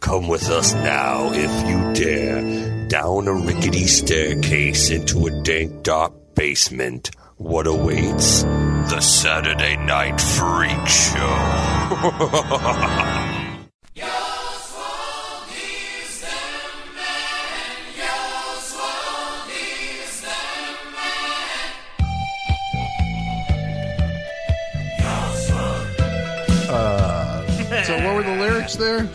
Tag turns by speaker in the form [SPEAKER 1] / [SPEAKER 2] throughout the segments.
[SPEAKER 1] Come with us now, if you dare, down a rickety staircase into a dank, dark basement. What awaits? The Saturday Night Freak Show.
[SPEAKER 2] So what were the lyrics there?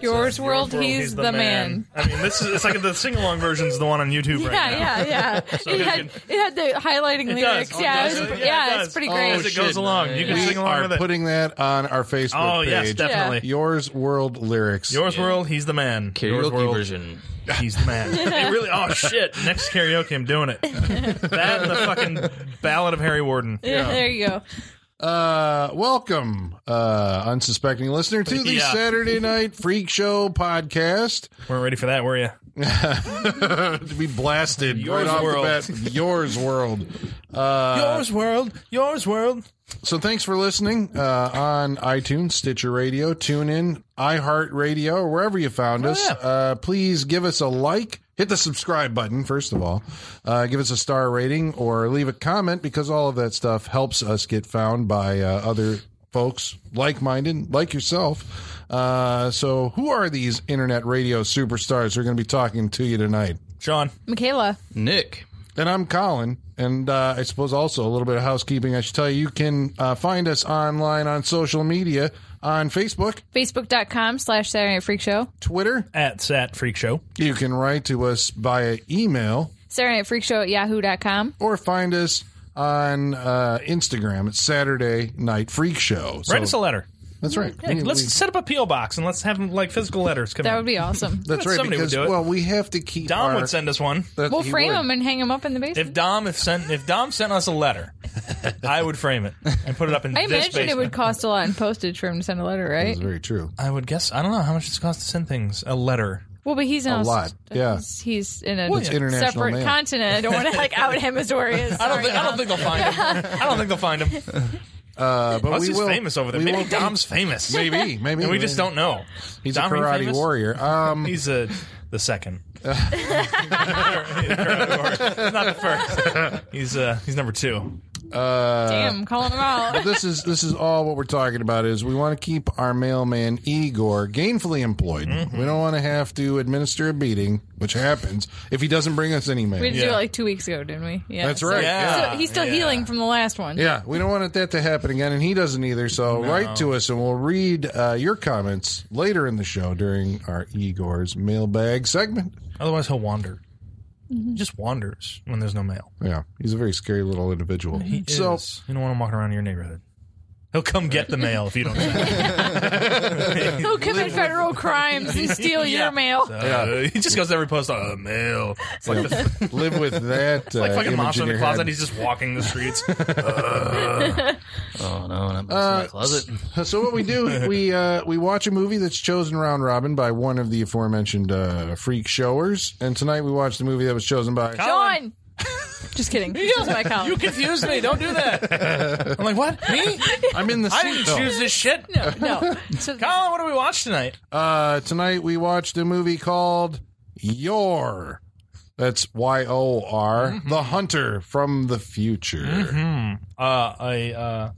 [SPEAKER 3] Yours world, he's, the, man.
[SPEAKER 4] I mean, this is it's like the sing along version's the one on YouTube right now.
[SPEAKER 3] Yeah, yeah, yeah. it, had, it had the highlighting lyrics.
[SPEAKER 4] does. Oh,
[SPEAKER 3] yeah,
[SPEAKER 4] does
[SPEAKER 3] it was,
[SPEAKER 4] it?
[SPEAKER 3] yeah,
[SPEAKER 4] Yeah, it
[SPEAKER 3] it's
[SPEAKER 4] does.
[SPEAKER 3] pretty
[SPEAKER 4] Oh,
[SPEAKER 3] great.
[SPEAKER 4] As it goes along, you can
[SPEAKER 2] We
[SPEAKER 4] sing along
[SPEAKER 2] are
[SPEAKER 4] with it.
[SPEAKER 2] putting that on our Facebook
[SPEAKER 4] oh
[SPEAKER 2] page.
[SPEAKER 4] yes, definitely.
[SPEAKER 2] Yours World Lyrics.
[SPEAKER 4] Yours world, he's the man. Yours
[SPEAKER 5] Karaoke
[SPEAKER 4] world,
[SPEAKER 5] version.
[SPEAKER 4] he's the man. it really. Oh shit! Next karaoke, I'm doing it. that and the fucking Ballad of Harry Warden.
[SPEAKER 3] Yeah, there you go.
[SPEAKER 2] Uh, welcome, uh, unsuspecting listener, to the
[SPEAKER 4] Yeah.
[SPEAKER 2] Saturday Night Freak Show podcast.
[SPEAKER 4] Weren't ready for that, were you?
[SPEAKER 2] to be blasted
[SPEAKER 4] Yours
[SPEAKER 2] right off
[SPEAKER 4] World.
[SPEAKER 2] the bat. Yours World. Uh,
[SPEAKER 4] yours world, yours world.
[SPEAKER 2] So thanks for listening uh, on iTunes, Stitcher Radio, TuneIn, iHeartRadio, or wherever you found us.
[SPEAKER 4] yeah.
[SPEAKER 2] Uh, please give us a like. Hit the subscribe button, first of all. Uh, give us a star rating or leave a comment because all of that stuff helps us get found by uh, other folks like minded, like yourself. Uh, so, who are these internet radio superstars who are going to be talking to you tonight?
[SPEAKER 4] Sean,
[SPEAKER 3] Michaela.
[SPEAKER 5] Nick.
[SPEAKER 2] And I'm Colin. And uh, I suppose also a little bit of housekeeping. I should tell you, you can uh, find us online on social media on Facebook,
[SPEAKER 3] Facebook.com slash Saturday Night Freak Show.
[SPEAKER 2] Twitter.
[SPEAKER 4] at Sat Freak Show.
[SPEAKER 2] You can write to us via email
[SPEAKER 3] Saturday Night Freak Show at yahoo.com.
[SPEAKER 2] or find us on uh, Instagram. It's Saturday Night Freak Show. So-
[SPEAKER 4] Write us a letter.
[SPEAKER 2] that's right. We-
[SPEAKER 4] Let's
[SPEAKER 2] we-
[SPEAKER 4] set up a PO box and let's have like physical letters come
[SPEAKER 3] That
[SPEAKER 4] in.
[SPEAKER 3] would be awesome.
[SPEAKER 2] that's right.
[SPEAKER 4] somebody would
[SPEAKER 2] Because
[SPEAKER 4] do it.
[SPEAKER 2] well, we have to keep.
[SPEAKER 4] Dom
[SPEAKER 2] our,
[SPEAKER 4] would send us one.
[SPEAKER 2] that-
[SPEAKER 3] We'll
[SPEAKER 2] he
[SPEAKER 3] frame
[SPEAKER 2] would.
[SPEAKER 3] them and hang them up in the basement.
[SPEAKER 4] If Dom if sent if Dom sent us a letter, I would frame it and put it up in
[SPEAKER 3] I
[SPEAKER 4] this
[SPEAKER 3] imagine it
[SPEAKER 4] basement.
[SPEAKER 3] would cost a lot in postage for him to send a letter, right?
[SPEAKER 2] That's very true.
[SPEAKER 4] I would guess I don't know how much it's cost to send things. A letter.
[SPEAKER 3] Well, but he's in
[SPEAKER 2] A lot, yeah.
[SPEAKER 3] He's, he's in a
[SPEAKER 2] it's international
[SPEAKER 3] separate
[SPEAKER 2] mail.
[SPEAKER 3] continent. I don't want to like out him as where he is.
[SPEAKER 4] I don't
[SPEAKER 3] Sorry,
[SPEAKER 4] think I don't
[SPEAKER 3] Dom.
[SPEAKER 4] think they'll find him. I don't think they'll find him.
[SPEAKER 2] Uh, but
[SPEAKER 4] Plus
[SPEAKER 2] we
[SPEAKER 4] he's
[SPEAKER 2] will,
[SPEAKER 4] famous over there.
[SPEAKER 2] we
[SPEAKER 4] Maybe
[SPEAKER 2] will-
[SPEAKER 4] Dom's famous.
[SPEAKER 2] Maybe, maybe.
[SPEAKER 4] And we just don't know.
[SPEAKER 2] He's
[SPEAKER 4] Dom,
[SPEAKER 2] a
[SPEAKER 4] are you
[SPEAKER 2] karate
[SPEAKER 4] famous?
[SPEAKER 2] warrior. Um,
[SPEAKER 4] He's a the second. Not the first. He's uh he's number two.
[SPEAKER 3] Damn, calling him out.
[SPEAKER 2] this is this is all what we're talking about is we want to keep our mailman Igor gainfully employed.
[SPEAKER 4] Mm-hmm.
[SPEAKER 2] We don't want to have to administer a beating, which happens if he doesn't bring us any mail.
[SPEAKER 3] We did do
[SPEAKER 4] Yeah.
[SPEAKER 3] it like two weeks ago, didn't we? Yeah.
[SPEAKER 2] That's
[SPEAKER 3] so-
[SPEAKER 2] right.
[SPEAKER 4] Yeah.
[SPEAKER 3] So he's still
[SPEAKER 4] Yeah.
[SPEAKER 3] healing from the last one.
[SPEAKER 2] yeah, we don't want that to happen again, and he doesn't either. So write to us, and we'll read uh, your comments later in the show during our Igor's mailbag segment.
[SPEAKER 4] Otherwise he'll wander.
[SPEAKER 2] Mm-hmm.
[SPEAKER 4] He just wanders when there's no mail.
[SPEAKER 2] Yeah, he's a very scary little individual.
[SPEAKER 4] He
[SPEAKER 2] so
[SPEAKER 4] is. You don't want him walking around your neighborhood. He'll come get the mail if you don't.
[SPEAKER 3] He'll commit Oh, federal crimes and steal
[SPEAKER 4] Yeah.
[SPEAKER 3] your mail.
[SPEAKER 4] Uh, he just goes to every post. Uh, mail. It's like, the,
[SPEAKER 2] live with that.
[SPEAKER 4] like
[SPEAKER 2] uh,
[SPEAKER 4] fucking
[SPEAKER 2] image
[SPEAKER 4] monster in the
[SPEAKER 2] your
[SPEAKER 4] closet.
[SPEAKER 2] head.
[SPEAKER 4] He's just walking the streets.
[SPEAKER 5] Oh no, not my closet.
[SPEAKER 2] So what we do, we uh, we watch a movie that's chosen round robin by one of the aforementioned uh, freak showers, and tonight we watched the movie that was chosen by.
[SPEAKER 3] John! Just kidding. This is my column.
[SPEAKER 4] confuse me. Don't do that. I'm like, what? Me?
[SPEAKER 2] I'm in the
[SPEAKER 4] I
[SPEAKER 2] seat,
[SPEAKER 4] didn't
[SPEAKER 2] though.
[SPEAKER 4] choose this shit.
[SPEAKER 3] No, no. So
[SPEAKER 4] Colin, what do we watch tonight?
[SPEAKER 2] Uh, tonight we watched a movie called Your. That's Y O
[SPEAKER 3] Mm-hmm.
[SPEAKER 2] R, The Hunter from the Future.
[SPEAKER 4] Uh, a uh,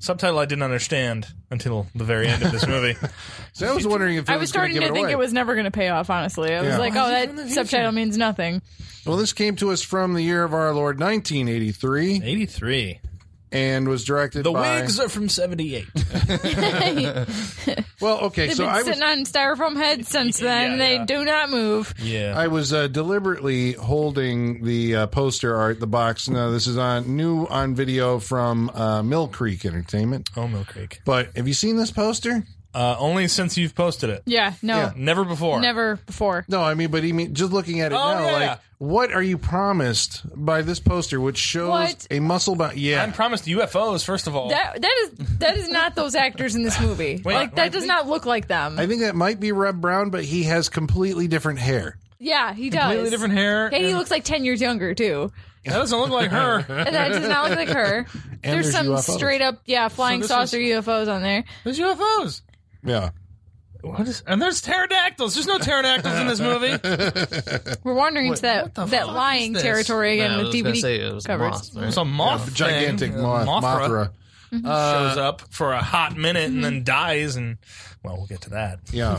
[SPEAKER 4] subtitle I didn't understand until the very end of this movie.
[SPEAKER 2] So I was wondering if it
[SPEAKER 3] I was
[SPEAKER 2] gonna
[SPEAKER 3] starting
[SPEAKER 2] give
[SPEAKER 3] to think
[SPEAKER 2] away.
[SPEAKER 3] it was never going to pay off, honestly. I was
[SPEAKER 2] Yeah.
[SPEAKER 3] like, oh, that subtitle means nothing.
[SPEAKER 2] Well, this came to us from the year of our Lord 1983
[SPEAKER 4] 83.
[SPEAKER 2] and was directed
[SPEAKER 4] The
[SPEAKER 2] by
[SPEAKER 4] wigs are from 78.
[SPEAKER 3] They've
[SPEAKER 2] Well, okay, so
[SPEAKER 3] been
[SPEAKER 2] I was
[SPEAKER 3] sitting on styrofoam heads since then.
[SPEAKER 4] Yeah,
[SPEAKER 3] they
[SPEAKER 4] yeah.
[SPEAKER 3] do not move.
[SPEAKER 4] Yeah.
[SPEAKER 2] I was uh, deliberately holding the uh, poster art, the box. Now, this is on new on video from uh, Mill Creek Entertainment.
[SPEAKER 4] Oh, Mill Creek.
[SPEAKER 2] But have you seen this poster?
[SPEAKER 4] Uh, only since you've posted it.
[SPEAKER 3] Yeah, no.
[SPEAKER 2] Yeah.
[SPEAKER 4] Never before.
[SPEAKER 3] Never before.
[SPEAKER 2] No, I mean, but he mean, just looking at it
[SPEAKER 4] Oh,
[SPEAKER 2] now,
[SPEAKER 4] yeah.
[SPEAKER 2] like, what are you promised by this poster, which shows
[SPEAKER 3] What?
[SPEAKER 2] a muscle bound? Yeah,
[SPEAKER 4] I'm promised UFOs, first of all.
[SPEAKER 3] That that is that is not those actors in this movie.
[SPEAKER 4] Wait,
[SPEAKER 3] like
[SPEAKER 4] wait,
[SPEAKER 3] that does
[SPEAKER 4] wait.
[SPEAKER 3] not look like them.
[SPEAKER 2] I think that might be Reb Brown, but he has completely different hair.
[SPEAKER 3] yeah, he does.
[SPEAKER 4] Completely different hair.
[SPEAKER 3] And he looks like ten years younger too.
[SPEAKER 4] that doesn't look like her.
[SPEAKER 3] And that does not look like her.
[SPEAKER 2] there's
[SPEAKER 3] there's some
[SPEAKER 2] UFOs.
[SPEAKER 3] straight up yeah flying
[SPEAKER 4] this
[SPEAKER 3] saucer UFOs on there.
[SPEAKER 4] There's UFOs.
[SPEAKER 2] Yeah.
[SPEAKER 4] What is? And there's pterodactyls. There's no pterodactyls in this movie.
[SPEAKER 3] We're wandering into that
[SPEAKER 4] the
[SPEAKER 3] that
[SPEAKER 4] fuck
[SPEAKER 3] lying
[SPEAKER 4] is this?
[SPEAKER 3] territory again
[SPEAKER 5] No, I
[SPEAKER 3] with
[SPEAKER 5] was gonna
[SPEAKER 3] DVD
[SPEAKER 5] say it was
[SPEAKER 3] covers.
[SPEAKER 5] moth, right?
[SPEAKER 4] It's a moth,
[SPEAKER 2] Gigantic
[SPEAKER 4] thing. Uh,
[SPEAKER 2] moth, Mothra. Uh,
[SPEAKER 4] shows up for a hot minute and then dies. And well, we'll get to that.
[SPEAKER 2] Yeah.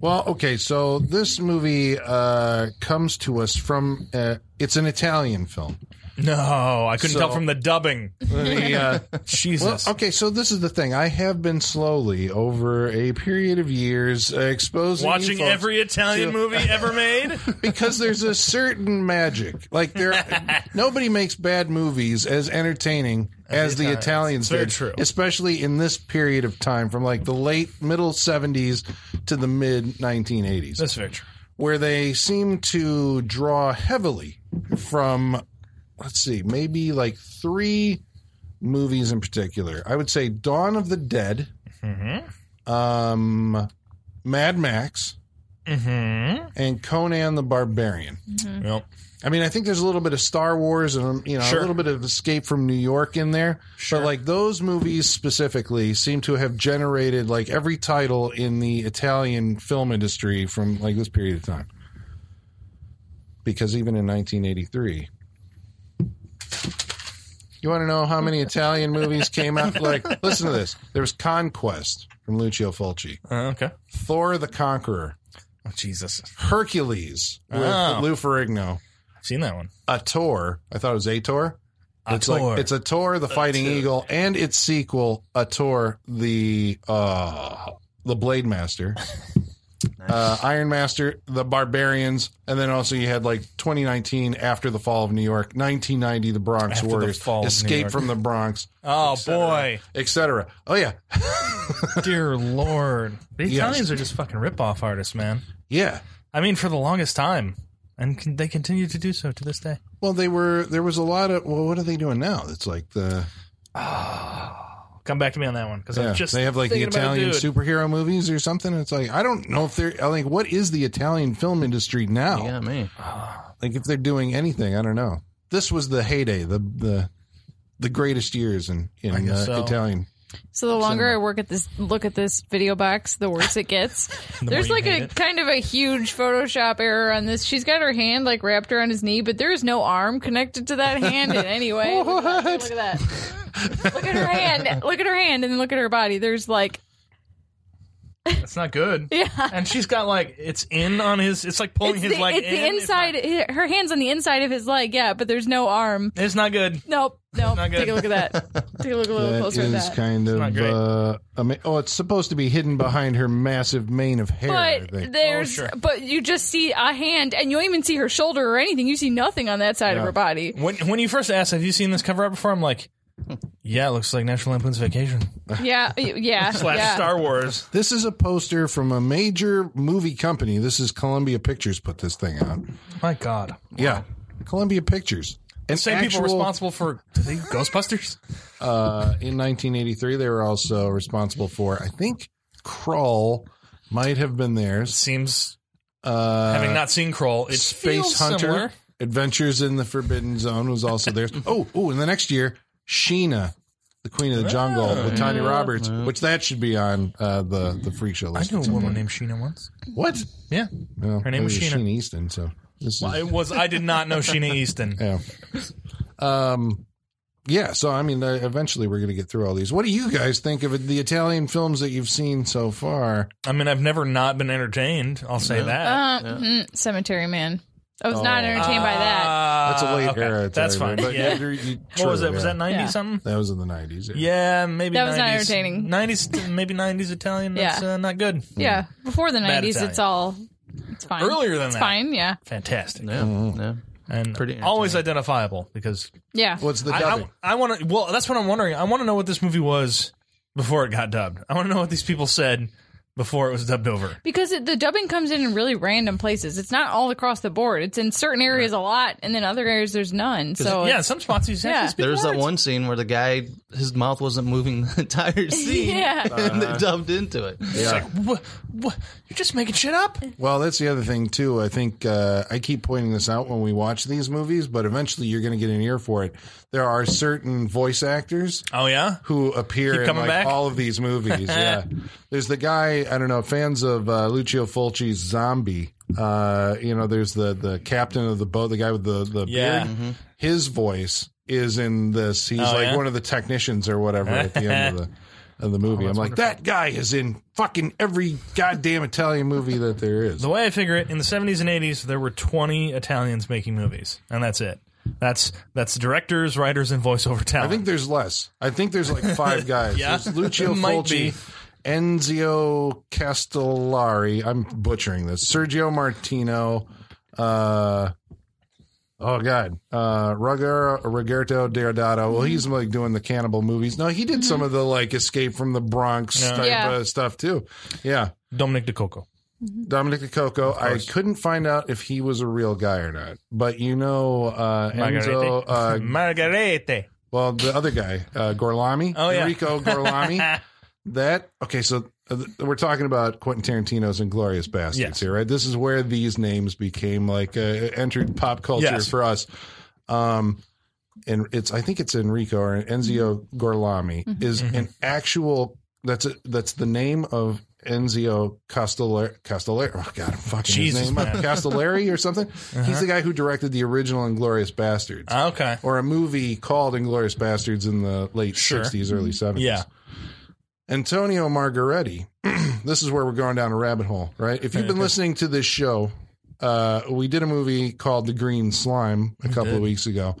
[SPEAKER 2] Well, okay, so this movie uh, comes to us from uh, it's an Italian film.
[SPEAKER 4] No, I couldn't
[SPEAKER 2] So-
[SPEAKER 4] tell from the dubbing.
[SPEAKER 2] The, uh, well,
[SPEAKER 4] Jesus.
[SPEAKER 2] okay, so this is the thing. I have been slowly over a period of years uh, exposing you
[SPEAKER 4] Watching
[SPEAKER 2] folks-
[SPEAKER 4] every Italian movie ever made.
[SPEAKER 2] because there's a certain magic. Like there, nobody makes bad movies as entertaining as the Italians
[SPEAKER 4] very
[SPEAKER 2] did,
[SPEAKER 4] true.
[SPEAKER 2] especially in this period of time from like the late middle '70s to the mid 1980s
[SPEAKER 4] That's very true.
[SPEAKER 2] where they seem to draw heavily from let's see maybe like three movies in particular i would say dawn of the dead um mad max
[SPEAKER 4] Mm-hmm.
[SPEAKER 2] and conan the barbarian
[SPEAKER 4] Yep.
[SPEAKER 2] i mean i think there's a little bit of star wars and um, you know
[SPEAKER 4] Sure.
[SPEAKER 2] a little bit of escape from new york in there but like those movies specifically seem to have generated like every title in the italian film industry from like this period of time because even in 1983 you want to know how many Italian movies came out? Like, listen to this. There was Conquest from Lucio Fulci,
[SPEAKER 4] Uh, okay.
[SPEAKER 2] Thor the Conqueror,
[SPEAKER 4] Oh, Jesus.
[SPEAKER 2] Hercules with
[SPEAKER 4] Oh.
[SPEAKER 2] Lou Ferrigno,
[SPEAKER 4] I've seen that one.
[SPEAKER 2] Ator. I thought it was Ator. It's
[SPEAKER 4] Ator.
[SPEAKER 2] like it's Ator the Fighting Eagle and its sequel Ator the uh the Blade Master. Uh, Iron Master, the Barbarians, and then also you had like 2019 after the fall of New York, 1990 the Bronx
[SPEAKER 4] After the
[SPEAKER 2] Warriors,
[SPEAKER 4] fall of New
[SPEAKER 2] Escape
[SPEAKER 4] York.
[SPEAKER 2] from the Bronx,
[SPEAKER 4] Oh, boy.
[SPEAKER 2] etc. Oh yeah,
[SPEAKER 4] Dear Lord. The
[SPEAKER 2] Yes.
[SPEAKER 4] Italians are just fucking rip-off artists, man.
[SPEAKER 2] yeah.
[SPEAKER 4] I mean, for the longest time. And can, they continue to do so to this day.
[SPEAKER 2] Well, they were there was a lot of well, what are they doing now? It's like the
[SPEAKER 4] Come back to me on that one because
[SPEAKER 2] yeah,
[SPEAKER 4] I'm just
[SPEAKER 2] they have like the
[SPEAKER 4] thinking about it,
[SPEAKER 2] Italian
[SPEAKER 4] dude.
[SPEAKER 2] superhero movies or something. It's like I don't know if they're I think what is the Italian film industry now?
[SPEAKER 5] Yeah, me.
[SPEAKER 2] like if they're doing anything, I don't know. This was the heyday, the the the greatest years in in
[SPEAKER 4] I guess
[SPEAKER 2] uh,
[SPEAKER 4] so.
[SPEAKER 2] Italian.
[SPEAKER 3] So the longer I work at this, look at this video box, the worse it gets. There's
[SPEAKER 4] more you
[SPEAKER 3] like
[SPEAKER 4] hate
[SPEAKER 3] a
[SPEAKER 4] it.
[SPEAKER 3] kind of a huge Photoshop error on this. She's got her hand like wrapped around his knee, but there is no arm connected to that hand in any way. Look at that. Look at that. Look at her hand. Look at her hand, and then look at her body. There's like
[SPEAKER 4] It's not good.
[SPEAKER 3] Yeah.
[SPEAKER 4] And she's got like it's in on his. It's like pulling
[SPEAKER 3] it's,
[SPEAKER 4] his
[SPEAKER 3] the,
[SPEAKER 4] leg.
[SPEAKER 3] it's the
[SPEAKER 4] in.
[SPEAKER 3] inside. her hands on the inside of his leg. Yeah, but there's no arm.
[SPEAKER 4] It's not good.
[SPEAKER 3] Nope. Nope.
[SPEAKER 4] Not good.
[SPEAKER 3] Take a look at that. Take a look a little
[SPEAKER 2] That
[SPEAKER 3] closer at
[SPEAKER 2] is
[SPEAKER 3] that.
[SPEAKER 2] kind of
[SPEAKER 4] not great.
[SPEAKER 2] uh, ama- oh, it's supposed to be hidden behind her massive mane of hair. I
[SPEAKER 3] But
[SPEAKER 2] think.
[SPEAKER 3] there's,
[SPEAKER 4] Oh, sure.
[SPEAKER 3] but you just see a hand, and you don't even see her shoulder or anything. You see nothing on that side of her body.
[SPEAKER 4] When when you first asked, have you seen this cover art before? I'm like, yeah, it looks like National Lampoon's Vacation
[SPEAKER 3] Yeah, y- yeah,
[SPEAKER 4] slash
[SPEAKER 3] yeah.
[SPEAKER 4] Star Wars.
[SPEAKER 2] this is a poster from a major movie company. This is Columbia Pictures put this thing out.
[SPEAKER 4] My God,
[SPEAKER 2] Yeah, Columbia Pictures. And
[SPEAKER 4] same people responsible for do they Ghostbusters.
[SPEAKER 2] uh, in 1983, they were also responsible for. I think Crawl might have been theirs.
[SPEAKER 4] Seems
[SPEAKER 2] Uh,
[SPEAKER 4] having not seen Kroll, it's
[SPEAKER 2] Space Hunter Adventures in the Forbidden Zone was also theirs. oh, oh, and the next year, Sheena, the Queen of the Jungle
[SPEAKER 4] Oh.
[SPEAKER 2] with Tanya Roberts, which that should be on uh, the the freak show
[SPEAKER 4] I
[SPEAKER 2] list.
[SPEAKER 4] knew a woman named Sheena once.
[SPEAKER 2] What?
[SPEAKER 4] Yeah,
[SPEAKER 2] No,
[SPEAKER 4] Her name was
[SPEAKER 2] it
[SPEAKER 4] Sheena.
[SPEAKER 2] Sheena Easton. So this is,
[SPEAKER 4] it was. I did not know Sheena Easton.
[SPEAKER 2] yeah. Um. Yeah, so I mean, uh, eventually we're going to get through all these. What do you guys think of the Italian films that you've seen so far?
[SPEAKER 4] I mean, I've never not been entertained. I'll say
[SPEAKER 3] Uh,
[SPEAKER 4] that.
[SPEAKER 3] mhm, Cemetery Man. I was
[SPEAKER 4] Oh.
[SPEAKER 3] not entertained by that.
[SPEAKER 4] Uh,
[SPEAKER 2] That's a late
[SPEAKER 4] okay.
[SPEAKER 2] era.
[SPEAKER 4] That's
[SPEAKER 2] Italian,
[SPEAKER 4] fine.
[SPEAKER 2] But
[SPEAKER 4] yeah.
[SPEAKER 2] you're- you-
[SPEAKER 4] What was
[SPEAKER 2] true,
[SPEAKER 4] that? Was
[SPEAKER 2] yeah.
[SPEAKER 4] that ninety
[SPEAKER 3] Yeah.
[SPEAKER 4] something?
[SPEAKER 2] That was in the nineties.
[SPEAKER 4] Yeah, maybe
[SPEAKER 3] That was not
[SPEAKER 4] 90s,
[SPEAKER 3] entertaining.
[SPEAKER 4] Nineties, maybe nineties Italian. That's
[SPEAKER 3] Yeah.
[SPEAKER 4] uh, not good.
[SPEAKER 3] Yeah, before the nineties,
[SPEAKER 4] Italian.
[SPEAKER 3] it's all it's fine.
[SPEAKER 4] Earlier than
[SPEAKER 3] it's
[SPEAKER 4] that.
[SPEAKER 3] fine. Yeah,
[SPEAKER 4] Fantastic
[SPEAKER 5] Yeah, yeah.
[SPEAKER 4] and
[SPEAKER 5] Pretty
[SPEAKER 4] always identifiable because
[SPEAKER 3] yeah.
[SPEAKER 2] What's the
[SPEAKER 4] I,
[SPEAKER 2] dubbing?
[SPEAKER 4] I, want to. Well, that's what I'm wondering. I want to know what this movie was before it got dubbed. I want to know what these people said before it was dubbed over.
[SPEAKER 3] because it, the dubbing comes in in really random places. It's not all across the board. It's in certain areas a lot, and then other areas there's none. So
[SPEAKER 4] yeah, in some spots he's
[SPEAKER 3] Oh, Yeah.
[SPEAKER 4] actually speaking
[SPEAKER 5] There was that
[SPEAKER 4] words.
[SPEAKER 5] one scene where the guy, his mouth wasn't moving the entire scene,
[SPEAKER 3] Yeah.
[SPEAKER 5] and they dubbed into it.
[SPEAKER 4] It's like, "Wha- wha- You're just making shit up.
[SPEAKER 2] Well, that's the other thing too. I think uh, I keep pointing this out when we watch these movies, but eventually you're going to get an ear for it. There are certain voice actors
[SPEAKER 4] Oh yeah.
[SPEAKER 2] who appear
[SPEAKER 4] Keep
[SPEAKER 2] in
[SPEAKER 4] coming
[SPEAKER 2] like
[SPEAKER 4] back?
[SPEAKER 2] all of these movies. yeah, there's the guy way, I don't know, fans of uh, Lucio Fulci's Zombie, uh, you know, there's the the captain of the boat, the guy with the the
[SPEAKER 4] Yeah. Mm-hmm.
[SPEAKER 2] beard. His voice is in this. He's
[SPEAKER 4] Oh,
[SPEAKER 2] like
[SPEAKER 4] yeah?
[SPEAKER 2] one of the technicians or whatever at the end of the of the
[SPEAKER 4] Oh,
[SPEAKER 2] movie. I'm like, that guy is in fucking every goddamn Italian movie that there is.
[SPEAKER 4] The way I figure it, in the 70s and 80s, there were 20 Italians making movies, and that's it. That's that's directors, writers, and voiceover
[SPEAKER 2] I
[SPEAKER 4] talent.
[SPEAKER 2] think there's less. I think there's like five guys.
[SPEAKER 4] Yeah.
[SPEAKER 2] There's Lucio
[SPEAKER 4] Might
[SPEAKER 2] Fulci,
[SPEAKER 4] be.
[SPEAKER 2] Enzio Castellari. I'm butchering this. Sergio Martino. Uh, oh God, uh, Roger, Roberto Deodato.
[SPEAKER 4] Mm-hmm.
[SPEAKER 2] Well, he's like doing the cannibal movies. No, he did some of the like Escape from the Bronx type
[SPEAKER 3] Yeah.
[SPEAKER 2] of stuff too. Yeah,
[SPEAKER 4] Dominic DeCoco.
[SPEAKER 2] Dominic DeCoco. I couldn't find out if he was a real guy or not, but you know, uh, Enzo uh,
[SPEAKER 4] Margarete. Margarete.
[SPEAKER 2] well, the other guy, uh, Gorlami,
[SPEAKER 4] Oh, yeah.
[SPEAKER 2] Enrico Gorlami. that okay, so uh, th- we're talking about Quentin Tarantino's Inglorious Bastards
[SPEAKER 4] Yes.
[SPEAKER 2] here, right? This is where these names became like uh, entered pop culture
[SPEAKER 4] Yes.
[SPEAKER 2] for us. Um, and it's I think it's Enrico or Enzio Gorlami is
[SPEAKER 4] Mm-hmm.
[SPEAKER 2] an actual that's a, that's the name of Enzio Castellari. Castellari. Oh God, I'm fucking
[SPEAKER 4] Jesus,
[SPEAKER 2] his name up.
[SPEAKER 4] man. Uh-huh.
[SPEAKER 2] Castellari or something. He's the guy who directed the original Inglorious Bastards
[SPEAKER 4] Okay.
[SPEAKER 2] or a movie called Inglorious Bastards in the late
[SPEAKER 4] Sure. Mm-hmm.
[SPEAKER 2] 60s, early 70s.
[SPEAKER 4] Yeah.
[SPEAKER 2] Antonio Margaretti. this is where we're going down a rabbit hole, right? If you've been listening to this show, uh, we did a movie called The Green Slime a couple of weeks ago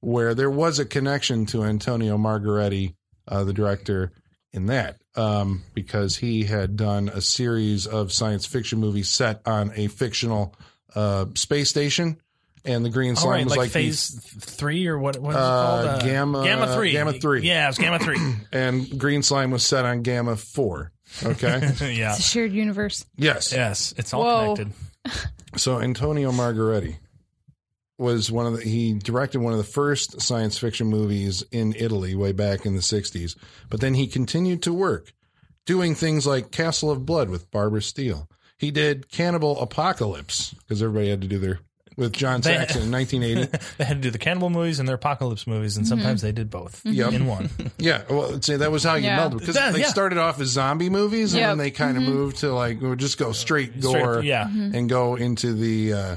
[SPEAKER 2] where there was a connection to Antonio Margaretti, uh, the director, in that um, because he had done a series of science fiction movies set on a fictional uh, space station. And the green
[SPEAKER 4] All
[SPEAKER 2] slime
[SPEAKER 4] Oh, right,
[SPEAKER 2] was
[SPEAKER 4] like,
[SPEAKER 2] like the-
[SPEAKER 4] phase th- three or what? What is
[SPEAKER 2] Uh,
[SPEAKER 4] it called? Uh,
[SPEAKER 2] Gamma-
[SPEAKER 4] Gamma three.
[SPEAKER 2] Gamma three.
[SPEAKER 4] Yeah, it was Gamma three.
[SPEAKER 2] and green slime was set on gamma 4 okay
[SPEAKER 4] Uh, yeah.
[SPEAKER 3] It's a shared universe.
[SPEAKER 2] yes
[SPEAKER 4] Yes, it's all
[SPEAKER 3] Whoa.
[SPEAKER 4] connected.
[SPEAKER 2] so antonio margaretti was one of the he directed one of the first science fiction movies in italy way back in the 60s but then he continued to work doing things like castle of blood with barbara steele he did cannibal apocalypse because everybody had to do their with john
[SPEAKER 4] They-
[SPEAKER 2] saxon in 1980
[SPEAKER 4] They had to do the cannibal movies and their apocalypse movies, and sometimes they did both
[SPEAKER 2] Yep.
[SPEAKER 4] in one.
[SPEAKER 2] Yeah, well, see, that was how you
[SPEAKER 3] Yeah.
[SPEAKER 2] melded because
[SPEAKER 4] That-
[SPEAKER 2] they
[SPEAKER 4] yeah.
[SPEAKER 2] started off as zombie movies, and
[SPEAKER 3] Yep. Mm-hmm.
[SPEAKER 2] then they kind of moved to like we would just go straight
[SPEAKER 4] Straight-
[SPEAKER 2] gore,
[SPEAKER 4] yeah.
[SPEAKER 2] and go into the uh,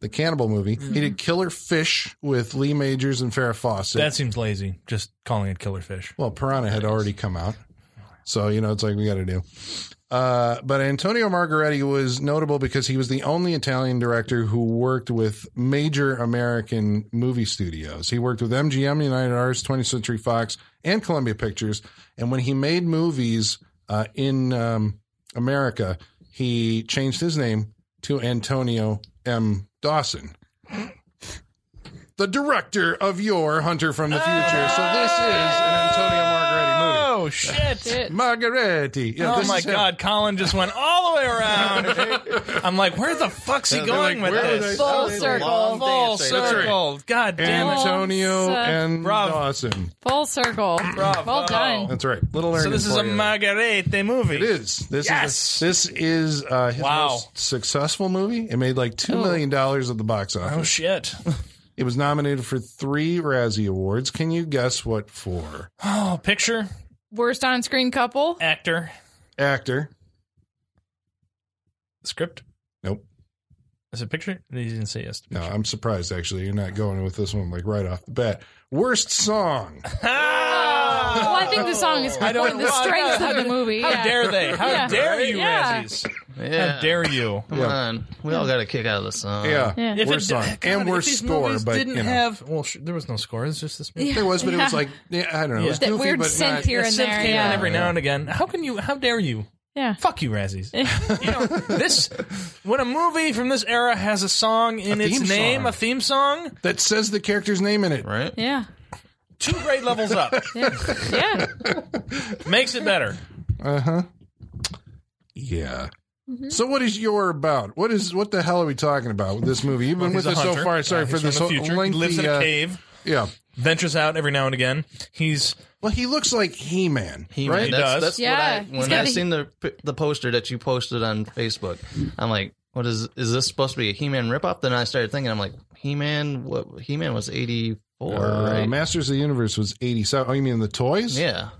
[SPEAKER 2] the cannibal movie.
[SPEAKER 3] Mm-hmm.
[SPEAKER 2] He did Killer Fish with Lee Majors and Farrah Fawcett.
[SPEAKER 4] That seems lazy. Just calling it killer fish.
[SPEAKER 2] well, Piranha had already come out, so you know it's like we got to do. Uh, but Antonio Margaretti was notable because he was the only Italian director who worked with major American movie studios. He worked with MGM, United Artists, 20th Century Fox, and Columbia Pictures. And when he made movies uh, in um, America, he changed his name to Antonio M. Dawson. The director of your Hunter from the Future. So this is an Antonio Margaretti movie.
[SPEAKER 4] Oh shit!
[SPEAKER 3] Shit.
[SPEAKER 2] Margaretti. Yeah,
[SPEAKER 4] oh
[SPEAKER 2] this
[SPEAKER 4] my
[SPEAKER 2] is him.
[SPEAKER 4] god, Colin just went all the way around. I'm like, where the fuck's he going
[SPEAKER 2] like,
[SPEAKER 4] with
[SPEAKER 2] where was
[SPEAKER 4] this?
[SPEAKER 3] Full
[SPEAKER 5] Long
[SPEAKER 3] circle.
[SPEAKER 4] Full
[SPEAKER 5] dance, ain't it?
[SPEAKER 4] circle. God damn it.
[SPEAKER 2] Antonio
[SPEAKER 3] Full
[SPEAKER 2] and
[SPEAKER 4] Bravo.
[SPEAKER 2] Dawson.
[SPEAKER 3] Full circle. Well done.
[SPEAKER 2] That's right. Little
[SPEAKER 4] So
[SPEAKER 2] learning.
[SPEAKER 4] this is
[SPEAKER 2] for
[SPEAKER 4] a
[SPEAKER 2] you.
[SPEAKER 4] Margarete movie.
[SPEAKER 2] It is. This is
[SPEAKER 4] Yes.
[SPEAKER 2] a, this is uh, his
[SPEAKER 4] Wow.
[SPEAKER 2] most successful movie. It made like two million dollars at the box
[SPEAKER 4] Oh
[SPEAKER 2] office.
[SPEAKER 4] shit.
[SPEAKER 2] It was nominated for three Razzie Awards. Can you guess what for?
[SPEAKER 4] Oh, picture,
[SPEAKER 3] Worst on screen couple.
[SPEAKER 4] actor,
[SPEAKER 2] Actor.
[SPEAKER 4] script.
[SPEAKER 2] Nope.
[SPEAKER 4] Is it picture? He didn't say yes.
[SPEAKER 2] No, I'm surprised actually. You're not going with this one like right off the bat. Worst song.
[SPEAKER 4] Ah!
[SPEAKER 3] Well, I think the song is
[SPEAKER 4] I don't-
[SPEAKER 3] one of the
[SPEAKER 4] well, I
[SPEAKER 3] strengths
[SPEAKER 4] don't-
[SPEAKER 3] of the movie.
[SPEAKER 4] How
[SPEAKER 3] yeah.
[SPEAKER 4] dare they? How
[SPEAKER 3] Yeah.
[SPEAKER 4] dare you,
[SPEAKER 3] Yeah.
[SPEAKER 4] Razzies?
[SPEAKER 5] Yeah.
[SPEAKER 4] How dare you?
[SPEAKER 5] Come on. We all got a kick out of the song.
[SPEAKER 2] Yeah.
[SPEAKER 3] Yeah.
[SPEAKER 4] If
[SPEAKER 2] Worst
[SPEAKER 4] it-
[SPEAKER 2] song.
[SPEAKER 4] God,
[SPEAKER 2] and
[SPEAKER 4] if
[SPEAKER 2] worst
[SPEAKER 4] these
[SPEAKER 2] score,
[SPEAKER 4] movies
[SPEAKER 2] but
[SPEAKER 4] didn't
[SPEAKER 2] you know.
[SPEAKER 4] have. Well, sh- there was no score. It's just this movie.
[SPEAKER 2] there was, but it was like yeah, I don't know. It was
[SPEAKER 4] Yeah.
[SPEAKER 3] That
[SPEAKER 2] goofy,
[SPEAKER 3] weird
[SPEAKER 2] but
[SPEAKER 3] synth
[SPEAKER 2] not-
[SPEAKER 3] here
[SPEAKER 4] Yeah,
[SPEAKER 3] and
[SPEAKER 4] Seth
[SPEAKER 3] there.
[SPEAKER 4] came in
[SPEAKER 3] Yeah.
[SPEAKER 4] every now and again. How can you? How dare you?
[SPEAKER 3] yeah.
[SPEAKER 4] Fuck you, Razzies. you know, this when a movie from this era has a song in
[SPEAKER 2] A
[SPEAKER 4] its
[SPEAKER 2] theme
[SPEAKER 4] name,
[SPEAKER 2] song.
[SPEAKER 4] a theme song,
[SPEAKER 2] that says the character's name in it.
[SPEAKER 5] Right?
[SPEAKER 3] Yeah.
[SPEAKER 4] two grade levels up,
[SPEAKER 3] Yeah.
[SPEAKER 4] makes it better.
[SPEAKER 2] Uh huh.
[SPEAKER 4] Uh-huh.
[SPEAKER 2] Yeah. So what is your about? What is what the hell are we talking about with this movie? You've been
[SPEAKER 4] He's
[SPEAKER 2] with
[SPEAKER 4] a
[SPEAKER 2] us so
[SPEAKER 4] hunter.
[SPEAKER 2] far. Sorry
[SPEAKER 4] Uh,
[SPEAKER 2] for
[SPEAKER 4] he's
[SPEAKER 2] this
[SPEAKER 4] from
[SPEAKER 2] whole
[SPEAKER 4] the future.
[SPEAKER 2] lengthy.
[SPEAKER 4] He lives in a
[SPEAKER 2] uh,
[SPEAKER 4] cave,
[SPEAKER 2] Yeah.
[SPEAKER 4] ventures out every now and again. He's
[SPEAKER 2] Well, he looks like He Man,
[SPEAKER 5] He
[SPEAKER 2] right?
[SPEAKER 5] That's,
[SPEAKER 4] does.
[SPEAKER 5] that's
[SPEAKER 3] Yeah,
[SPEAKER 5] what I,
[SPEAKER 3] he's
[SPEAKER 5] when
[SPEAKER 3] got
[SPEAKER 5] I
[SPEAKER 3] the-
[SPEAKER 5] seen the the poster that you posted on Facebook, I'm like, what is is this supposed to be a He-Man ripoff? Then I started thinking, I'm like, He-Man, what He-Man was 84,
[SPEAKER 2] Uh,
[SPEAKER 5] right?
[SPEAKER 4] Oh,
[SPEAKER 2] Masters of the Universe was eighty seven. Oh, you mean the toys?
[SPEAKER 5] Yeah.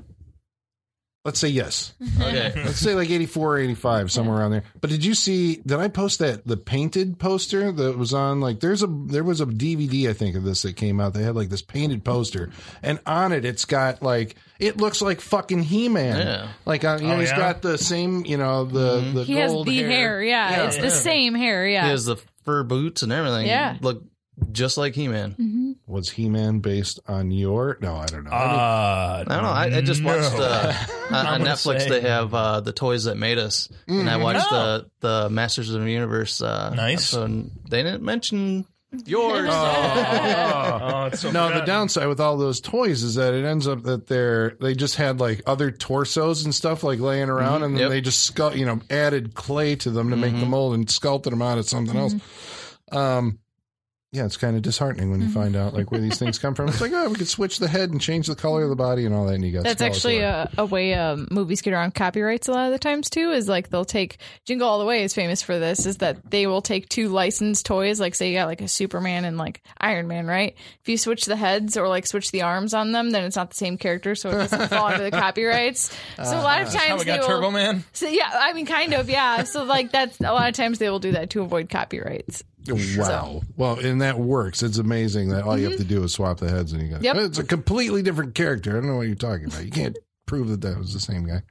[SPEAKER 2] Let's say yes.
[SPEAKER 5] Okay.
[SPEAKER 2] Let's say like 84 or 85, somewhere around there. But did you see, did I post that, the painted poster that was on like, there's a, there was a DVD, I think of this that came out. They had like this painted poster and on it, it's got like, it looks like fucking He-Man.
[SPEAKER 5] Yeah.
[SPEAKER 2] Like, uh, you know,
[SPEAKER 4] Oh,
[SPEAKER 2] he's
[SPEAKER 4] yeah?
[SPEAKER 2] got the same, you know, the, the
[SPEAKER 3] He has
[SPEAKER 2] gold
[SPEAKER 3] the hair. Yeah,
[SPEAKER 2] Yeah.
[SPEAKER 3] it's the same hair. Yeah.
[SPEAKER 5] He has the fur boots and everything.
[SPEAKER 3] Yeah.
[SPEAKER 5] Look just like He Man.
[SPEAKER 2] Was He-Man based on your, no, I don't know.
[SPEAKER 4] Uh,
[SPEAKER 5] I don't know. I, I just watched
[SPEAKER 4] no.
[SPEAKER 5] uh, on, on
[SPEAKER 4] gonna
[SPEAKER 5] Netflix.
[SPEAKER 4] say-
[SPEAKER 5] They have uh, the toys that made us, and I watched
[SPEAKER 4] Oh.
[SPEAKER 5] the the Masters of the Universe. Uh,
[SPEAKER 4] Nice.
[SPEAKER 5] episode, and they didn't mention yours.
[SPEAKER 4] Oh, it's so
[SPEAKER 2] No, the
[SPEAKER 4] forgotten.
[SPEAKER 2] downside with all those toys is that it ends up that they're they just had like other torsos and stuff like laying around, and then
[SPEAKER 5] Yep.
[SPEAKER 2] they just scu- you know added clay to them to make the mold and sculpted them out of something else. Um, yeah, it's kind of disheartening when you find out like where these things come from. It's like oh, we could switch the head and change the color of the body and all that, and you got
[SPEAKER 3] That's
[SPEAKER 2] skulls
[SPEAKER 3] actually uh,
[SPEAKER 2] for it.
[SPEAKER 3] a, a way um, movies get around copyrights a lot of the times too. Is like they'll take Jingle All the Way is famous for this. Is that they will take two licensed toys, like say you got like a Superman and like Iron Man, right? If you switch the heads or like switch the arms on them, then it's not the same character, so it doesn't fall under the copyrights. So a lot of times
[SPEAKER 4] Uh, How we got
[SPEAKER 3] they will,
[SPEAKER 4] Turbo Man?
[SPEAKER 3] So yeah, I mean, kind of, yeah. So like that's a lot of times they will do that to avoid copyrights.
[SPEAKER 2] Wow. Well, and that works. It's amazing that all you have to do is swap the heads and you got
[SPEAKER 3] Mm-hmm. Yep.
[SPEAKER 2] it's a completely different character. I don't know what you're talking about. You can't prove that that was the same guy.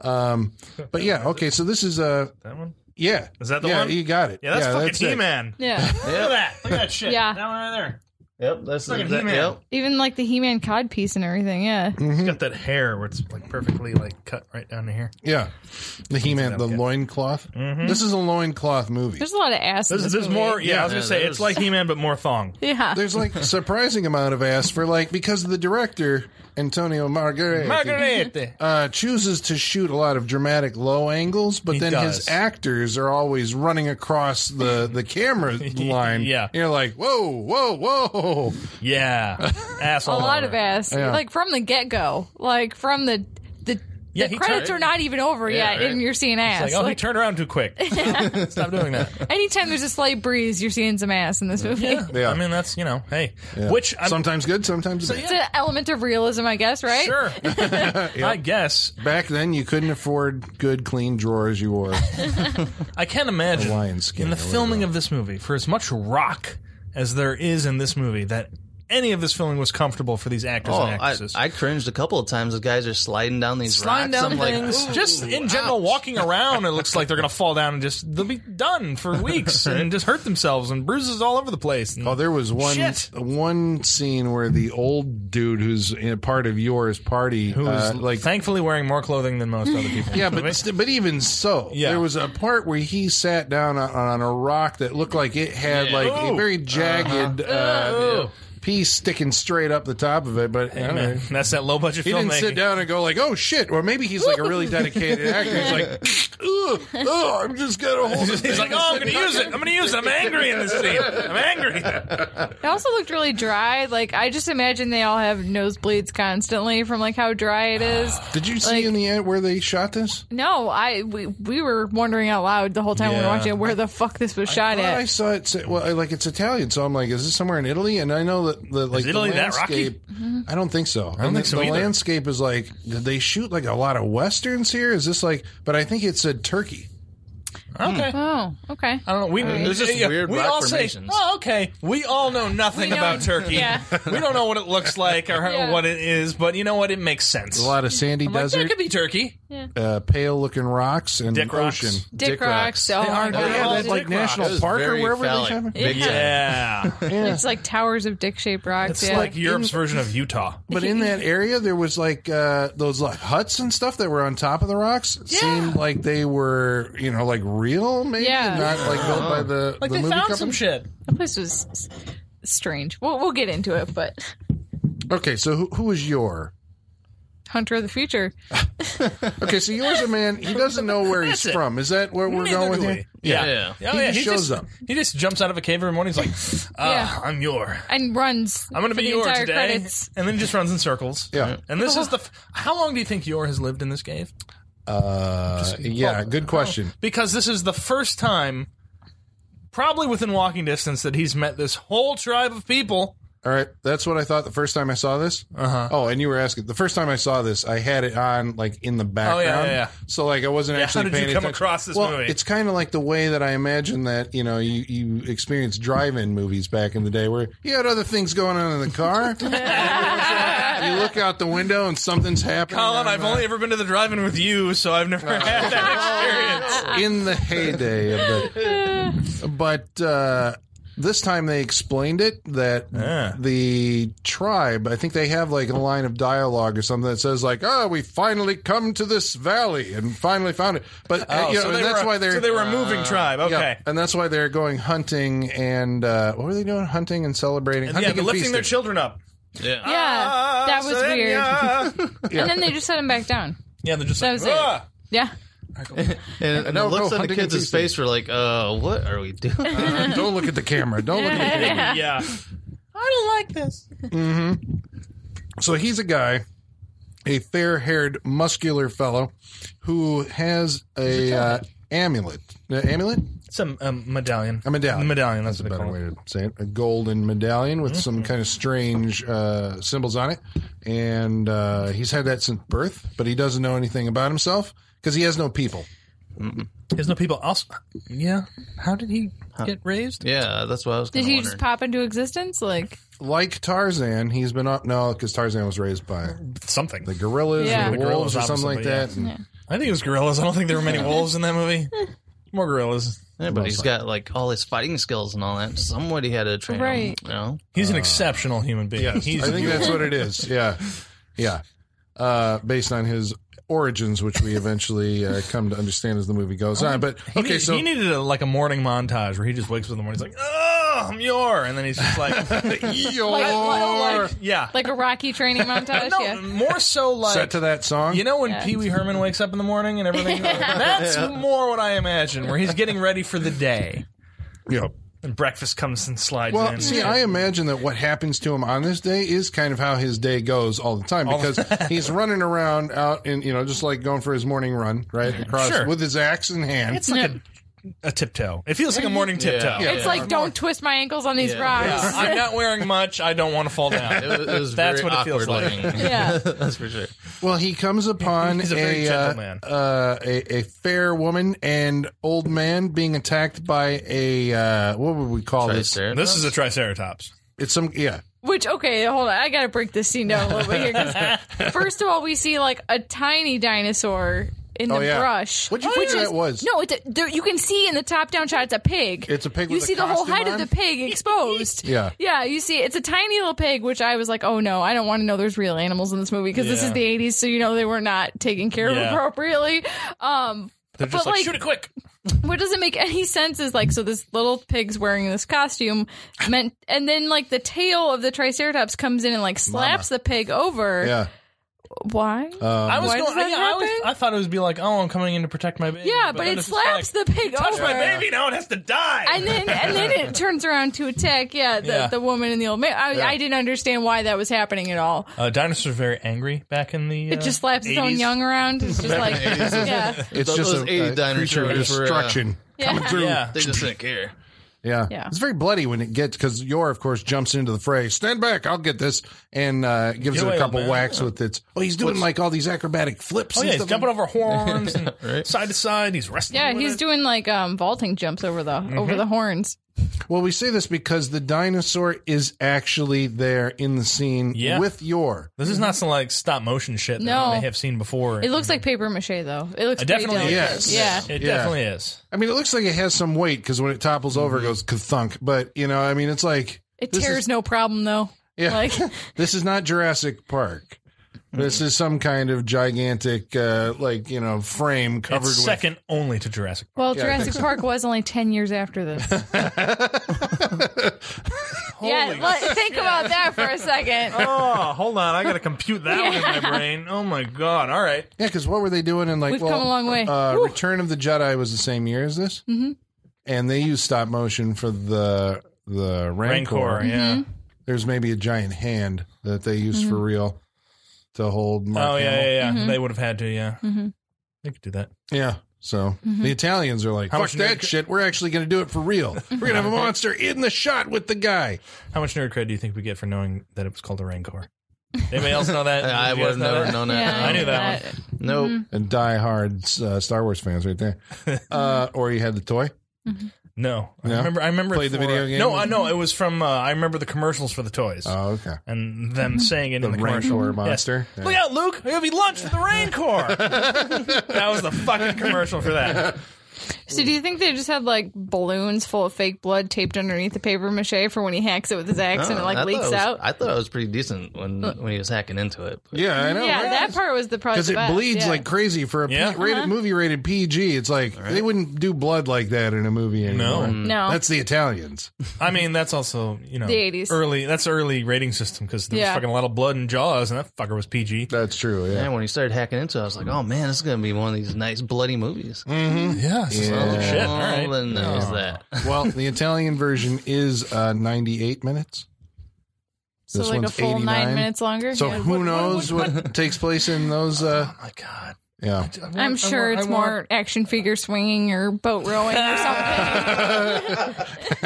[SPEAKER 2] Um, but yeah, okay. So this is uh,
[SPEAKER 4] That one?
[SPEAKER 2] yeah.
[SPEAKER 4] Is that the
[SPEAKER 2] yeah,
[SPEAKER 4] one?
[SPEAKER 2] You got it.
[SPEAKER 4] Yeah, that's fucking
[SPEAKER 2] it.
[SPEAKER 4] He Man.
[SPEAKER 3] Yeah,
[SPEAKER 4] Look at that. Look at that shit.
[SPEAKER 3] Yeah.
[SPEAKER 4] That one right there.
[SPEAKER 5] Yep, that's
[SPEAKER 4] Look at
[SPEAKER 5] that-
[SPEAKER 4] He-Man.
[SPEAKER 5] Yep.
[SPEAKER 3] even like the He-Man cod piece and everything. Yeah,
[SPEAKER 2] Mm-hmm.
[SPEAKER 4] It's got that hair where it's like perfectly like cut right down to here.
[SPEAKER 2] Yeah, the He-Man, the loincloth.
[SPEAKER 4] Mm-hmm.
[SPEAKER 2] This is a loincloth movie.
[SPEAKER 3] there's a lot of ass. in
[SPEAKER 4] There's,
[SPEAKER 3] this
[SPEAKER 4] there's
[SPEAKER 3] movie.
[SPEAKER 4] more. Yeah, I was
[SPEAKER 5] Yeah,
[SPEAKER 4] gonna say
[SPEAKER 5] there's-
[SPEAKER 4] it's like He Man, but more thong.
[SPEAKER 3] Yeah.
[SPEAKER 2] There's like a surprising amount of ass for like because the director Antonio Margarete,
[SPEAKER 4] Margarete.
[SPEAKER 2] uh, chooses to shoot a lot of dramatic low angles, but
[SPEAKER 4] He
[SPEAKER 2] then
[SPEAKER 4] does.
[SPEAKER 2] his actors are always running across the, the camera line.
[SPEAKER 4] Yeah.
[SPEAKER 2] And you're like, whoa, whoa, whoa.
[SPEAKER 4] Yeah, asshole.
[SPEAKER 3] a lot of ass,
[SPEAKER 2] Yeah.
[SPEAKER 3] like from the get go, like from the the,
[SPEAKER 4] Yeah,
[SPEAKER 3] the
[SPEAKER 4] he
[SPEAKER 3] credits
[SPEAKER 4] turned-
[SPEAKER 3] are not even over
[SPEAKER 5] Yeah,
[SPEAKER 3] yet,
[SPEAKER 5] right.
[SPEAKER 3] and you're seeing ass.
[SPEAKER 4] Like, oh, he
[SPEAKER 3] Like,
[SPEAKER 4] turned around too quick. Stop doing that.
[SPEAKER 3] anytime there's a slight breeze, you're seeing some ass in this movie.
[SPEAKER 2] Yeah.
[SPEAKER 4] I mean, that's you know, hey,
[SPEAKER 2] Yeah.
[SPEAKER 4] which I'm
[SPEAKER 2] sometimes good, sometimes bad.
[SPEAKER 3] It's an element of realism, I guess, right?
[SPEAKER 4] sure. I guess
[SPEAKER 2] Back then, you couldn't afford good, clean drawers. You wore
[SPEAKER 4] I can't imagine
[SPEAKER 2] lion skin
[SPEAKER 4] in the
[SPEAKER 2] or whatever.
[SPEAKER 4] filming of this movie for as much rock as there is in this movie that any of this filming was comfortable for these actors
[SPEAKER 5] Oh,
[SPEAKER 4] and
[SPEAKER 5] I,
[SPEAKER 4] actresses.
[SPEAKER 5] I cringed a couple of times. The guys are sliding down these
[SPEAKER 4] Slime
[SPEAKER 5] rocks.
[SPEAKER 4] down
[SPEAKER 5] I'm like,
[SPEAKER 4] things, just in general, walking around. It looks like they're gonna fall down and just they'll be done for weeks and just hurt themselves and bruises all over the place. And
[SPEAKER 2] Oh, there was one
[SPEAKER 4] Shit.
[SPEAKER 2] one scene where the old dude who's in part of yours party,
[SPEAKER 4] who is
[SPEAKER 2] uh, like
[SPEAKER 4] thankfully wearing more clothing than most other people.
[SPEAKER 2] Yeah, but st- but even so,
[SPEAKER 4] Yeah.
[SPEAKER 2] there was a part where he sat down on, on a rock that looked like it had like a
[SPEAKER 4] Ooh. Uh-huh.
[SPEAKER 2] very jagged uh
[SPEAKER 4] Ooh.
[SPEAKER 2] piece sticking straight up the top of it. But I don't know.
[SPEAKER 4] Man, that's that low budget
[SPEAKER 2] he
[SPEAKER 4] filmmaking.
[SPEAKER 2] didn't sit down and go like, "Oh shit!" Or maybe he's like a really dedicated actor. He's like, "Ugh, ugh, I'm just gonna hold."
[SPEAKER 4] He's like, oh, I'm going to use it. I'm going to use it. I'm angry in this scene. I'm angry.
[SPEAKER 3] It also looked really dry. Like I just imagine they all have nosebleeds constantly from like how dry it is.
[SPEAKER 2] Did you see
[SPEAKER 3] Like-
[SPEAKER 2] in the end where they shot this?
[SPEAKER 3] No, I we, we were wondering out loud the whole time we were
[SPEAKER 4] Yeah.
[SPEAKER 3] watching it, where the fuck this was shot
[SPEAKER 2] Well, I
[SPEAKER 3] at.
[SPEAKER 2] saw it. Say, well, I- like it's Italian, so I'm like, is this somewhere in Italy? And I know that the like
[SPEAKER 4] Italy
[SPEAKER 2] the
[SPEAKER 4] that rocky?
[SPEAKER 2] landscape. I don't think so. I don't think
[SPEAKER 4] so
[SPEAKER 2] The
[SPEAKER 4] either.
[SPEAKER 2] landscape is like, did they shoot like a lot of westerns here? Is this like? But I think it said Turkey.
[SPEAKER 4] Okay.
[SPEAKER 3] Oh, okay.
[SPEAKER 4] I don't know. We,
[SPEAKER 5] There's just weird
[SPEAKER 4] we
[SPEAKER 5] rock
[SPEAKER 4] all say,
[SPEAKER 5] formations.
[SPEAKER 4] oh, okay. We all know nothing
[SPEAKER 3] We know-
[SPEAKER 4] about Turkey.
[SPEAKER 3] yeah.
[SPEAKER 4] We don't know what it looks like or
[SPEAKER 3] Yeah.
[SPEAKER 4] what it is, but you know what? It makes sense.
[SPEAKER 2] A lot of sandy
[SPEAKER 4] Like, that
[SPEAKER 2] desert,
[SPEAKER 4] could be Turkey.
[SPEAKER 2] uh, pale looking rocks, and
[SPEAKER 4] Dick rocks.
[SPEAKER 2] ocean.
[SPEAKER 3] Dick,
[SPEAKER 5] Dick
[SPEAKER 3] rocks.
[SPEAKER 5] rocks.
[SPEAKER 3] Oh,
[SPEAKER 4] They
[SPEAKER 3] my
[SPEAKER 4] are-
[SPEAKER 2] Oh,
[SPEAKER 3] God.
[SPEAKER 4] They're
[SPEAKER 2] yeah,
[SPEAKER 4] all
[SPEAKER 2] that's like
[SPEAKER 4] Dick
[SPEAKER 2] National
[SPEAKER 4] rocks.
[SPEAKER 2] Park or
[SPEAKER 5] very
[SPEAKER 2] wherever
[SPEAKER 5] phallic.
[SPEAKER 2] they have it.
[SPEAKER 5] Big time.
[SPEAKER 4] Yeah.
[SPEAKER 2] Yeah.
[SPEAKER 3] It's like towers of dick shaped rocks.
[SPEAKER 4] It's
[SPEAKER 3] yeah.
[SPEAKER 4] like Europe's version of Utah.
[SPEAKER 2] But in that area, there was like uh, those like huts and stuff that were on top of the rocks. Seemed like they were, you know, like real, maybe,
[SPEAKER 3] Yeah.
[SPEAKER 2] and not like built
[SPEAKER 5] Uh-huh.
[SPEAKER 2] by the
[SPEAKER 4] Like
[SPEAKER 2] the
[SPEAKER 4] they
[SPEAKER 2] movie
[SPEAKER 4] found
[SPEAKER 2] company.
[SPEAKER 4] some shit.
[SPEAKER 3] that place was s- strange. We'll we'll get into it, but
[SPEAKER 2] Okay, so who, who is your?
[SPEAKER 3] Hunter of the Future.
[SPEAKER 2] Okay, so yours a man. He doesn't know where he's
[SPEAKER 4] That's it.
[SPEAKER 2] from. Is that where we're
[SPEAKER 4] Neither
[SPEAKER 2] going with
[SPEAKER 4] do
[SPEAKER 2] here?
[SPEAKER 4] we. Yeah.
[SPEAKER 5] Yeah.
[SPEAKER 4] Oh,
[SPEAKER 2] He
[SPEAKER 4] yeah,
[SPEAKER 2] just
[SPEAKER 4] he
[SPEAKER 2] shows
[SPEAKER 4] just-
[SPEAKER 2] up.
[SPEAKER 4] He just jumps out of a cave every morning. He's like, ah, I'm your.
[SPEAKER 3] And runs.
[SPEAKER 4] I'm going to
[SPEAKER 3] for
[SPEAKER 4] be
[SPEAKER 3] the
[SPEAKER 4] Yor
[SPEAKER 3] entire
[SPEAKER 4] today.
[SPEAKER 3] credits.
[SPEAKER 4] And then he just runs in circles.
[SPEAKER 2] Yeah.
[SPEAKER 4] And this is the. F- How long do you think Yor has lived in this cave?
[SPEAKER 2] Uh, yeah, good question.
[SPEAKER 4] Because this is the first time, probably within walking distance, that he's met this whole tribe of people
[SPEAKER 2] All right, that's what I thought the first time I saw this.
[SPEAKER 4] Uh huh.
[SPEAKER 2] Oh, and you were asking the first time I saw this, I had it on like in the
[SPEAKER 4] Oh, yeah,
[SPEAKER 2] background.
[SPEAKER 4] yeah, yeah.
[SPEAKER 2] So like I wasn't
[SPEAKER 4] Yeah, how
[SPEAKER 2] actually
[SPEAKER 4] did you
[SPEAKER 2] paying
[SPEAKER 4] come
[SPEAKER 2] attention.
[SPEAKER 4] across this
[SPEAKER 2] well,
[SPEAKER 4] movie?
[SPEAKER 2] It's kind of like the way that I imagine that you know you you experienced drive-in movies back in the day where you had other things going on in the car. you look out the window and something's happening.
[SPEAKER 4] Colin,
[SPEAKER 2] on
[SPEAKER 4] I've
[SPEAKER 2] the-
[SPEAKER 4] only ever been to the drive-in with you, so I've never had that experience.
[SPEAKER 2] in the heyday of the. But uh, this time they explained it that
[SPEAKER 4] Yeah.
[SPEAKER 2] the tribe, I think they have like a line of dialogue or something that says like, "Ah, we finally come to this valley and finally found it." But uh, you know, and that's
[SPEAKER 4] were,
[SPEAKER 2] why they're
[SPEAKER 4] Oh,
[SPEAKER 2] uh,
[SPEAKER 4] so they were a moving tribe.
[SPEAKER 2] yeah,
[SPEAKER 4] Okay.
[SPEAKER 2] and that's why they're going hunting and uh, what were they doing? Hunting and celebrating,
[SPEAKER 4] And,
[SPEAKER 2] hunting
[SPEAKER 4] yeah, but
[SPEAKER 2] and
[SPEAKER 4] lifting their
[SPEAKER 2] feasting.
[SPEAKER 4] children up. Ah,
[SPEAKER 5] Yeah.
[SPEAKER 3] Yeah, that was weird.
[SPEAKER 4] weird.
[SPEAKER 3] And then they just set him back down.
[SPEAKER 4] yeah, they're just
[SPEAKER 3] That
[SPEAKER 4] like,
[SPEAKER 3] was it.
[SPEAKER 4] "Ah."
[SPEAKER 3] Yeah.
[SPEAKER 5] And, and
[SPEAKER 2] No,
[SPEAKER 5] the looks
[SPEAKER 2] no,
[SPEAKER 5] on the
[SPEAKER 2] hunting and
[SPEAKER 5] kids'
[SPEAKER 2] feasting.
[SPEAKER 5] face were like, uh, what are we doing?
[SPEAKER 2] Uh-huh. Don't look at the camera. Don't look at the camera.
[SPEAKER 4] yeah.
[SPEAKER 2] So he's a guy, a fair haired, muscular fellow who has a uh, amulet. Uh, amulet?
[SPEAKER 4] It's a, a um, medallion.
[SPEAKER 2] A medallion.
[SPEAKER 4] Medallion, that's,
[SPEAKER 2] a
[SPEAKER 4] what they
[SPEAKER 2] better
[SPEAKER 4] call
[SPEAKER 2] way
[SPEAKER 4] it.
[SPEAKER 2] to say it. A golden medallion with some kind of strange uh, symbols on it. And uh, he's had that since birth, but he doesn't know anything about himself because he has no people.
[SPEAKER 4] There's no people else. Yeah. How did he get raised?
[SPEAKER 5] yeah, that's what I was
[SPEAKER 3] Did
[SPEAKER 5] kind
[SPEAKER 3] he
[SPEAKER 5] of
[SPEAKER 3] just
[SPEAKER 5] wondering.
[SPEAKER 3] pop into existence? Like,
[SPEAKER 2] Like Tarzan, he's been up. No, because Tarzan was raised by
[SPEAKER 4] Something.
[SPEAKER 2] the gorillas
[SPEAKER 3] Yeah.
[SPEAKER 2] or the
[SPEAKER 4] The
[SPEAKER 2] wolves
[SPEAKER 4] gorillas,
[SPEAKER 2] or something like
[SPEAKER 4] obviously,
[SPEAKER 2] that.
[SPEAKER 4] but
[SPEAKER 2] And-
[SPEAKER 4] I think it was gorillas. I don't think there were many wolves in that movie. More gorillas.
[SPEAKER 5] Yeah, but he's got like all his fighting skills and all that. Somebody had to train him.
[SPEAKER 3] Right.
[SPEAKER 5] You know?
[SPEAKER 4] He's an exceptional human being. He's
[SPEAKER 2] I think that's what it is. Yeah, yeah. Uh, based on his origins, which we eventually uh, come to understand as the movie goes on. But
[SPEAKER 4] Oh, He
[SPEAKER 2] okay,
[SPEAKER 4] need-
[SPEAKER 2] so
[SPEAKER 4] he needed a, like a morning montage where he just wakes up in the morning. He's like, "Oh, I'm your," and then he's just like,
[SPEAKER 2] Your-
[SPEAKER 4] "Yeah."
[SPEAKER 3] like a Rocky training montage?
[SPEAKER 4] no,
[SPEAKER 3] yeah.
[SPEAKER 4] more so like
[SPEAKER 2] set to that song.
[SPEAKER 4] you know when
[SPEAKER 3] Yeah.
[SPEAKER 4] Pee Wee Herman wakes up in the morning and everything. That's more what I imagine, where he's getting ready for the day,
[SPEAKER 2] yeah.
[SPEAKER 4] and breakfast comes and slides
[SPEAKER 2] Well,
[SPEAKER 4] in.
[SPEAKER 2] see, I imagine that what happens to him on this day is kind of how his day goes all the time because he's running around out in you know just like going for his morning run right across
[SPEAKER 4] Sure.
[SPEAKER 2] with his axe in hand.
[SPEAKER 4] it's like a, a tiptoe. It feels like a morning tiptoe.
[SPEAKER 5] Yeah.
[SPEAKER 3] It's like, don't twist my ankles on these
[SPEAKER 5] Yeah.
[SPEAKER 4] Yeah,
[SPEAKER 3] rocks.
[SPEAKER 4] I'm not wearing much. I don't want to fall down.
[SPEAKER 5] It was, it was
[SPEAKER 4] That's
[SPEAKER 5] very
[SPEAKER 4] what it feels
[SPEAKER 5] awkward
[SPEAKER 4] like.
[SPEAKER 5] looking.
[SPEAKER 3] Yeah.
[SPEAKER 5] that's for sure.
[SPEAKER 2] Well, he comes upon
[SPEAKER 4] He's a
[SPEAKER 2] a
[SPEAKER 4] very
[SPEAKER 2] uh,
[SPEAKER 4] gentle man.
[SPEAKER 2] uh, a, a fair woman and old man being attacked by a uh, what would we call this?
[SPEAKER 5] Triceratops?
[SPEAKER 4] This is a triceratops.
[SPEAKER 2] It's some yeah.
[SPEAKER 3] Which okay, hold on. I gotta break this scene down a little bit here. 'cause First of all, we see like a tiny dinosaur in the
[SPEAKER 2] Oh, yeah.
[SPEAKER 3] brush.
[SPEAKER 2] What'd you
[SPEAKER 3] which
[SPEAKER 2] figure
[SPEAKER 3] is-
[SPEAKER 2] that was?
[SPEAKER 3] No, it's a, there, you can see in the top-down shot it's a pig.
[SPEAKER 2] It's a pig
[SPEAKER 3] You
[SPEAKER 2] with a
[SPEAKER 3] see the whole
[SPEAKER 2] costume
[SPEAKER 3] height
[SPEAKER 2] on?
[SPEAKER 3] of the pig exposed.
[SPEAKER 2] Yeah.
[SPEAKER 3] yeah. You see, it's a tiny little pig, which I was like, oh no, I don't want to know there's real animals in this movie because this
[SPEAKER 4] Yeah.
[SPEAKER 3] is the '80s, so you know they were not taken care of
[SPEAKER 4] Yeah.
[SPEAKER 3] appropriately. Um,
[SPEAKER 4] They're just
[SPEAKER 3] But,
[SPEAKER 4] like,
[SPEAKER 3] like-
[SPEAKER 4] shoot it quick.
[SPEAKER 3] what doesn't make any sense is like so this little pig's wearing this costume meant and then like the tail of the triceratops comes in and like slaps the pig over
[SPEAKER 2] Yeah.
[SPEAKER 3] why
[SPEAKER 4] I was
[SPEAKER 3] Why
[SPEAKER 4] going.
[SPEAKER 3] does that
[SPEAKER 4] yeah, I, was,
[SPEAKER 3] happen?
[SPEAKER 4] I thought it would be like, oh, I'm coming in to protect my baby.
[SPEAKER 3] yeah but,
[SPEAKER 4] then
[SPEAKER 3] it
[SPEAKER 4] it's just
[SPEAKER 3] slaps
[SPEAKER 4] like,
[SPEAKER 3] the pig
[SPEAKER 4] Touch
[SPEAKER 3] over
[SPEAKER 4] my baby now; it has to die.
[SPEAKER 3] and then and then it turns around to attack yeah the,
[SPEAKER 4] Yeah.
[SPEAKER 3] the woman and the old man I, I didn't understand why that was happening at all
[SPEAKER 4] uh, dinosaurs are very angry back in the. Uh,
[SPEAKER 3] it just slaps its own
[SPEAKER 4] 80s.
[SPEAKER 3] young around it's just like yeah
[SPEAKER 2] It's
[SPEAKER 5] Those-
[SPEAKER 2] just
[SPEAKER 5] those
[SPEAKER 2] a,
[SPEAKER 5] 80
[SPEAKER 2] a
[SPEAKER 5] dinosaurs
[SPEAKER 2] creature of
[SPEAKER 5] were, uh,
[SPEAKER 2] destruction.
[SPEAKER 3] yeah
[SPEAKER 4] Yeah,
[SPEAKER 5] They just didn't care.
[SPEAKER 2] Yeah.
[SPEAKER 3] Yeah.
[SPEAKER 2] It's very bloody when it gets because Yor, of course, jumps into the fray. Stand back, I'll get this, and uh, gives
[SPEAKER 4] Get
[SPEAKER 2] it
[SPEAKER 4] away,
[SPEAKER 2] a couple
[SPEAKER 4] old man.
[SPEAKER 2] whacks with its. Oh, he's doing like all these acrobatic flips.
[SPEAKER 4] Oh
[SPEAKER 2] and
[SPEAKER 4] yeah, he's
[SPEAKER 2] stuff
[SPEAKER 4] jumping
[SPEAKER 2] like-
[SPEAKER 4] over horns and side to side. He's wrestling.
[SPEAKER 3] yeah
[SPEAKER 4] with
[SPEAKER 3] he's
[SPEAKER 4] it.
[SPEAKER 3] doing like um vaulting jumps over the
[SPEAKER 4] Mm-hmm.
[SPEAKER 3] over the horns
[SPEAKER 2] Well, we say this because the dinosaur is actually there in the scene
[SPEAKER 4] Yeah.
[SPEAKER 2] with Yor.
[SPEAKER 4] This is not some like stop motion shit that
[SPEAKER 3] No.
[SPEAKER 4] I may have seen before.
[SPEAKER 3] it looks like paper mache though it looks
[SPEAKER 4] It
[SPEAKER 3] pretty
[SPEAKER 4] definitely
[SPEAKER 3] delicate.
[SPEAKER 2] is.
[SPEAKER 3] yeah
[SPEAKER 4] It
[SPEAKER 2] Yeah.
[SPEAKER 4] definitely is.
[SPEAKER 2] I mean, it looks like it has some weight because when it topples over,
[SPEAKER 4] Mm-hmm.
[SPEAKER 2] it goes kathunk. But you know, I mean, it's like
[SPEAKER 3] It
[SPEAKER 2] This
[SPEAKER 3] tears no problem though.
[SPEAKER 2] yeah,
[SPEAKER 3] Like
[SPEAKER 2] this is not Jurassic Park. This is some kind of gigantic, uh, like you know, frame covered
[SPEAKER 4] It's
[SPEAKER 2] with.
[SPEAKER 4] second only to Jurassic. Park.
[SPEAKER 3] well,
[SPEAKER 2] I think
[SPEAKER 3] Jurassic Park was only ten years after this. yeah, let, think about that for a second.
[SPEAKER 4] Oh, hold on! I got to compute that one in my brain. Oh my god! All right,
[SPEAKER 2] Yeah, because what were they doing in like?
[SPEAKER 3] We've
[SPEAKER 2] well,
[SPEAKER 3] come a long way.
[SPEAKER 2] Uh, Return of the Jedi was the same year as this, mm-hmm. and they used stop motion for the the Rancor.
[SPEAKER 3] Mm-hmm.
[SPEAKER 4] Rancor. Yeah.
[SPEAKER 2] There's maybe a giant hand that they used
[SPEAKER 3] Mm-hmm.
[SPEAKER 2] for real to hold. Mark
[SPEAKER 4] Oh yeah,
[SPEAKER 2] Hamill.
[SPEAKER 3] Mm-hmm.
[SPEAKER 4] yeah, yeah. They would have had to. Yeah. They could do that.
[SPEAKER 2] Yeah. So the Italians are like,
[SPEAKER 4] How
[SPEAKER 2] fuck
[SPEAKER 4] much
[SPEAKER 2] that
[SPEAKER 4] nerd-
[SPEAKER 2] shit. We're actually going to do it for real. We're going to have a monster in the shot with the guy.
[SPEAKER 4] How much nerd cred do you think we get for knowing that it was called a Rancor? Anybody else know that?
[SPEAKER 5] I
[SPEAKER 4] You
[SPEAKER 5] would
[SPEAKER 4] guys
[SPEAKER 5] have
[SPEAKER 4] know
[SPEAKER 5] never
[SPEAKER 4] that?
[SPEAKER 5] known that.
[SPEAKER 4] I knew that
[SPEAKER 3] one.
[SPEAKER 5] Nope.
[SPEAKER 2] And diehard uh, Star Wars fans right there. Uh, or you had the toy.
[SPEAKER 4] No,
[SPEAKER 2] No?
[SPEAKER 4] I remember. I remember
[SPEAKER 2] Played the
[SPEAKER 4] for-
[SPEAKER 2] video game?
[SPEAKER 4] No, I no, it was from. Uh, I remember the commercials for the toys
[SPEAKER 2] Oh, okay.
[SPEAKER 4] and
[SPEAKER 3] Mm-hmm.
[SPEAKER 4] them saying it in the commercial.
[SPEAKER 2] Rancor
[SPEAKER 4] Yes.
[SPEAKER 2] monster. Yeah.
[SPEAKER 4] Look out, Luke! It'll be lunch for the Rancor. that was the fucking commercial for that.
[SPEAKER 3] So do you think they just had like balloons full of fake blood taped underneath the paper mache for when he hacks it with his axe and it
[SPEAKER 5] Oh,
[SPEAKER 3] like
[SPEAKER 5] I thought
[SPEAKER 3] leaks
[SPEAKER 5] it was-
[SPEAKER 3] out?
[SPEAKER 5] I thought it was pretty decent when when he was hacking into it. but-
[SPEAKER 2] Yeah, I know.
[SPEAKER 3] yeah,
[SPEAKER 2] right?
[SPEAKER 3] that part was the probably
[SPEAKER 2] because
[SPEAKER 3] the
[SPEAKER 2] it
[SPEAKER 3] best,
[SPEAKER 2] bleeds
[SPEAKER 3] yeah. Uh-huh.
[SPEAKER 2] like crazy for a P-
[SPEAKER 4] Yeah.
[SPEAKER 2] rated movie rated PG. It's like they wouldn't do blood like that in a movie anymore.
[SPEAKER 5] um,
[SPEAKER 3] no.
[SPEAKER 2] That's the Italians.
[SPEAKER 4] I mean, that's also you know
[SPEAKER 3] The 80s.
[SPEAKER 4] early. That's early rating system because there
[SPEAKER 3] Yeah.
[SPEAKER 4] was fucking a lot of blood and jaws, and that fucker was PG.
[SPEAKER 2] That's true. Yeah.
[SPEAKER 5] And when he started hacking into it, I was like, oh man, this is going to be one of these nice bloody movies.
[SPEAKER 4] Yeah, it's just, oh, shit. All right.
[SPEAKER 5] Well, then there's that.
[SPEAKER 2] Mm-hmm. Well, the Italian version is uh, 98 minutes.
[SPEAKER 3] so
[SPEAKER 2] this
[SPEAKER 3] like
[SPEAKER 2] one's
[SPEAKER 3] a full
[SPEAKER 2] 89.
[SPEAKER 3] nine minutes longer.
[SPEAKER 2] So
[SPEAKER 3] Yeah.
[SPEAKER 2] who knows what, takes place in those? Uh,
[SPEAKER 4] Oh my god.
[SPEAKER 2] yeah.
[SPEAKER 4] I want-
[SPEAKER 3] I'm
[SPEAKER 4] I
[SPEAKER 3] sure
[SPEAKER 4] want-
[SPEAKER 3] it's
[SPEAKER 4] I want-
[SPEAKER 3] more action figure swinging or boat rowing or something.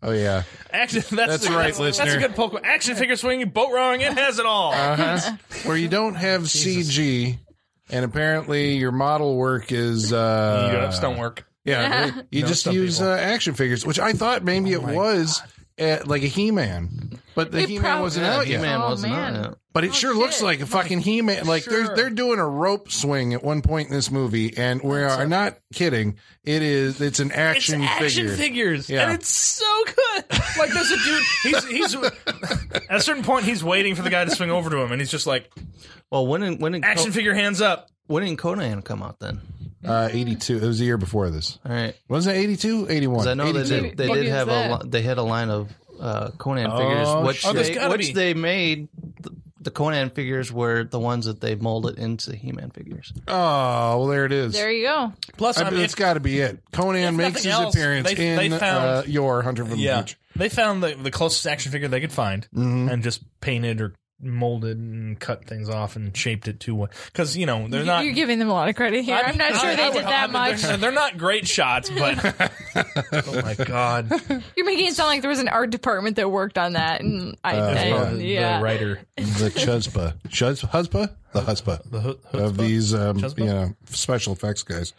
[SPEAKER 2] Oh yeah.
[SPEAKER 4] Action. That's,
[SPEAKER 2] That's
[SPEAKER 4] a-
[SPEAKER 2] right,
[SPEAKER 4] that's, That's
[SPEAKER 2] listener. Uh-huh.
[SPEAKER 4] a good Pokemon. Action figure swinging, boat rowing. It has it all.
[SPEAKER 2] Where you don't have CG, and apparently your model work is. Uh,
[SPEAKER 4] Ups don't work.
[SPEAKER 2] Yeah, they- you
[SPEAKER 4] No,
[SPEAKER 2] just
[SPEAKER 4] some
[SPEAKER 2] use
[SPEAKER 4] people.
[SPEAKER 2] uh, action figures, which I thought maybe it was uh like a He-Man, but the
[SPEAKER 3] It
[SPEAKER 2] He-Man
[SPEAKER 3] prob-
[SPEAKER 2] wasn't out yet.
[SPEAKER 5] He-Man
[SPEAKER 3] Oh,
[SPEAKER 5] wasn't
[SPEAKER 3] man.
[SPEAKER 5] on it.
[SPEAKER 2] But it sure looks
[SPEAKER 3] shit.
[SPEAKER 2] like a fucking He-Man. Like they're
[SPEAKER 4] Sure.
[SPEAKER 2] they're doing a rope swing at one point in this movie, and we are not kidding. It is it's an
[SPEAKER 4] It's
[SPEAKER 2] action
[SPEAKER 4] action
[SPEAKER 2] figure.
[SPEAKER 4] figures,
[SPEAKER 2] Yeah.
[SPEAKER 4] and it's so good. Like there's a dude. He's he's at a certain point he's waiting for the guy to swing over to him, and he's just like
[SPEAKER 5] Well, when did, when, did Co-
[SPEAKER 2] Oh.
[SPEAKER 4] action figure hands up.
[SPEAKER 5] when did Conan come out then?
[SPEAKER 2] Uh, 82. It was the year before this.
[SPEAKER 5] All right.
[SPEAKER 2] Was it 82? 81.
[SPEAKER 5] 'Cause I know
[SPEAKER 2] 82.
[SPEAKER 5] they did, they
[SPEAKER 3] What
[SPEAKER 5] did
[SPEAKER 3] is
[SPEAKER 5] have a
[SPEAKER 3] that?
[SPEAKER 5] li- they had a line of uh, Conan figures, which
[SPEAKER 4] shit. Oh, there's
[SPEAKER 5] they,
[SPEAKER 4] gotta
[SPEAKER 5] which
[SPEAKER 4] be.
[SPEAKER 5] they made. th- The Conan figures were the ones that they molded into the He-Man figures.
[SPEAKER 2] Oh, well, there it is.
[SPEAKER 3] there you go.
[SPEAKER 4] Plus,
[SPEAKER 2] I
[SPEAKER 4] I
[SPEAKER 2] mean,
[SPEAKER 4] mean,
[SPEAKER 2] it's got to be it. Conan makes
[SPEAKER 4] nothing
[SPEAKER 2] his
[SPEAKER 4] else,
[SPEAKER 2] appearance
[SPEAKER 4] they-
[SPEAKER 2] in
[SPEAKER 4] they
[SPEAKER 2] uh,
[SPEAKER 4] found-
[SPEAKER 2] your Hunter from the
[SPEAKER 4] yeah,
[SPEAKER 2] Beach.
[SPEAKER 4] they found the the closest action figure they could find,
[SPEAKER 2] Mm-hmm.
[SPEAKER 4] and just painted or molded and cut things off and shaped it to what because you know they're not.
[SPEAKER 3] You're giving them a lot of credit here. I'm, not sure
[SPEAKER 4] I-
[SPEAKER 3] they
[SPEAKER 4] I
[SPEAKER 3] did
[SPEAKER 4] would- I
[SPEAKER 3] that
[SPEAKER 4] mean,
[SPEAKER 3] much.
[SPEAKER 4] They're, they're not great shots, but oh my god,
[SPEAKER 3] You're making it sound like there was an art department that worked on that, and I, I-
[SPEAKER 4] The- the
[SPEAKER 3] yeah.
[SPEAKER 4] writer,
[SPEAKER 2] The Chuzpa. Chuz, Huzpa? The Huzpa.
[SPEAKER 4] the hu- hu-
[SPEAKER 2] of these um, you know special effects guys.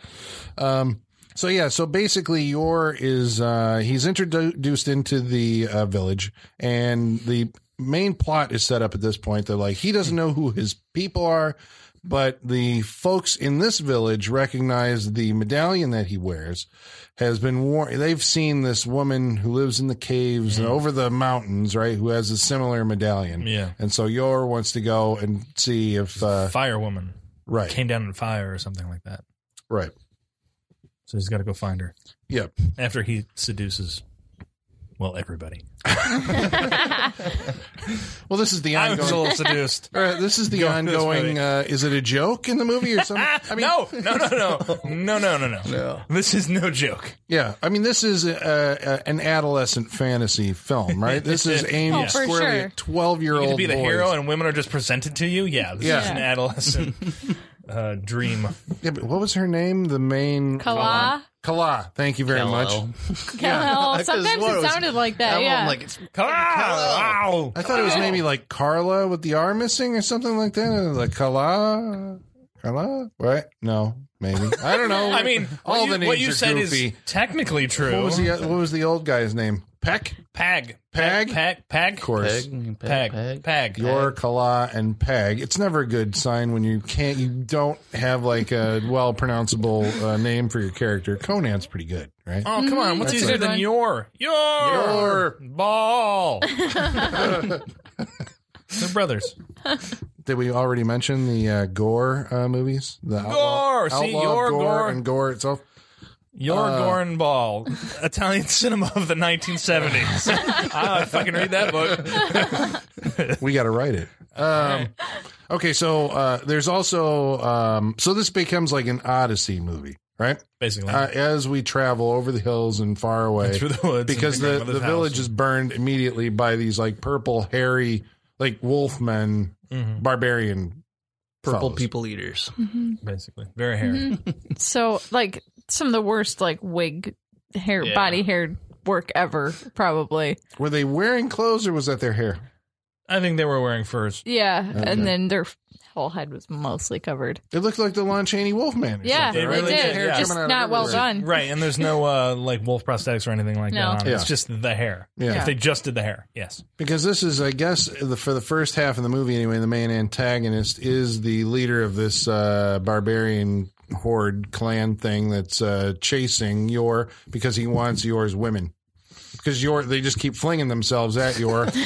[SPEAKER 2] Um, so yeah, so basically, Yor is uh, he's introduced into the uh, village, and the main plot is set up at this point. They're like he doesn't know who his people are, but the folks in this village recognize the medallion that he wears has been worn. They've seen this woman who lives in the caves and over the mountains, right? Who has a similar medallion,
[SPEAKER 4] Yeah.
[SPEAKER 2] And so Yor wants to go and see if uh,
[SPEAKER 4] Fire Woman.
[SPEAKER 2] right,
[SPEAKER 4] came down in fire or something like that.
[SPEAKER 2] right.
[SPEAKER 4] So he's got to go find her
[SPEAKER 2] Yep.
[SPEAKER 4] after he seduces, well, everybody.
[SPEAKER 2] Well, this is the
[SPEAKER 4] I was a
[SPEAKER 2] ongoing.
[SPEAKER 4] little seduced.
[SPEAKER 2] All right, this is the
[SPEAKER 4] Go to this
[SPEAKER 2] ongoing.
[SPEAKER 4] movie.
[SPEAKER 2] Uh, is it a joke in the movie or something?
[SPEAKER 4] I mean, no, no, no, no, no, no, no, no.
[SPEAKER 5] No.
[SPEAKER 4] This is no joke.
[SPEAKER 2] Yeah, I mean, this is a, a, an adolescent fantasy film, right? This is aimed
[SPEAKER 3] Oh, for
[SPEAKER 2] squarely
[SPEAKER 3] sure.
[SPEAKER 2] at twelve-year-old
[SPEAKER 4] To be the
[SPEAKER 2] boys.
[SPEAKER 4] hero and women are just presented to you. Yeah, this
[SPEAKER 2] Yeah.
[SPEAKER 4] is an adolescent uh, dream.
[SPEAKER 2] Yeah, but what was her name? The main
[SPEAKER 3] Kala,
[SPEAKER 2] Kala. Thank you very much.
[SPEAKER 5] Hello.
[SPEAKER 3] Kal-El.
[SPEAKER 5] Because
[SPEAKER 3] Sometimes
[SPEAKER 5] what
[SPEAKER 3] it
[SPEAKER 5] was-
[SPEAKER 3] sounded like that.
[SPEAKER 5] I'm
[SPEAKER 3] Yeah.
[SPEAKER 5] like, it's
[SPEAKER 4] Wow.
[SPEAKER 2] I thought it was maybe like Carla with the arm missing or something like that. And Like Kala, Kala, right? No, maybe I don't know.
[SPEAKER 4] I mean,
[SPEAKER 2] all
[SPEAKER 4] what you,
[SPEAKER 2] the names
[SPEAKER 4] what you
[SPEAKER 2] are
[SPEAKER 4] said
[SPEAKER 2] goofy.
[SPEAKER 4] is technically true.
[SPEAKER 2] what was the what was the old guy's name? Peck,
[SPEAKER 4] Pag.
[SPEAKER 2] Pag?
[SPEAKER 4] Pag. Pag. Of
[SPEAKER 2] course.
[SPEAKER 5] peg,
[SPEAKER 4] Pag.
[SPEAKER 5] peg,
[SPEAKER 4] Pag.
[SPEAKER 5] peg.
[SPEAKER 2] Your Kala and Peg. It's never a good sign when you can't, you don't have like a well pronounceable uh, name for your character. Conan's pretty good, Mm-hmm. right?
[SPEAKER 4] Oh, come on. What's
[SPEAKER 3] That's
[SPEAKER 4] easier
[SPEAKER 3] right.
[SPEAKER 4] than your? Your. Ball. They're brothers.
[SPEAKER 2] Did we already mention the uh, Gore uh, movies? The Outlaw,
[SPEAKER 4] Gore! See,
[SPEAKER 2] Outlaw,
[SPEAKER 4] your
[SPEAKER 2] Gore,
[SPEAKER 4] Gore.
[SPEAKER 2] and Gore itself. Uh,
[SPEAKER 4] Jorgorn Ball, Italian cinema of the 1970s.
[SPEAKER 2] Ah,
[SPEAKER 4] I fucking read that book.
[SPEAKER 2] We got to write it. Um, okay, so uh, there's also um, so this becomes like an Odyssey movie, right?
[SPEAKER 4] Basically,
[SPEAKER 2] Uh, as we travel over the hills and far away
[SPEAKER 4] through the woods
[SPEAKER 2] because
[SPEAKER 4] and my
[SPEAKER 2] the,
[SPEAKER 4] grandmother's
[SPEAKER 2] the
[SPEAKER 4] house.
[SPEAKER 2] village is burned
[SPEAKER 4] Mm-hmm.
[SPEAKER 2] immediately by these like purple hairy like wolfmen barbarian
[SPEAKER 5] purple
[SPEAKER 2] Follows.
[SPEAKER 5] people eaters.
[SPEAKER 4] basically. Very hairy.
[SPEAKER 3] Mm-hmm. So like some of the worst like wig hair
[SPEAKER 5] Yeah.
[SPEAKER 3] body hair work ever probably.
[SPEAKER 2] Were they wearing clothes or was that their hair?
[SPEAKER 4] I think they were wearing furs.
[SPEAKER 3] Yeah,
[SPEAKER 2] Okay.
[SPEAKER 3] and then their f- whole head was mostly covered.
[SPEAKER 2] It looked like the Lon Chaney Wolfman. or
[SPEAKER 3] Yeah,
[SPEAKER 2] something,
[SPEAKER 3] they
[SPEAKER 4] It
[SPEAKER 2] right?
[SPEAKER 4] really
[SPEAKER 3] did.
[SPEAKER 4] did, yeah.
[SPEAKER 3] Just
[SPEAKER 2] Coming out of
[SPEAKER 3] not well
[SPEAKER 2] everywhere.
[SPEAKER 3] done.
[SPEAKER 4] Right, and there's no uh, like wolf prosthetics or anything like
[SPEAKER 3] No.
[SPEAKER 4] that. On. it.
[SPEAKER 2] Yeah.
[SPEAKER 4] It's just the hair.
[SPEAKER 2] Yeah.
[SPEAKER 4] If they just did the hair, yes.
[SPEAKER 2] Because this is, I guess, the, for the first half of the movie anyway, the main antagonist is the leader of this uh, barbarian horde clan thing that's uh, chasing Yor because he wants Yor's women. Because Yor, they just keep flinging themselves at Yor. He's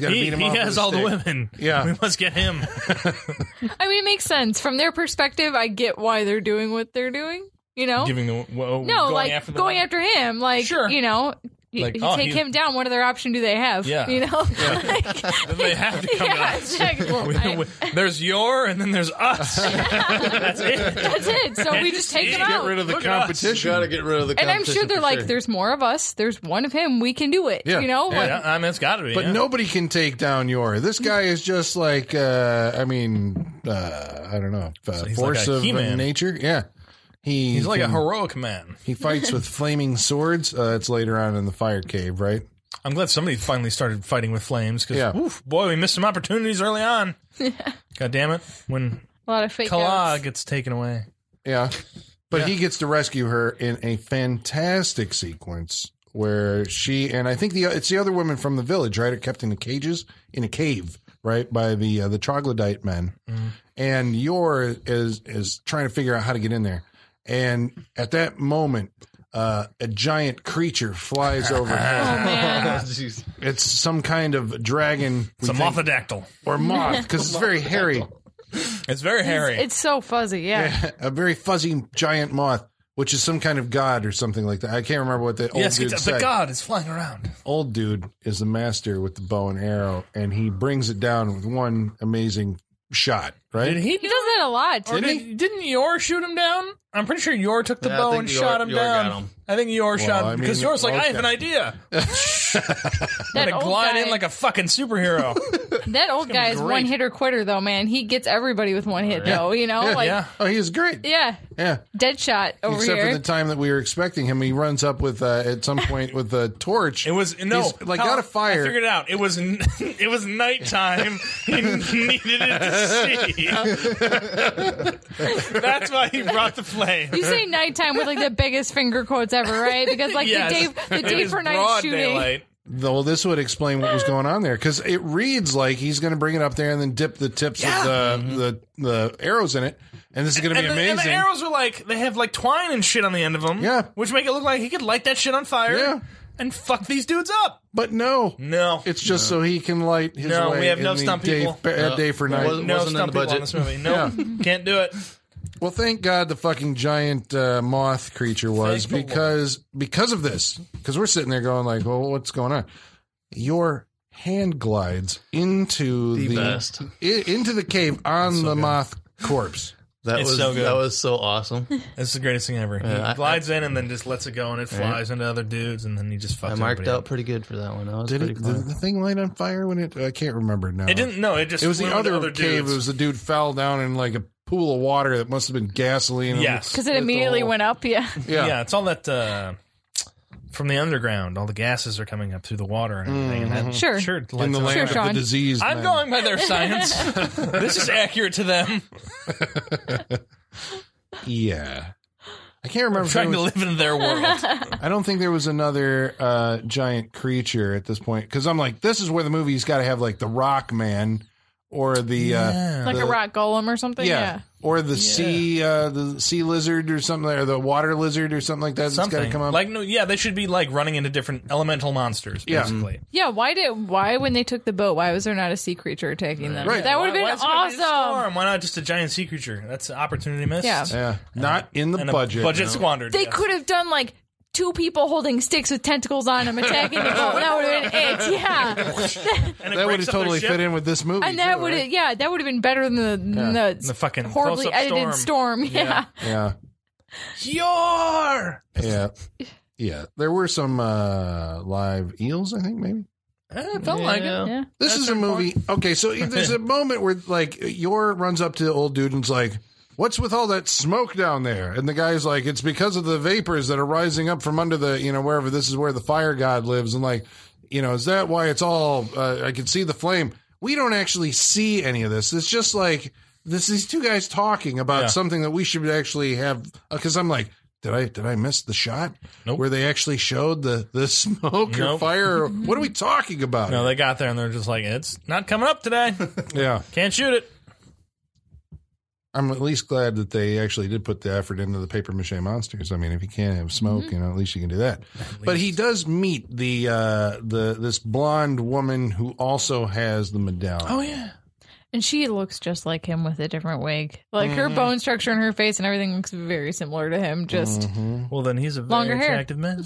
[SPEAKER 2] got to
[SPEAKER 4] He,
[SPEAKER 2] beat him.
[SPEAKER 4] he
[SPEAKER 2] off with
[SPEAKER 4] has
[SPEAKER 2] a
[SPEAKER 4] all the
[SPEAKER 2] stick.
[SPEAKER 4] women.
[SPEAKER 2] Yeah.
[SPEAKER 4] we must get him.
[SPEAKER 3] I mean, it makes sense from their perspective. I get why they're doing what they're doing. You know,
[SPEAKER 4] Giving the whoa,
[SPEAKER 3] Oh. no,
[SPEAKER 4] going
[SPEAKER 3] like
[SPEAKER 4] after the
[SPEAKER 3] going
[SPEAKER 4] woman.
[SPEAKER 3] after him. Like
[SPEAKER 4] Sure.
[SPEAKER 3] you know, you,
[SPEAKER 4] Like,
[SPEAKER 3] you
[SPEAKER 4] oh,
[SPEAKER 3] take
[SPEAKER 4] he-
[SPEAKER 3] him down. What other option do they have?
[SPEAKER 4] Yeah.
[SPEAKER 3] you know, Like,
[SPEAKER 4] They have to come
[SPEAKER 3] yeah,
[SPEAKER 4] to
[SPEAKER 3] it's
[SPEAKER 4] us.
[SPEAKER 3] like,
[SPEAKER 4] We-
[SPEAKER 3] I-
[SPEAKER 4] we- there's your and then there's us. That's it.
[SPEAKER 3] that's it. So we just take him
[SPEAKER 4] Get
[SPEAKER 2] Get
[SPEAKER 3] out.
[SPEAKER 2] rid of the
[SPEAKER 4] Look at us.
[SPEAKER 2] competition.
[SPEAKER 5] Gotta get rid of the.
[SPEAKER 3] and I'm sure
[SPEAKER 5] competition
[SPEAKER 3] they're
[SPEAKER 5] for
[SPEAKER 3] like,
[SPEAKER 5] sure.
[SPEAKER 3] there's more of us. There's one of him. We can do it.
[SPEAKER 2] Yeah.
[SPEAKER 3] You know, Like,
[SPEAKER 4] Yeah, I mean, it's got to be.
[SPEAKER 2] But
[SPEAKER 4] yeah.
[SPEAKER 2] nobody can take down Yor. This guy is just like, uh, I mean, uh, I don't know, uh,
[SPEAKER 4] he's
[SPEAKER 2] force
[SPEAKER 4] like a
[SPEAKER 2] of
[SPEAKER 4] He-Man.
[SPEAKER 2] uh, nature. Yeah, he
[SPEAKER 4] He's like a
[SPEAKER 2] can-
[SPEAKER 4] heroic man.
[SPEAKER 2] He fights with flaming swords. Uh, it's later on in the fire cave, right?
[SPEAKER 4] I'm glad somebody finally started fighting with flames because,
[SPEAKER 2] Yeah.
[SPEAKER 4] boy, we missed some opportunities early on. God damn it. When
[SPEAKER 3] a lot of fake.
[SPEAKER 4] Kala
[SPEAKER 3] outs.
[SPEAKER 4] gets taken away.
[SPEAKER 2] Yeah. But he gets to rescue her in a fantastic sequence where she and I think the it's the other woman from the village, right? Are kept in the cages in a cave, right, by the uh, the troglodyte men. And Yor is is trying to figure out how to get in there. And at that moment, uh, a giant creature flies over him.
[SPEAKER 3] Man.
[SPEAKER 5] Jeez.
[SPEAKER 2] It's some kind of dragon
[SPEAKER 4] It's a
[SPEAKER 2] we think,
[SPEAKER 4] mothadactyl.
[SPEAKER 2] or moth because it's very hairy.
[SPEAKER 4] It's very hairy.
[SPEAKER 3] It's so fuzzy. Yeah.
[SPEAKER 2] a very fuzzy giant moth, which is some kind of god or something like that. I can't remember what the old
[SPEAKER 4] yes,
[SPEAKER 2] dude
[SPEAKER 4] it's, the
[SPEAKER 2] said.
[SPEAKER 4] god is flying around.
[SPEAKER 2] Old dude is the master with the bow and arrow, and he brings it down with one amazing shot. Right?
[SPEAKER 4] Did he?
[SPEAKER 3] He does that a lot.
[SPEAKER 4] Or
[SPEAKER 2] Did
[SPEAKER 4] did, didn't Yor shoot him down? I'm pretty sure Yor took the
[SPEAKER 5] Yeah, I
[SPEAKER 4] bow
[SPEAKER 5] think
[SPEAKER 4] and
[SPEAKER 5] Yor-
[SPEAKER 4] shot him
[SPEAKER 5] Yor
[SPEAKER 4] down.
[SPEAKER 5] got him.
[SPEAKER 4] I think Yor shot
[SPEAKER 2] I
[SPEAKER 4] him because
[SPEAKER 2] mean,
[SPEAKER 4] Yor's like, I have
[SPEAKER 2] okay.
[SPEAKER 4] an idea.
[SPEAKER 3] That
[SPEAKER 4] I'm gonna
[SPEAKER 3] old
[SPEAKER 4] glide
[SPEAKER 3] guy,
[SPEAKER 4] in like a fucking superhero.
[SPEAKER 3] that old guy is
[SPEAKER 4] great.
[SPEAKER 3] one hitter quitter though, man. He gets everybody with one hit though. You know, like yeah,
[SPEAKER 4] yeah.
[SPEAKER 2] Oh, he is great.
[SPEAKER 3] dead shot over
[SPEAKER 2] Except
[SPEAKER 3] here.
[SPEAKER 2] for the time that we were expecting him, he runs up with uh, at some point with a torch.
[SPEAKER 4] It was no
[SPEAKER 2] He's, like
[SPEAKER 4] Kyle,
[SPEAKER 2] got a
[SPEAKER 4] I
[SPEAKER 2] fire.
[SPEAKER 4] figured it out. It was n- it was nighttime. he needed it to see. That's why he brought the flame.
[SPEAKER 3] you say nighttime with like the biggest finger quotes ever, right? Because like
[SPEAKER 4] Yes.
[SPEAKER 3] the day, the
[SPEAKER 4] It
[SPEAKER 3] day
[SPEAKER 4] is
[SPEAKER 3] for night
[SPEAKER 4] broad
[SPEAKER 3] shooting.
[SPEAKER 4] daylight.
[SPEAKER 2] Though well, this would explain what was going on there because it reads like he's going to bring it up there and then dip the tips of the, the the arrows in it, and this is going to be
[SPEAKER 4] Mm-hmm. And the,
[SPEAKER 2] amazing.
[SPEAKER 4] and the arrows are like they have like twine and shit on the end of them.
[SPEAKER 2] Yeah.
[SPEAKER 4] which make it look like he could light that shit on fire.
[SPEAKER 2] Yeah.
[SPEAKER 4] and fuck these dudes up.
[SPEAKER 2] But no,
[SPEAKER 4] No,
[SPEAKER 2] It's just so he can light his
[SPEAKER 4] No,
[SPEAKER 2] way.
[SPEAKER 4] we have
[SPEAKER 2] in
[SPEAKER 4] no
[SPEAKER 2] the
[SPEAKER 4] stunt
[SPEAKER 2] day,
[SPEAKER 4] people.
[SPEAKER 2] fa- day for night.
[SPEAKER 5] wasn't-
[SPEAKER 4] no
[SPEAKER 5] wasn't in
[SPEAKER 4] stunt people
[SPEAKER 5] the
[SPEAKER 4] on
[SPEAKER 5] budget.
[SPEAKER 4] this movie. No, can't do it.
[SPEAKER 2] Well, thank God the fucking giant uh, moth creature was
[SPEAKER 4] Thank the Lord.
[SPEAKER 2] because because of this. Because we're sitting there going like, well, what's going on? Your hand glides into the,
[SPEAKER 5] The best.
[SPEAKER 2] i- into the cave on the moth corpse.
[SPEAKER 5] That
[SPEAKER 4] It's
[SPEAKER 5] was
[SPEAKER 4] so good.
[SPEAKER 5] that was so awesome.
[SPEAKER 4] It's the greatest thing ever.
[SPEAKER 5] Yeah, I-
[SPEAKER 4] he glides in and then just lets it go and it flies into other dudes and then he just fucks.
[SPEAKER 5] I marked
[SPEAKER 4] everybody
[SPEAKER 5] out pretty good for that one. That was
[SPEAKER 2] Did,
[SPEAKER 5] pretty
[SPEAKER 2] it,
[SPEAKER 5] fun.
[SPEAKER 2] did the thing light on fire when it? I can't remember now.
[SPEAKER 4] It didn't. No, it just.
[SPEAKER 2] It was the
[SPEAKER 4] flew into
[SPEAKER 2] other, cave.
[SPEAKER 4] dudes.
[SPEAKER 2] It was the dude fell down in like a pool of water that must have been gasoline.
[SPEAKER 4] yes.
[SPEAKER 3] Because it immediately went up, yeah.
[SPEAKER 4] Yeah.
[SPEAKER 2] Yeah.
[SPEAKER 4] it's all that uh, from the underground. All the gases are coming up through the water and everything. And that
[SPEAKER 3] Sure.
[SPEAKER 4] sure lights
[SPEAKER 2] Mm-hmm. In the
[SPEAKER 4] up.
[SPEAKER 3] Sure,
[SPEAKER 2] land of
[SPEAKER 3] Sean.
[SPEAKER 2] the disease.
[SPEAKER 4] I'm going by their science. this is accurate to them.
[SPEAKER 2] Yeah. I can't remember.
[SPEAKER 4] I'm
[SPEAKER 2] if
[SPEAKER 4] trying
[SPEAKER 2] there
[SPEAKER 4] to
[SPEAKER 2] was-
[SPEAKER 4] live in their world.
[SPEAKER 2] I don't think there was another uh, giant creature at this point because I'm like, this is where the movie's got to have like the Rock Man or the uh,
[SPEAKER 3] Like a
[SPEAKER 2] the-
[SPEAKER 3] rock golem or something.
[SPEAKER 2] yeah.
[SPEAKER 3] Yeah.
[SPEAKER 2] or the sea uh, the sea lizard or something or the water lizard or something like that. That's got to
[SPEAKER 4] Something
[SPEAKER 2] come up.
[SPEAKER 4] like no, yeah, they should be like running into different elemental monsters.
[SPEAKER 2] Yeah. Mm-hmm.
[SPEAKER 4] Basically,
[SPEAKER 3] Yeah. Why did why when they took the boat? Why was there not a sea creature attacking them?
[SPEAKER 2] Right.
[SPEAKER 3] That
[SPEAKER 4] Why-
[SPEAKER 3] would have been
[SPEAKER 4] why is it gonna be a
[SPEAKER 3] awesome.
[SPEAKER 4] storm? Why not just a giant sea creature? That's an opportunity missed.
[SPEAKER 3] Yeah.
[SPEAKER 2] yeah, not in the
[SPEAKER 4] uh, and a
[SPEAKER 2] budget.
[SPEAKER 4] budget squandered.
[SPEAKER 3] They
[SPEAKER 4] yes.
[SPEAKER 3] could have done like two people holding sticks with tentacles on them attacking the boat. That would have been it. Yeah.
[SPEAKER 4] And
[SPEAKER 2] That
[SPEAKER 4] it
[SPEAKER 2] would
[SPEAKER 4] breaks
[SPEAKER 2] have
[SPEAKER 4] up their
[SPEAKER 2] totally
[SPEAKER 4] ship.
[SPEAKER 2] fit in with this movie.
[SPEAKER 3] And that
[SPEAKER 2] too,
[SPEAKER 3] would have
[SPEAKER 2] right?
[SPEAKER 3] yeah, that would have been better than the, than the,
[SPEAKER 4] The fucking
[SPEAKER 3] horribly
[SPEAKER 4] close-up
[SPEAKER 3] edited storm. Yeah.
[SPEAKER 2] yeah.
[SPEAKER 4] Yor.
[SPEAKER 2] Yeah. Yeah. There were some uh, live eels, I think, maybe.
[SPEAKER 4] Eh, it felt like it.
[SPEAKER 5] Yeah.
[SPEAKER 3] Yeah.
[SPEAKER 2] This
[SPEAKER 4] At a
[SPEAKER 2] is a
[SPEAKER 4] certain
[SPEAKER 2] movie. Okay, so if there's a moment where like your runs up to the old dude and's like, "What's with all that smoke down there?" And the guy's like, "It's because of the vapors that are rising up from under the you know wherever this is where the fire god lives." And like, you know, is that why it's all? Uh, I can see the flame. We don't actually see any of this. It's just like this. These two guys talking about
[SPEAKER 4] Yeah.
[SPEAKER 2] something that we should actually have. Because I'm like. Did I did I miss the shot
[SPEAKER 4] Nope.
[SPEAKER 2] where they actually showed the the smoke or
[SPEAKER 4] Nope.
[SPEAKER 2] fire? Or, what are we talking about?
[SPEAKER 4] No, they got there and they're just like, it's not coming up today.
[SPEAKER 2] yeah,
[SPEAKER 4] Can't shoot it.
[SPEAKER 2] I'm at least glad that they actually did put the effort into the paper mache monsters. I mean, if you can't have smoke,
[SPEAKER 4] Mm-hmm.
[SPEAKER 2] you know, at least you can do that. But he does meet the uh, the this blonde woman who also has the medallion.
[SPEAKER 4] Oh yeah.
[SPEAKER 3] And she looks just like him with a different wig. Like her bone structure and her face and everything looks very similar to him. Just
[SPEAKER 4] Well, then he's a very
[SPEAKER 3] Longer hair.
[SPEAKER 4] attractive man.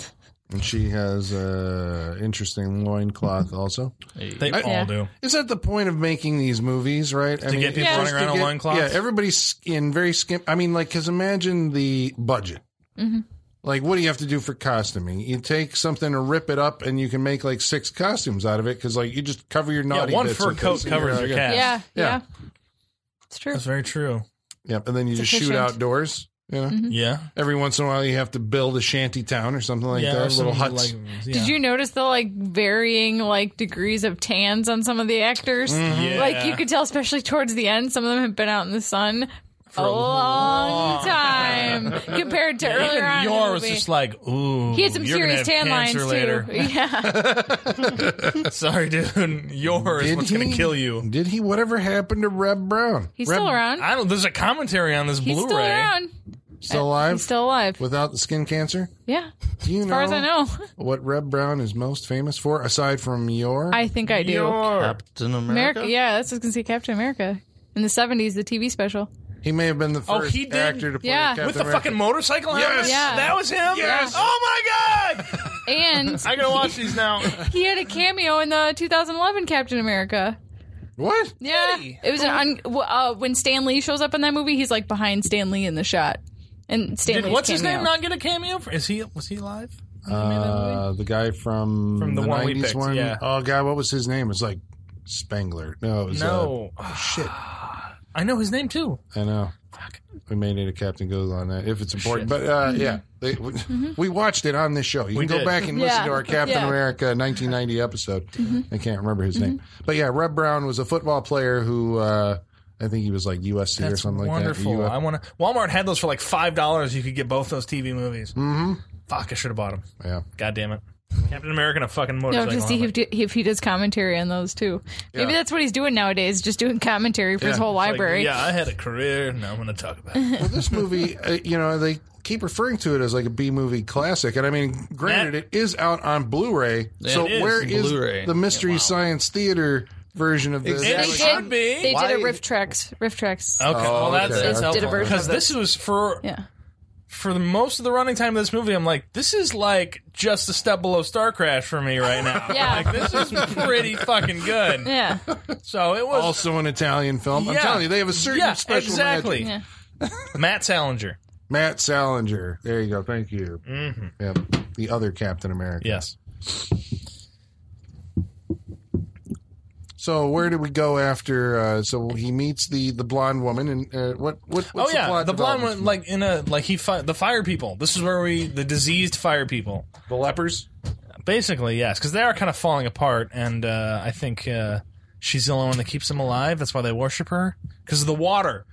[SPEAKER 2] And she has uh, interesting loincloth also.
[SPEAKER 4] They all
[SPEAKER 3] Yeah.
[SPEAKER 4] do.
[SPEAKER 2] Is that the point of making these movies, right? I
[SPEAKER 4] To get people
[SPEAKER 2] it's
[SPEAKER 4] running
[SPEAKER 2] just
[SPEAKER 4] around
[SPEAKER 2] to
[SPEAKER 4] in loincloths?
[SPEAKER 2] Yeah, everybody's in very skim. I mean, like, because imagine the budget.
[SPEAKER 3] Mm-hmm.
[SPEAKER 2] Like, what do you have to do for costuming? You take something and rip it up, and you can make like six costumes out of it because, like, you just cover your
[SPEAKER 4] Yeah,
[SPEAKER 2] naughty.
[SPEAKER 4] one
[SPEAKER 2] bits
[SPEAKER 4] fur
[SPEAKER 2] and
[SPEAKER 4] coat
[SPEAKER 2] things, and
[SPEAKER 4] covers
[SPEAKER 2] you're
[SPEAKER 4] your
[SPEAKER 2] like,
[SPEAKER 4] cat.
[SPEAKER 3] yeah, yeah.
[SPEAKER 2] Yeah.
[SPEAKER 3] It's true.
[SPEAKER 4] That's very true.
[SPEAKER 2] Yep, and then you just shoot
[SPEAKER 3] efficient. Mm-hmm.
[SPEAKER 2] outdoors. You know,
[SPEAKER 4] Yeah.
[SPEAKER 2] every once in a while you have to build a shanty town or something like
[SPEAKER 4] yeah.
[SPEAKER 2] that,
[SPEAKER 4] there's
[SPEAKER 2] little
[SPEAKER 4] some,
[SPEAKER 2] huts.
[SPEAKER 4] like-
[SPEAKER 3] Did
[SPEAKER 4] yeah.
[SPEAKER 3] you notice the like varying like degrees of tans on some of the actors?
[SPEAKER 4] Yeah.
[SPEAKER 3] Like you could tell, especially towards the end, some of them have been out in the sun for a long time compared to earlier
[SPEAKER 4] Even
[SPEAKER 3] on. in the
[SPEAKER 4] Yor was
[SPEAKER 3] movie.
[SPEAKER 4] just like, ooh.
[SPEAKER 3] he had some
[SPEAKER 4] you're gonna
[SPEAKER 3] serious
[SPEAKER 4] have
[SPEAKER 3] tan lines
[SPEAKER 4] cancer later.
[SPEAKER 3] too. Yeah,
[SPEAKER 4] Sorry, dude. Yor is
[SPEAKER 2] Did
[SPEAKER 4] what's going
[SPEAKER 2] he?
[SPEAKER 4] to kill you.
[SPEAKER 2] Did he? Whatever happened to Reb Brown?
[SPEAKER 3] he's
[SPEAKER 2] Reb
[SPEAKER 3] still around.
[SPEAKER 4] I don't. There's a commentary on this
[SPEAKER 3] he's
[SPEAKER 4] Blu-ray.
[SPEAKER 3] still around.
[SPEAKER 2] Still alive?
[SPEAKER 3] He's still alive.
[SPEAKER 2] without the skin cancer?
[SPEAKER 3] yeah, as
[SPEAKER 2] Do you know?
[SPEAKER 3] far as I know,
[SPEAKER 2] what Reb Brown is most famous for, aside from your
[SPEAKER 3] I think I do.
[SPEAKER 5] Captain America.
[SPEAKER 3] America, yeah, that's just gonna say Captain America in the seventies, the TV special.
[SPEAKER 2] he may have been the
[SPEAKER 4] Oh,
[SPEAKER 2] first
[SPEAKER 4] he did?
[SPEAKER 2] actor to play
[SPEAKER 3] Yeah.
[SPEAKER 2] Captain
[SPEAKER 4] With the
[SPEAKER 2] America.
[SPEAKER 4] fucking motorcycle
[SPEAKER 2] Yes.
[SPEAKER 4] helmet?
[SPEAKER 3] Yeah.
[SPEAKER 4] That was him?
[SPEAKER 2] Yes.
[SPEAKER 4] Oh my god!
[SPEAKER 3] And
[SPEAKER 4] I gotta watch these now.
[SPEAKER 3] he had a cameo in the 2011 Captain America.
[SPEAKER 2] what?
[SPEAKER 3] Yeah, it was an un- w- uh, when Stan Lee shows up in that movie, he's like behind Stan Lee in the shot. And Stan
[SPEAKER 4] Did,
[SPEAKER 3] Lee's
[SPEAKER 4] what's his
[SPEAKER 3] cameo.
[SPEAKER 4] name not get a cameo? For, is he was he alive?
[SPEAKER 2] Uh, the guy from
[SPEAKER 4] From the one we
[SPEAKER 2] 90s
[SPEAKER 4] picked,
[SPEAKER 2] one?
[SPEAKER 4] yeah.
[SPEAKER 2] Oh god, what was his name? It was like Spangler. No, it was uh,
[SPEAKER 4] No,
[SPEAKER 2] shit.
[SPEAKER 4] I know his name too.
[SPEAKER 2] I know. We may need a Captain Goes on that if it's important. But uh, yeah, they, we, we watched it on this show. You
[SPEAKER 4] We
[SPEAKER 2] can go
[SPEAKER 4] did.
[SPEAKER 2] back and
[SPEAKER 3] Yeah.
[SPEAKER 2] listen to our Captain
[SPEAKER 3] Yeah.
[SPEAKER 2] America 1990 episode. I can't remember his name. But yeah, Reb Brown was a football player who uh, I think he was like USC or
[SPEAKER 4] That's
[SPEAKER 2] something
[SPEAKER 4] wonderful.
[SPEAKER 2] like that. uh,
[SPEAKER 4] I want to. Walmart had those for like five dollars. You could get both those TV movies. Mm-hmm. Fuck, I should have bought them.
[SPEAKER 2] yeah.
[SPEAKER 4] God damn it!
[SPEAKER 2] Mm-hmm.
[SPEAKER 4] Captain America and a fucking
[SPEAKER 3] No,
[SPEAKER 4] motorcycle.
[SPEAKER 3] to see if,
[SPEAKER 4] helmet.
[SPEAKER 3] if he does commentary on those too. Maybe
[SPEAKER 2] Yeah.
[SPEAKER 3] that's what he's doing nowadays, just doing commentary for his
[SPEAKER 2] Yeah.
[SPEAKER 3] whole
[SPEAKER 4] Like,
[SPEAKER 3] library.
[SPEAKER 4] yeah, I had a career. Now I'm going to talk about it.
[SPEAKER 2] Well, this movie, uh, you know, they keep referring to it as like a B movie classic, and I mean, granted,
[SPEAKER 4] That-
[SPEAKER 2] it is out on Blu-ray. so
[SPEAKER 5] it is.
[SPEAKER 2] where is
[SPEAKER 5] Blu-ray.
[SPEAKER 2] the Mystery
[SPEAKER 5] Yeah, wow.
[SPEAKER 2] Science Theater version of this?
[SPEAKER 5] Exactly.
[SPEAKER 3] They
[SPEAKER 4] It
[SPEAKER 3] did.
[SPEAKER 4] should be. Oh.
[SPEAKER 3] They
[SPEAKER 5] Why-
[SPEAKER 3] did a riff tracks. Riff tracks.
[SPEAKER 4] Okay, well that's
[SPEAKER 2] Oh, okay.
[SPEAKER 4] that's
[SPEAKER 2] Did a
[SPEAKER 4] helpful
[SPEAKER 3] version
[SPEAKER 4] because
[SPEAKER 3] of it.
[SPEAKER 4] this was for
[SPEAKER 3] Yeah.
[SPEAKER 4] for the most of the running time of this movie, I'm like, this is like just a step below Star Crash for me right now.
[SPEAKER 3] Yeah.
[SPEAKER 4] Like, this is pretty fucking good.
[SPEAKER 3] Yeah.
[SPEAKER 4] So it was.
[SPEAKER 2] Also an Italian film. I'm
[SPEAKER 4] Yeah.
[SPEAKER 2] telling you, they have a certain
[SPEAKER 4] yeah,
[SPEAKER 2] special
[SPEAKER 4] exactly.
[SPEAKER 2] magic.
[SPEAKER 3] Yeah.
[SPEAKER 4] Matt Salinger.
[SPEAKER 2] Matt Salinger. There you go. Thank you. Yep. The other Captain America.
[SPEAKER 4] Mm-hmm. Yes.
[SPEAKER 2] So where do we go after? Uh, so he meets the the blonde woman, and uh, what what? What's
[SPEAKER 4] oh yeah,
[SPEAKER 2] the, plot
[SPEAKER 4] the blonde
[SPEAKER 2] development?
[SPEAKER 4] one, like in a like he fi- the fire people. This is where we the diseased fire people.
[SPEAKER 2] the lepers.
[SPEAKER 4] Basically, yes, because they are kind of falling apart, and uh, I think uh, she's the only one that keeps them alive. That's why they worship her because of the water,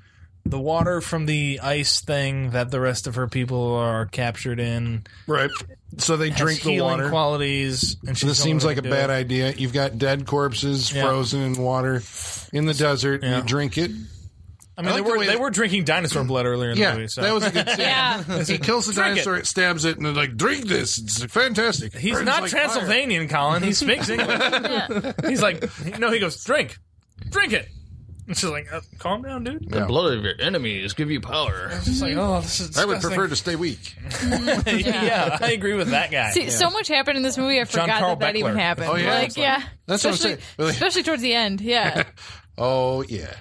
[SPEAKER 4] the water from the ice thing that the rest of her people are captured in.
[SPEAKER 2] Right. So they
[SPEAKER 4] has
[SPEAKER 2] drink the
[SPEAKER 4] healing
[SPEAKER 2] water.
[SPEAKER 4] qualities. And she's
[SPEAKER 2] This
[SPEAKER 4] the
[SPEAKER 2] seems
[SPEAKER 4] only
[SPEAKER 2] like a
[SPEAKER 4] one
[SPEAKER 2] bad
[SPEAKER 4] to
[SPEAKER 2] idea. You've got dead corpses
[SPEAKER 4] Yeah.
[SPEAKER 2] frozen in water in the desert.
[SPEAKER 4] Yeah.
[SPEAKER 2] You drink it.
[SPEAKER 4] do it. I mean,
[SPEAKER 2] I like
[SPEAKER 4] they
[SPEAKER 2] the
[SPEAKER 4] were
[SPEAKER 2] way
[SPEAKER 4] they
[SPEAKER 2] that-
[SPEAKER 4] were drinking dinosaur blood earlier in
[SPEAKER 2] Yeah,
[SPEAKER 4] the movie. So
[SPEAKER 2] that was a good scene.
[SPEAKER 3] Yeah.
[SPEAKER 2] He kills the
[SPEAKER 4] Drink it.
[SPEAKER 2] dinosaur, it. stabs it, and they're like, "Drink this! It's fantastic." It
[SPEAKER 4] He's
[SPEAKER 2] burns
[SPEAKER 4] not
[SPEAKER 2] like fire."
[SPEAKER 4] Transylvanian, Colin. He speaks English.
[SPEAKER 3] Yeah.
[SPEAKER 4] He's like, no, he goes, drink, drink it. And she's like, uh, calm down, dude.
[SPEAKER 5] The blood of your enemies give you power.
[SPEAKER 4] She's like, oh, this is.
[SPEAKER 2] I would
[SPEAKER 4] disgusting."
[SPEAKER 2] prefer to stay weak.
[SPEAKER 4] yeah. I agree with that guy.
[SPEAKER 3] See, so much happened in this movie. I forgot
[SPEAKER 4] Carl
[SPEAKER 3] that that even
[SPEAKER 4] Beckler.
[SPEAKER 3] happened.
[SPEAKER 2] Oh, yeah.
[SPEAKER 3] Like, yeah.
[SPEAKER 2] That's what I'm
[SPEAKER 3] especially,
[SPEAKER 2] saying. Really?
[SPEAKER 3] especially towards the end. Yeah.
[SPEAKER 2] Oh yeah.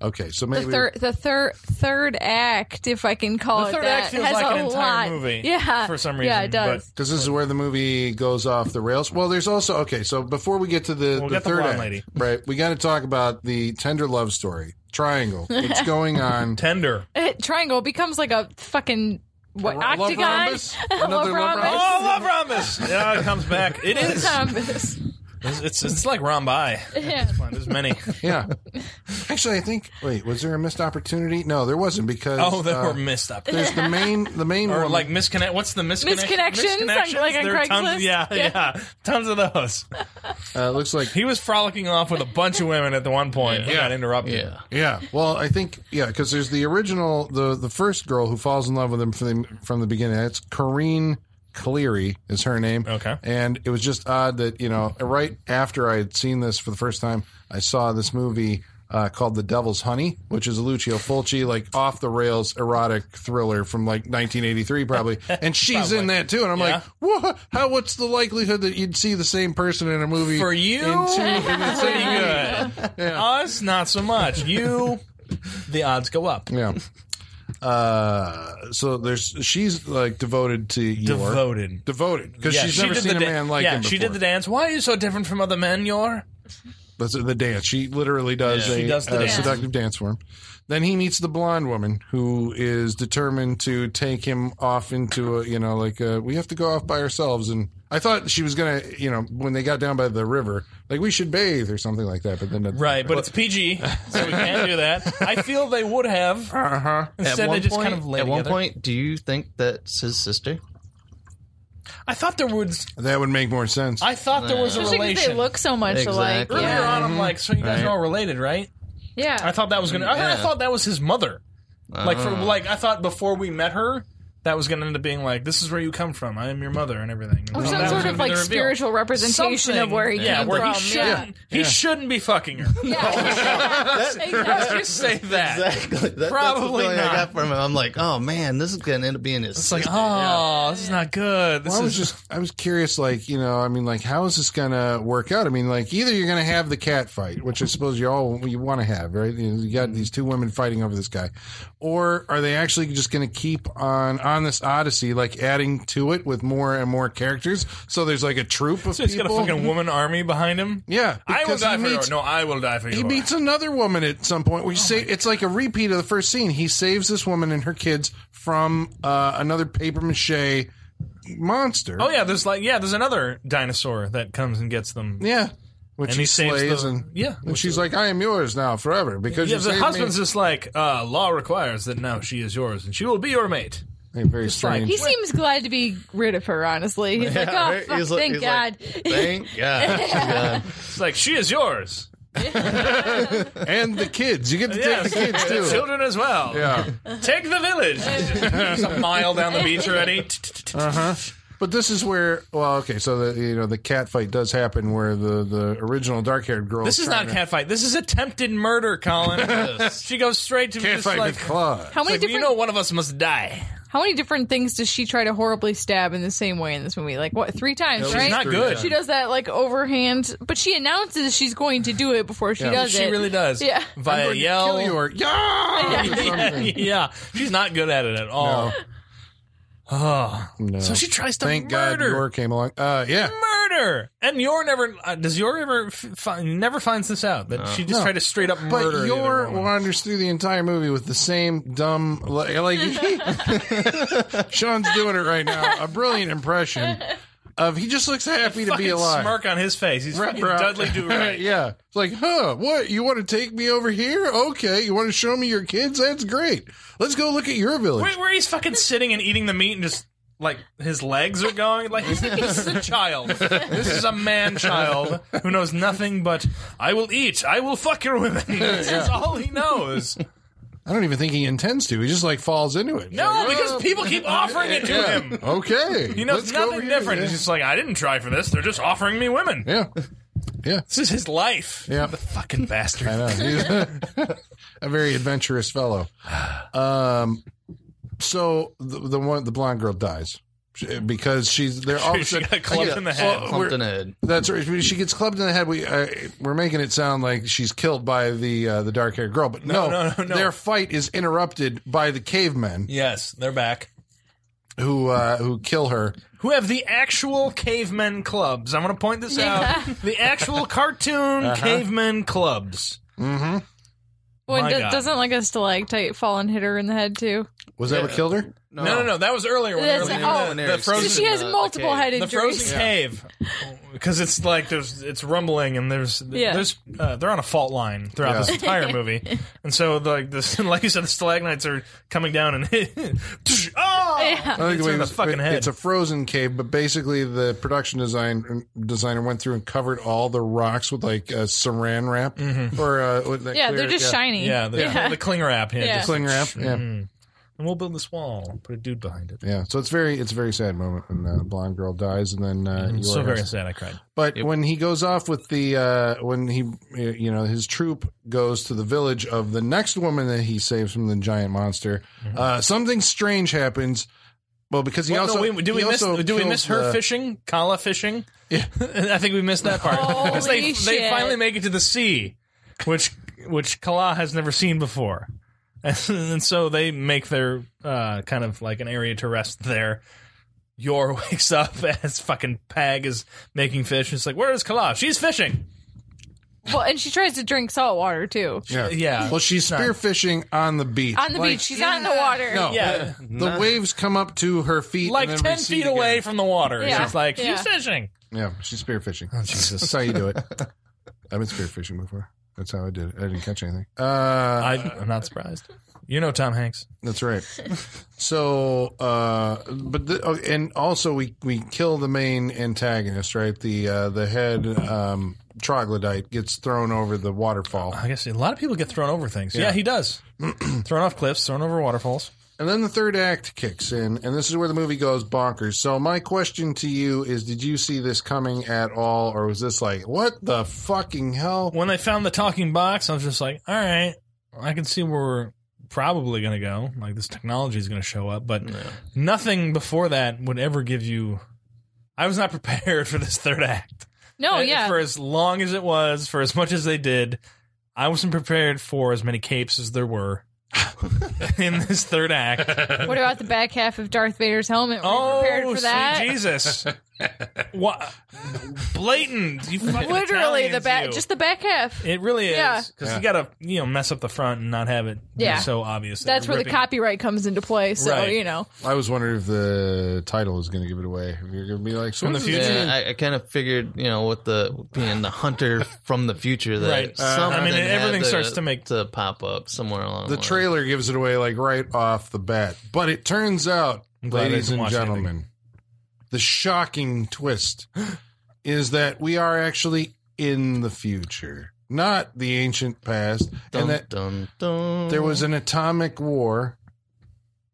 [SPEAKER 2] Okay, so
[SPEAKER 3] The
[SPEAKER 2] maybe
[SPEAKER 3] third, the third, third act, if I can call
[SPEAKER 4] The
[SPEAKER 3] it
[SPEAKER 4] third
[SPEAKER 3] that,
[SPEAKER 4] act feels
[SPEAKER 3] has
[SPEAKER 4] like
[SPEAKER 3] a
[SPEAKER 4] an
[SPEAKER 3] lot.
[SPEAKER 4] entire movie
[SPEAKER 3] Yeah,
[SPEAKER 4] for some
[SPEAKER 3] Yeah, it
[SPEAKER 4] reason, but-
[SPEAKER 3] does.
[SPEAKER 2] because this is where the movie goes off the rails. Well, there's also okay. So before we get to the,
[SPEAKER 4] We'll
[SPEAKER 2] the
[SPEAKER 4] get the
[SPEAKER 2] third
[SPEAKER 4] blonde
[SPEAKER 2] act,
[SPEAKER 4] lady.
[SPEAKER 2] right? We got to talk about the tender love story triangle. What's going on?
[SPEAKER 4] Tender.
[SPEAKER 3] triangle becomes like a fucking what
[SPEAKER 2] Love
[SPEAKER 3] octagon?
[SPEAKER 2] rhombus? Another love
[SPEAKER 3] rhombus?
[SPEAKER 2] rhombus?
[SPEAKER 4] Oh, love rhombus. Yeah, it comes back. It is.
[SPEAKER 3] Rhombus.
[SPEAKER 4] It's it's, it's like rhombi.
[SPEAKER 3] Yeah.
[SPEAKER 4] Come on, There's many.
[SPEAKER 2] Yeah. Actually, I think. Wait, was there a missed opportunity? No, there wasn't because
[SPEAKER 4] Oh, there
[SPEAKER 2] uh,
[SPEAKER 4] were missed up.
[SPEAKER 2] there's the main the main
[SPEAKER 4] Or
[SPEAKER 2] woman-
[SPEAKER 4] like misconnect. What's the misconnection?
[SPEAKER 3] Misconnections, like- like on
[SPEAKER 4] There are
[SPEAKER 3] Craigslist?
[SPEAKER 4] Tons, yeah, yeah, tons of those.
[SPEAKER 2] uh, looks like
[SPEAKER 4] He was frolicking off with a bunch of women at the one point. He got interrupted.
[SPEAKER 5] Yeah.
[SPEAKER 2] Yeah, well, I think yeah, because there's the original, the the first girl who falls in love with him from the, from the beginning. That's Corrine Cleary is her name.
[SPEAKER 4] Okay.
[SPEAKER 2] and it was just odd that you know right after I had seen this for the first time, I saw this movie. Uh, called The Devil's Honey, which is a Lucio Fulci, like off the rails erotic thriller from like 1983, probably. And she's in that too. And I'm like, what? How? What's the likelihood that you'd see the same person in a movie
[SPEAKER 4] For you,
[SPEAKER 2] in two- in the
[SPEAKER 4] pretty
[SPEAKER 2] same year?
[SPEAKER 4] good. Us, not so much. You, the odds go up.
[SPEAKER 2] Yeah. Uh, so there's she's like devoted to Yor.
[SPEAKER 4] Devoted.
[SPEAKER 2] Devoted, because
[SPEAKER 4] Yeah,
[SPEAKER 2] she's
[SPEAKER 4] she
[SPEAKER 2] never
[SPEAKER 4] did
[SPEAKER 2] seen a
[SPEAKER 4] the da-
[SPEAKER 2] man like
[SPEAKER 4] yeah,
[SPEAKER 2] him. Before.
[SPEAKER 4] she did the dance. Why are you so different from other men, Yor?
[SPEAKER 2] That's the dance. She literally does
[SPEAKER 4] Yeah.
[SPEAKER 2] a
[SPEAKER 4] She does the
[SPEAKER 2] uh,
[SPEAKER 4] dance.
[SPEAKER 2] seductive dance for him. Then he meets the blonde woman who is determined to take him off into a you know like uh we have to go off by ourselves. And I thought she was gonna you know when they got down by the river like we should bathe or something like that. But then that's-
[SPEAKER 4] Right, but it's PG, so we can't do that. I feel they would have. Uh huh.
[SPEAKER 5] At
[SPEAKER 4] Instead,
[SPEAKER 5] one,
[SPEAKER 4] they just
[SPEAKER 5] point,
[SPEAKER 4] kind of lay
[SPEAKER 5] at one
[SPEAKER 4] together.
[SPEAKER 5] point, do you think that's his sister?
[SPEAKER 4] I thought there was.
[SPEAKER 2] that would make more sense.
[SPEAKER 4] I thought there was a
[SPEAKER 3] Especially because
[SPEAKER 4] relation.
[SPEAKER 3] they look so much alike.
[SPEAKER 5] Exactly.
[SPEAKER 4] Earlier
[SPEAKER 3] Yeah.
[SPEAKER 4] on, I'm like, so you guys are all related, right?
[SPEAKER 3] yeah.
[SPEAKER 4] I thought that was gonna. I, I
[SPEAKER 5] Yeah.
[SPEAKER 4] thought that was his mother. Like for
[SPEAKER 5] Ah.
[SPEAKER 4] like, I thought before we met her, that was gonna end up being like, this is where you come from. I am your mother and everything. And
[SPEAKER 3] or
[SPEAKER 4] so
[SPEAKER 3] Oh, some
[SPEAKER 4] that was
[SPEAKER 3] sort
[SPEAKER 4] gonna
[SPEAKER 3] of
[SPEAKER 4] be
[SPEAKER 3] like
[SPEAKER 4] the reveal.
[SPEAKER 3] spiritual representation of
[SPEAKER 4] Something,
[SPEAKER 3] where he
[SPEAKER 4] yeah,
[SPEAKER 3] came
[SPEAKER 4] where
[SPEAKER 3] from.
[SPEAKER 4] He Oh,
[SPEAKER 3] yeah.
[SPEAKER 4] shouldn't, he shouldn't be fucking her. Let's
[SPEAKER 3] Exactly.
[SPEAKER 4] just say that.
[SPEAKER 5] Exactly. That-
[SPEAKER 4] Probably
[SPEAKER 5] that's the feeling
[SPEAKER 4] not.
[SPEAKER 5] I got from him. I'm like, oh man, this is gonna end up being his.
[SPEAKER 4] It's like,
[SPEAKER 5] sister.
[SPEAKER 4] oh, this is not good. This
[SPEAKER 2] Well, I was
[SPEAKER 4] is
[SPEAKER 2] just I was curious, like you know, I mean, like how is this gonna work out? I mean, like either you're gonna have the cat fight, which I suppose you all you want to have, right? You, you got these two women fighting over this guy, or are they actually just gonna keep on on this odyssey, like adding to it with more and more characters? So there's like a troop of
[SPEAKER 4] so he's got a
[SPEAKER 2] people.
[SPEAKER 4] fucking woman army behind him.
[SPEAKER 2] Yeah,
[SPEAKER 4] I will
[SPEAKER 2] because
[SPEAKER 4] die
[SPEAKER 2] he
[SPEAKER 4] for
[SPEAKER 2] meets-
[SPEAKER 4] you. No, I will die for you.
[SPEAKER 2] he beats another woman at some point.
[SPEAKER 4] Oh
[SPEAKER 2] We say it's like a repeat of the first scene. He saves this woman and her kids from uh, another paper mache monster.
[SPEAKER 4] Oh yeah, there's like yeah, there's another dinosaur that comes and gets them.
[SPEAKER 2] Yeah. Which
[SPEAKER 4] And
[SPEAKER 2] he,
[SPEAKER 4] he saves
[SPEAKER 2] slays
[SPEAKER 4] the-
[SPEAKER 2] and
[SPEAKER 4] yeah.
[SPEAKER 2] and she's like, I am yours now forever because
[SPEAKER 4] Yeah,
[SPEAKER 2] you
[SPEAKER 4] the
[SPEAKER 2] saved
[SPEAKER 4] husband's
[SPEAKER 2] me.
[SPEAKER 4] just like uh, law requires that now she is yours and she will be your mate.
[SPEAKER 2] Hey, very
[SPEAKER 4] like-
[SPEAKER 2] strange.
[SPEAKER 3] He seems glad to be rid of her, honestly. He's like, oh,
[SPEAKER 5] Yeah, right?
[SPEAKER 3] fuck,
[SPEAKER 5] He's like-
[SPEAKER 3] thank
[SPEAKER 5] he's
[SPEAKER 3] God.
[SPEAKER 5] like, Thank God. God.
[SPEAKER 4] It's like she is yours.
[SPEAKER 2] and the kids, you get to
[SPEAKER 4] Yes,
[SPEAKER 2] take the kids
[SPEAKER 4] and
[SPEAKER 2] too.
[SPEAKER 4] children as well.
[SPEAKER 2] Yeah,
[SPEAKER 4] Take the village. It's a mile down the beach already.
[SPEAKER 2] Uh-huh. but this is where. Well, okay, so the you know the cat fight does happen where the the original dark haired girl.
[SPEAKER 4] This is
[SPEAKER 2] trying
[SPEAKER 4] not a cat fight. This is attempted murder, Colin. she goes straight to
[SPEAKER 2] to, cat
[SPEAKER 4] just
[SPEAKER 2] fight
[SPEAKER 4] like,
[SPEAKER 2] with Claw.
[SPEAKER 3] How many
[SPEAKER 4] like, you
[SPEAKER 3] different
[SPEAKER 4] know, one of us must die.
[SPEAKER 3] how many different things does she try to horribly stab in the same way in this movie? Like what three times,
[SPEAKER 2] She's
[SPEAKER 3] right?
[SPEAKER 4] She's not
[SPEAKER 2] Three
[SPEAKER 4] good.
[SPEAKER 2] times.
[SPEAKER 3] She does that like overhand, but she announces she's going to do it before she
[SPEAKER 2] Yeah.
[SPEAKER 3] does
[SPEAKER 4] She
[SPEAKER 3] it.
[SPEAKER 4] really does.
[SPEAKER 3] Yeah.
[SPEAKER 2] I'm
[SPEAKER 4] Via
[SPEAKER 2] going to
[SPEAKER 4] yell.
[SPEAKER 2] kill you or yeah. or
[SPEAKER 4] yeah,
[SPEAKER 2] something.
[SPEAKER 4] yeah. she's not good at it at all.
[SPEAKER 2] No.
[SPEAKER 4] Oh.
[SPEAKER 2] No.
[SPEAKER 4] So she tries to
[SPEAKER 2] Thank God
[SPEAKER 4] murder.
[SPEAKER 2] Yor came along. Uh, yeah.
[SPEAKER 4] murder. And Yor never uh, does. Yor ever f- find, never finds this out that she just
[SPEAKER 2] No.
[SPEAKER 4] tried to straight up
[SPEAKER 2] But
[SPEAKER 4] murder. the other
[SPEAKER 2] Yor
[SPEAKER 4] woman.
[SPEAKER 2] wanders through the entire movie with the same dumb like, like Sean's doing it right now. A brilliant impression of he just looks happy to be
[SPEAKER 4] Fucking
[SPEAKER 2] alive.
[SPEAKER 4] Smirk on his face. He's
[SPEAKER 2] Right,
[SPEAKER 4] fucking
[SPEAKER 2] bro.
[SPEAKER 4] Dudley Do Right.
[SPEAKER 2] yeah. It's like, huh, what? You want to take me over here? Okay. You want to show me your kids? That's great. Let's go look at your village.
[SPEAKER 4] Where, where he's fucking sitting and eating the meat and just like his legs are going. Like he's, this is a child. This is a man child who knows nothing but I will eat. I will fuck your women. This is all he knows.
[SPEAKER 2] I don't even think he intends to. He just like falls into it. He's
[SPEAKER 4] No,
[SPEAKER 2] like,
[SPEAKER 4] because people keep offering it to
[SPEAKER 2] yeah,
[SPEAKER 4] him.
[SPEAKER 2] Okay.
[SPEAKER 4] He knows
[SPEAKER 2] Let's go over
[SPEAKER 4] nothing
[SPEAKER 2] here."
[SPEAKER 4] different. He's just like, I didn't try for this. They're just offering me women.
[SPEAKER 2] Yeah. Yeah.
[SPEAKER 4] This is his life.
[SPEAKER 2] Yeah.
[SPEAKER 4] The fucking bastard.
[SPEAKER 2] I know. He's a very adventurous fellow. Um, so the, the one, the blonde girl dies. She- because she's they're all of a
[SPEAKER 4] she
[SPEAKER 2] sudden.
[SPEAKER 4] got clubbed in the head.
[SPEAKER 2] Well,
[SPEAKER 5] Clumped
[SPEAKER 2] we're-
[SPEAKER 5] in the head.
[SPEAKER 2] That's right. She gets clubbed in the head. We uh, we're making it sound like she's killed by the uh, the dark haired girl, but no,
[SPEAKER 4] no, no, no.
[SPEAKER 2] Their fight is interrupted by the cavemen
[SPEAKER 4] yes, they're back.
[SPEAKER 2] who uh, who kill her.
[SPEAKER 4] Who have the actual cavemen clubs? I'm going to point this out. The actual cartoon cavemen clubs.
[SPEAKER 3] Well,
[SPEAKER 4] My
[SPEAKER 3] do-
[SPEAKER 4] God.
[SPEAKER 3] doesn't like a stalactite fall and hit her in the head too.
[SPEAKER 2] Was that what killed her?
[SPEAKER 4] No, no, no. That was earlier. When
[SPEAKER 3] That's-
[SPEAKER 4] they were-
[SPEAKER 3] oh,
[SPEAKER 4] the-
[SPEAKER 5] When they
[SPEAKER 4] the,
[SPEAKER 5] were
[SPEAKER 4] frozen,
[SPEAKER 3] So she has
[SPEAKER 5] the- the
[SPEAKER 3] multiple
[SPEAKER 5] cave.
[SPEAKER 3] head
[SPEAKER 4] the
[SPEAKER 3] injuries.
[SPEAKER 4] frozen cave, because it's like there's it's rumbling and there's
[SPEAKER 3] Yeah.
[SPEAKER 4] there's uh, they're on a fault line throughout
[SPEAKER 2] Yeah.
[SPEAKER 4] this entire movie, and so like this like you said, the stalagmites are coming down and oh,
[SPEAKER 3] Yeah.
[SPEAKER 2] I
[SPEAKER 4] Hits
[SPEAKER 2] think
[SPEAKER 4] her in the
[SPEAKER 2] was-
[SPEAKER 4] fucking head.
[SPEAKER 2] It's a frozen cave, but basically the production design designer went through and covered all the rocks with like a saran wrap
[SPEAKER 4] Mm-hmm.
[SPEAKER 2] or uh, with that
[SPEAKER 3] Yeah,
[SPEAKER 2] clear-
[SPEAKER 3] they're just shiny.
[SPEAKER 4] yeah, the,
[SPEAKER 3] Yeah.
[SPEAKER 4] the cling wrap, yeah,
[SPEAKER 3] Yeah.
[SPEAKER 4] just-
[SPEAKER 2] cling wrap. Yeah,
[SPEAKER 4] Mm-hmm. and we'll build this wall, put a dude behind it.
[SPEAKER 2] yeah. So it's very it's a very sad moment when uh, blonde girl dies, and then uh,
[SPEAKER 4] I'm
[SPEAKER 2] Eeyore
[SPEAKER 4] Mm-hmm. so very
[SPEAKER 2] has-
[SPEAKER 4] sad. I cried.
[SPEAKER 2] But when he goes off with the uh, when he you know his troop goes to the village of the next woman that he saves from the giant monster, uh, something strange happens. Well, because he
[SPEAKER 4] Mm-hmm. Well, no,
[SPEAKER 2] also
[SPEAKER 4] we- do we
[SPEAKER 2] he
[SPEAKER 4] miss
[SPEAKER 2] also uh,
[SPEAKER 4] do we miss
[SPEAKER 2] kills
[SPEAKER 4] her
[SPEAKER 2] the-
[SPEAKER 4] fishing, Kala fishing? I think we missed that part. 'Cause they
[SPEAKER 3] Holy
[SPEAKER 4] they
[SPEAKER 3] shit.
[SPEAKER 4] finally make it to the sea, which which Kala has never seen before. And so they make their uh, kind of like an area to rest there. Yor wakes up as fucking Pag is making fish. It's like, where is Kala? She's fishing.
[SPEAKER 3] Well, and she tries to drink salt water too.
[SPEAKER 2] Yeah.
[SPEAKER 4] Yeah.
[SPEAKER 2] Well, she's spearfishing on the beach.
[SPEAKER 3] On the
[SPEAKER 2] Like,
[SPEAKER 3] beach, she's not in the water.
[SPEAKER 2] No,
[SPEAKER 4] Yeah.
[SPEAKER 2] the waves come up to her feet,
[SPEAKER 4] Like
[SPEAKER 2] and then
[SPEAKER 4] 10
[SPEAKER 2] recede
[SPEAKER 4] feet away
[SPEAKER 2] again.
[SPEAKER 4] from the water.
[SPEAKER 3] Yeah.
[SPEAKER 4] She's like,
[SPEAKER 3] Yeah.
[SPEAKER 4] she's fishing.
[SPEAKER 2] Yeah, she's spearfishing.
[SPEAKER 4] Oh,
[SPEAKER 2] That's how you do it. I've been spearfishing before. That's how I did it. I didn't catch anything. Uh,
[SPEAKER 4] I, I'm not surprised. You know Tom Hanks.
[SPEAKER 2] That's right. so, uh, but the, oh, and also we we kill the main antagonist, right? The uh, the head um, troglodyte gets thrown over the waterfall,
[SPEAKER 4] I guess a lot of people get thrown over things. Yeah,
[SPEAKER 2] Yeah.
[SPEAKER 4] he does. thrown off cliffs, thrown over waterfalls.
[SPEAKER 2] and then the third act kicks in, and this is where the movie goes bonkers. So, my question to you is: Did you see this coming at all, or was this like, what the fucking hell?
[SPEAKER 4] When they found the talking box, I was just like, all right, I can see where we're probably going to go. Like this technology is going to show up, but nothing before that would ever give you. I was not prepared for this third act.
[SPEAKER 3] No,
[SPEAKER 4] Uh,
[SPEAKER 3] Oh, yeah.
[SPEAKER 4] For as long as it was, for as much as they did, I wasn't prepared for as many capes as there were in this third act.
[SPEAKER 3] what about the back half of Darth Vader's helmet? Were you
[SPEAKER 4] Oh,
[SPEAKER 3] prepared for that?
[SPEAKER 4] sweet Jesus! what blatant? You fucking
[SPEAKER 3] Literally the
[SPEAKER 4] Italians,
[SPEAKER 3] back,
[SPEAKER 4] you.
[SPEAKER 3] just the back half.
[SPEAKER 4] it really is
[SPEAKER 3] Yeah.
[SPEAKER 4] because you gotta you know mess up the front and not have it be
[SPEAKER 3] Yeah.
[SPEAKER 4] so obvious. that
[SPEAKER 3] That's
[SPEAKER 4] you're
[SPEAKER 3] where the
[SPEAKER 4] ripping-
[SPEAKER 3] copyright comes into play. So
[SPEAKER 4] Right.
[SPEAKER 3] you know,
[SPEAKER 2] I was wondering if the title is going to give it away. If you're going to be like, so
[SPEAKER 4] In the
[SPEAKER 2] what does this
[SPEAKER 4] future?
[SPEAKER 2] mean?
[SPEAKER 5] Yeah, I, I kind of figured, you know, with the being the hunter from the future, that
[SPEAKER 4] Right. Uh, I
[SPEAKER 5] something
[SPEAKER 4] mean,
[SPEAKER 5] had
[SPEAKER 4] everything starts to make-
[SPEAKER 5] to pop up somewhere along
[SPEAKER 2] The
[SPEAKER 5] line.
[SPEAKER 2] trailer gives it away like right off the bat. But it turns out,
[SPEAKER 4] glad I
[SPEAKER 2] ladies
[SPEAKER 4] didn't
[SPEAKER 2] and
[SPEAKER 4] watch
[SPEAKER 2] gentlemen, the shocking twist is that we are actually in the future, not the ancient past,
[SPEAKER 5] Dun,
[SPEAKER 2] and that
[SPEAKER 5] dun, dun.
[SPEAKER 2] there was an atomic war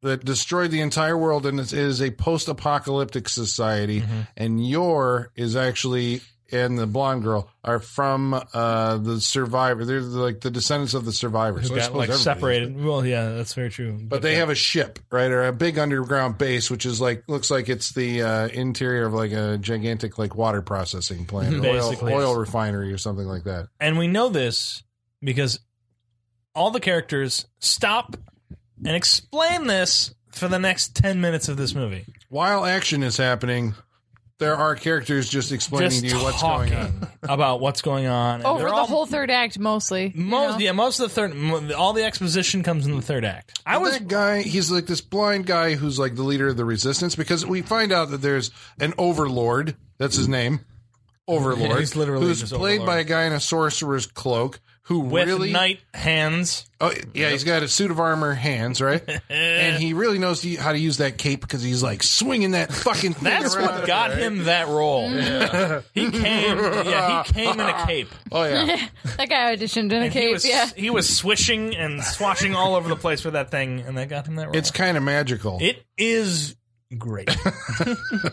[SPEAKER 2] that destroyed the entire world and it is a post-apocalyptic society
[SPEAKER 4] Mm-hmm.
[SPEAKER 2] and your is actually and the blonde girl are from uh, the survivor. They're like the descendants of the survivors.
[SPEAKER 4] who
[SPEAKER 2] So I
[SPEAKER 4] got
[SPEAKER 2] suppose
[SPEAKER 4] like
[SPEAKER 2] everybody is.
[SPEAKER 4] separated. Well, yeah, that's very true.
[SPEAKER 2] But they have a ship, right, or a big underground base, which is like looks like it's the uh, interior of like a gigantic like water processing plant, or oil,
[SPEAKER 4] Mhm. Basically,
[SPEAKER 2] oil
[SPEAKER 4] yes.
[SPEAKER 2] refinery, or something like that.
[SPEAKER 4] and we know this because all the characters stop and explain this for the next ten minutes of this movie.
[SPEAKER 2] While action is happening, there are characters just explaining
[SPEAKER 4] Just
[SPEAKER 2] to you what's
[SPEAKER 4] talking
[SPEAKER 2] going on.
[SPEAKER 4] about what's going on. and
[SPEAKER 3] over
[SPEAKER 4] they're
[SPEAKER 3] the
[SPEAKER 4] all
[SPEAKER 3] whole third act mostly. you
[SPEAKER 4] Most
[SPEAKER 3] know?
[SPEAKER 4] yeah, most of the third, mo- all the exposition comes in the third act. I
[SPEAKER 2] I
[SPEAKER 4] was
[SPEAKER 2] that guy. He's like this blind guy who's like the leader of the resistance because we find out that there's an overlord. That's his name, Overlord.
[SPEAKER 4] Yeah, he's literally
[SPEAKER 2] who's
[SPEAKER 4] just
[SPEAKER 2] played
[SPEAKER 4] Overlord.
[SPEAKER 2] by a guy in a sorcerer's cloak who
[SPEAKER 4] with
[SPEAKER 2] really
[SPEAKER 4] knight hands.
[SPEAKER 2] Oh yeah, he's got a suit of armor, hands right, and he really knows the- how to use that cape because he's like swinging that fucking. Thing
[SPEAKER 4] That's
[SPEAKER 2] around.
[SPEAKER 4] what got him that role. he came, yeah, he came in a cape.
[SPEAKER 2] Oh yeah,
[SPEAKER 3] that guy auditioned in a
[SPEAKER 4] He
[SPEAKER 3] cave.
[SPEAKER 4] was,
[SPEAKER 3] Yeah,
[SPEAKER 4] he was swishing and swashing all over the place with that thing, and that got him that role.
[SPEAKER 2] it's kind of magical.
[SPEAKER 4] it is great.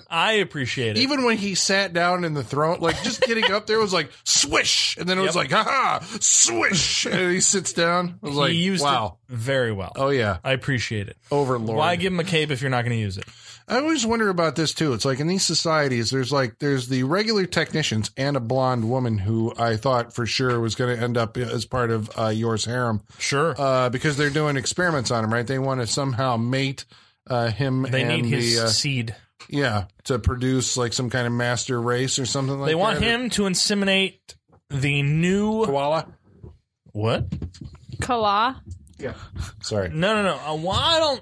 [SPEAKER 4] I appreciate it.
[SPEAKER 2] Even when he sat down in the throne, like just getting up there was like swish, and then it was like ha ha swish, and he sits down. I was like,
[SPEAKER 4] he used
[SPEAKER 2] wow,
[SPEAKER 4] it very well.
[SPEAKER 2] oh yeah,
[SPEAKER 4] I appreciate it.
[SPEAKER 2] overlord.
[SPEAKER 4] Why give him a cape if you're not going to use it?
[SPEAKER 2] I always wonder about this too. It's like in these societies, there's like there's the regular technicians and a blonde woman who I thought for sure was going to end up as part of uh, yours harem
[SPEAKER 4] Sure.
[SPEAKER 2] uh, because they're doing experiments on him, right? They want to somehow mate uh, him
[SPEAKER 4] they
[SPEAKER 2] and
[SPEAKER 4] need his
[SPEAKER 2] the uh,
[SPEAKER 4] seed.
[SPEAKER 2] yeah to produce like some kind of master race or something like
[SPEAKER 4] They want
[SPEAKER 2] that.
[SPEAKER 4] him to inseminate the new
[SPEAKER 2] koala.
[SPEAKER 4] what?
[SPEAKER 3] Kala.
[SPEAKER 2] Sorry,
[SPEAKER 4] No, no, no. Uh, well, I don't.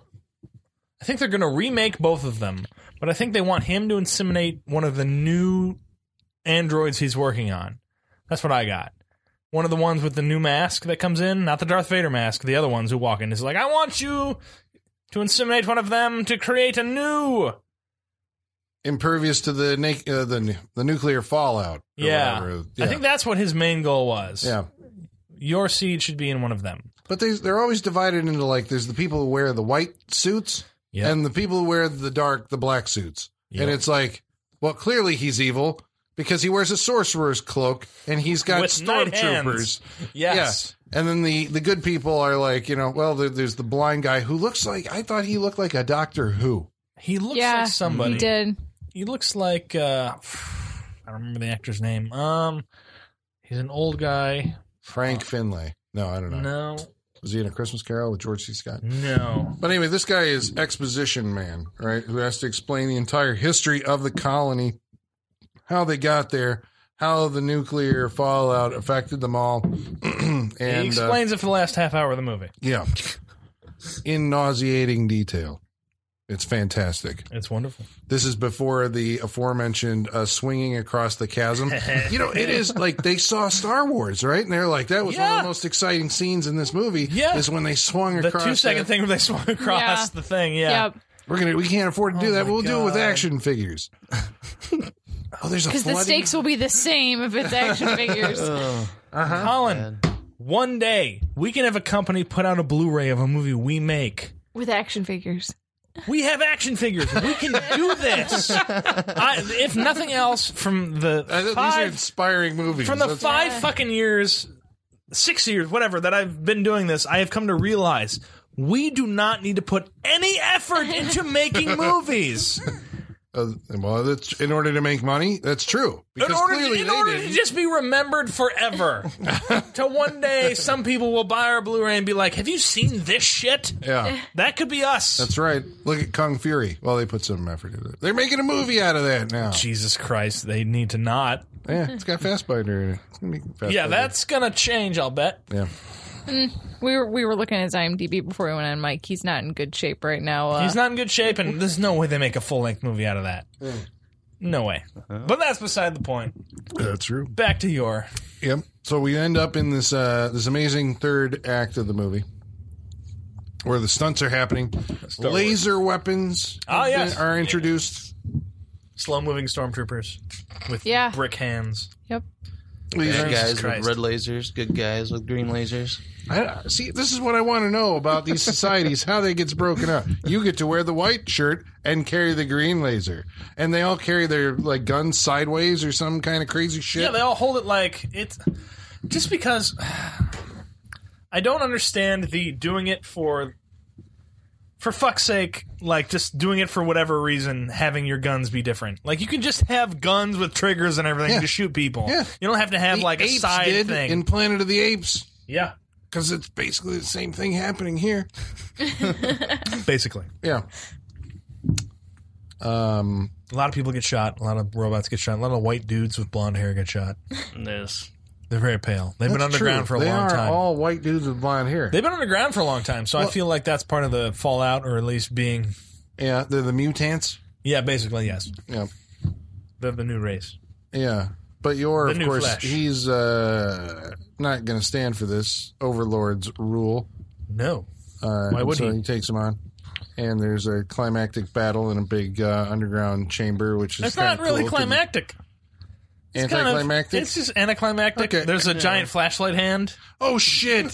[SPEAKER 4] I think they're going to remake both of them, but I think they want him to inseminate one of the new androids he's working on. That's what I got. One of the ones with the new mask that comes in, not the Darth Vader mask, the other ones who walk in is like, I want you to inseminate one of them to create a new.
[SPEAKER 2] impervious to the na- uh, the nu- the nuclear fallout. or
[SPEAKER 4] Yeah.
[SPEAKER 2] whatever.
[SPEAKER 4] I think that's what his main goal was.
[SPEAKER 2] yeah.
[SPEAKER 4] Your seed should be in one of them.
[SPEAKER 2] But they they're always divided into like there's the people who wear the white suits
[SPEAKER 4] Yeah.
[SPEAKER 2] and the people who wear the dark the black suits. And
[SPEAKER 4] Yeah.
[SPEAKER 2] it's like, well, clearly he's evil because he wears a sorcerer's cloak and he's got
[SPEAKER 4] With knight
[SPEAKER 2] stormtroopers.
[SPEAKER 4] Yes.
[SPEAKER 2] Yeah. And then the the good people are like, you know, well, there, there's the blind guy who looks like I thought he looked like a Doctor Who.
[SPEAKER 4] He looks
[SPEAKER 3] Yeah,
[SPEAKER 4] like somebody.
[SPEAKER 3] He did.
[SPEAKER 4] he looks like uh I don't remember the actor's name. Um he's an old guy.
[SPEAKER 2] Frank Finlay. No, I don't know.
[SPEAKER 4] No.
[SPEAKER 2] Was he in a Christmas Carol with George C. Scott?
[SPEAKER 4] No.
[SPEAKER 2] But anyway, this guy is exposition man, right? Who has to explain the entire history of the colony, how they got there, how the nuclear fallout affected them all, and
[SPEAKER 4] he
[SPEAKER 2] uh,
[SPEAKER 4] explains it for the last half hour of the movie.
[SPEAKER 2] yeah, in nauseating detail. It's fantastic.
[SPEAKER 4] It's wonderful.
[SPEAKER 2] This is before the aforementioned uh, swinging across the chasm. you know, it is like they saw Star Wars, right? And they're like, that was one of
[SPEAKER 4] Yeah.
[SPEAKER 2] the most exciting scenes in this movie.
[SPEAKER 4] Yeah.
[SPEAKER 2] is when they swung
[SPEAKER 4] The
[SPEAKER 2] across
[SPEAKER 4] two second
[SPEAKER 2] that-
[SPEAKER 4] thing where they swung across
[SPEAKER 3] Yeah.
[SPEAKER 4] the thing, yeah.
[SPEAKER 3] Yep.
[SPEAKER 2] We're gonna. We can't afford to do
[SPEAKER 4] Oh
[SPEAKER 2] that.
[SPEAKER 4] my
[SPEAKER 2] We'll do it with
[SPEAKER 4] God.
[SPEAKER 2] action figures. oh, there's a
[SPEAKER 3] Because the
[SPEAKER 2] flooding.
[SPEAKER 3] stakes will be the same if it's action figures.
[SPEAKER 4] Oh, Colin, one day we can have a company put out a Blu-ray of a movie we make.
[SPEAKER 3] With action figures.
[SPEAKER 4] We have action figures. We can do this. I, if nothing else, from the
[SPEAKER 2] I thought Uh, these are
[SPEAKER 4] five
[SPEAKER 2] inspiring movies.
[SPEAKER 4] from the
[SPEAKER 2] That's-
[SPEAKER 4] five fucking years, six years, whatever that I've been doing this, I have come to realize we do not need to put any effort into making movies
[SPEAKER 2] uh, well, that's in order to make money. That's true. Because
[SPEAKER 4] in order, to,
[SPEAKER 2] clearly
[SPEAKER 4] in
[SPEAKER 2] they
[SPEAKER 4] order to
[SPEAKER 2] didn't.
[SPEAKER 4] just be remembered forever. to one day, some people will buy our Blu-ray and be like, "Have you seen this shit?"
[SPEAKER 2] yeah,
[SPEAKER 4] That could be us.
[SPEAKER 2] that's right. Look at Kung Fury. Well, they put some effort into it. They're making a movie out of that now.
[SPEAKER 4] Jesus Christ, they need to not.
[SPEAKER 2] Yeah, it's got Fastbinder in it. It's gonna be Fassbinder.
[SPEAKER 4] Yeah, that's gonna change. I'll bet.
[SPEAKER 2] yeah.
[SPEAKER 3] We were we were looking at his IMDb before we went on Mike. He's not in good shape right now. Uh,
[SPEAKER 4] He's not in good shape, and there's no way they make a full-length movie out of that. No way. But that's beside the point.
[SPEAKER 2] That's true.
[SPEAKER 4] Back to your.
[SPEAKER 2] Yep. So we end up in this uh, this amazing third act of the movie, where the stunts are happening, laser weapons
[SPEAKER 4] Ah, yes.
[SPEAKER 2] are introduced.
[SPEAKER 4] slow moving stormtroopers with
[SPEAKER 3] Yeah.
[SPEAKER 4] brick hands.
[SPEAKER 3] Yep.
[SPEAKER 2] These
[SPEAKER 5] Bad
[SPEAKER 2] aren't-
[SPEAKER 5] guys with
[SPEAKER 4] Christ.
[SPEAKER 5] red lasers, good guys with green lasers.
[SPEAKER 2] I, see, this is what I want to know about these societies, how they gets broken up. You get to wear the white shirt and carry the green laser, and they all carry their like guns sideways or some kind of crazy shit.
[SPEAKER 4] Yeah, they all hold it like it's just because I don't understand the doing it for for fuck's sake, like just doing it for whatever reason, having your guns be different. Like you can just have guns with triggers and everything
[SPEAKER 2] Yeah.
[SPEAKER 4] to shoot people.
[SPEAKER 2] Yeah.
[SPEAKER 4] You don't have to have
[SPEAKER 2] The
[SPEAKER 4] like a
[SPEAKER 2] apes
[SPEAKER 4] side
[SPEAKER 2] did
[SPEAKER 4] thing.
[SPEAKER 2] in Planet of the Apes
[SPEAKER 4] yeah.
[SPEAKER 2] because it's basically the same thing happening here.
[SPEAKER 4] Basically.
[SPEAKER 2] Yeah. Um.
[SPEAKER 4] A lot of people get shot, a lot of robots get shot, a lot of white dudes with blonde hair get shot.
[SPEAKER 5] This.
[SPEAKER 4] They're very pale. They've been
[SPEAKER 2] that's
[SPEAKER 4] underground
[SPEAKER 2] true.
[SPEAKER 4] for a
[SPEAKER 2] they
[SPEAKER 4] long
[SPEAKER 2] are
[SPEAKER 4] time.
[SPEAKER 2] all white dudes with blonde hair.
[SPEAKER 4] They've been underground for a long time, so I feel like that's part of the fallout, or at least being.
[SPEAKER 2] yeah, they're the mutants.
[SPEAKER 4] Yeah, basically, yes.
[SPEAKER 2] Yeah.
[SPEAKER 4] They're the new race.
[SPEAKER 2] Yeah. But you're,
[SPEAKER 4] The
[SPEAKER 2] of
[SPEAKER 4] new
[SPEAKER 2] course,
[SPEAKER 4] Flash.
[SPEAKER 2] he's uh, not going to stand for this Overlord's rule.
[SPEAKER 4] No.
[SPEAKER 2] Uh,
[SPEAKER 4] Why would
[SPEAKER 2] so
[SPEAKER 4] he?
[SPEAKER 2] takes him on. And there's a climactic battle in a big uh, underground chamber, which is
[SPEAKER 4] That's not
[SPEAKER 2] kinda
[SPEAKER 4] really
[SPEAKER 2] cool.
[SPEAKER 4] climactic.
[SPEAKER 2] Can-
[SPEAKER 4] It's kind of-
[SPEAKER 2] Anticlimactic.
[SPEAKER 4] it's just anticlimactic.
[SPEAKER 2] Okay.
[SPEAKER 4] There's a giant flashlight hand.
[SPEAKER 2] oh shit!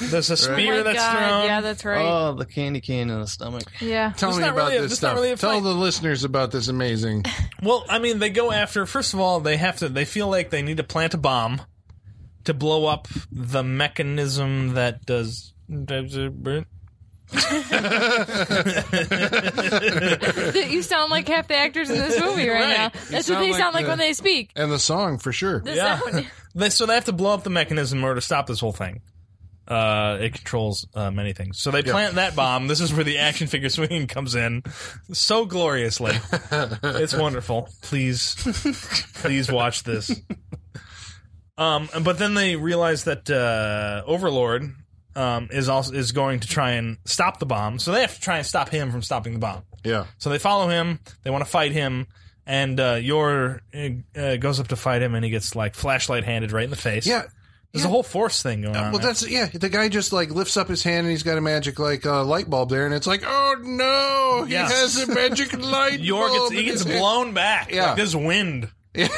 [SPEAKER 4] There's a spear
[SPEAKER 3] Oh my
[SPEAKER 4] that's
[SPEAKER 3] God.
[SPEAKER 4] thrown.
[SPEAKER 3] Yeah, that's right.
[SPEAKER 5] Oh, the candy cane in the stomach.
[SPEAKER 3] yeah.
[SPEAKER 2] Tell
[SPEAKER 4] It's
[SPEAKER 2] me
[SPEAKER 4] not
[SPEAKER 2] about
[SPEAKER 4] really a-
[SPEAKER 2] this
[SPEAKER 4] it's not
[SPEAKER 2] stuff.
[SPEAKER 4] really a
[SPEAKER 2] Tell
[SPEAKER 4] fight.
[SPEAKER 2] the listeners about this amazing.
[SPEAKER 4] well, I mean, they go after. First of all, they have to. They feel like they need to plant a bomb to blow up the mechanism that does. does it burn?
[SPEAKER 3] That you sound like half the actors in this movie right,
[SPEAKER 4] Right.
[SPEAKER 3] now.
[SPEAKER 4] You
[SPEAKER 3] That's what
[SPEAKER 2] sound
[SPEAKER 3] they
[SPEAKER 2] like
[SPEAKER 3] sound like
[SPEAKER 2] the-
[SPEAKER 3] when they speak.
[SPEAKER 2] and the song for sure.
[SPEAKER 3] The
[SPEAKER 4] Yeah.
[SPEAKER 3] sound.
[SPEAKER 4] They, so they have to blow up the mechanism in order to stop this whole thing. Uh, it controls uh, many things. So they plant that bomb. This is where the action figure swinging comes in so gloriously. it's wonderful. Please, please watch this. Um, but then they realize that uh, Overlord um, is also is going to try and stop the bomb. So they have to try and stop him from stopping the bomb.
[SPEAKER 2] Yeah.
[SPEAKER 4] So they follow him. They want to fight him, and uh, Yor uh, goes up to fight him, and he gets like flashlight handed right in the face.
[SPEAKER 2] Yeah. Uh,
[SPEAKER 4] there's a whole force thing going on.
[SPEAKER 2] Well,
[SPEAKER 4] there.
[SPEAKER 2] that's yeah. The guy just like lifts up his hand and he's got a magic like uh, light bulb there, and it's like, oh no, he
[SPEAKER 4] Yeah.
[SPEAKER 2] has a magic light
[SPEAKER 4] Yor
[SPEAKER 2] bulb.
[SPEAKER 4] gets he
[SPEAKER 2] in
[SPEAKER 4] gets
[SPEAKER 2] his hand.
[SPEAKER 4] blown back.
[SPEAKER 2] Yeah.
[SPEAKER 4] like, there's wind.
[SPEAKER 2] Yeah.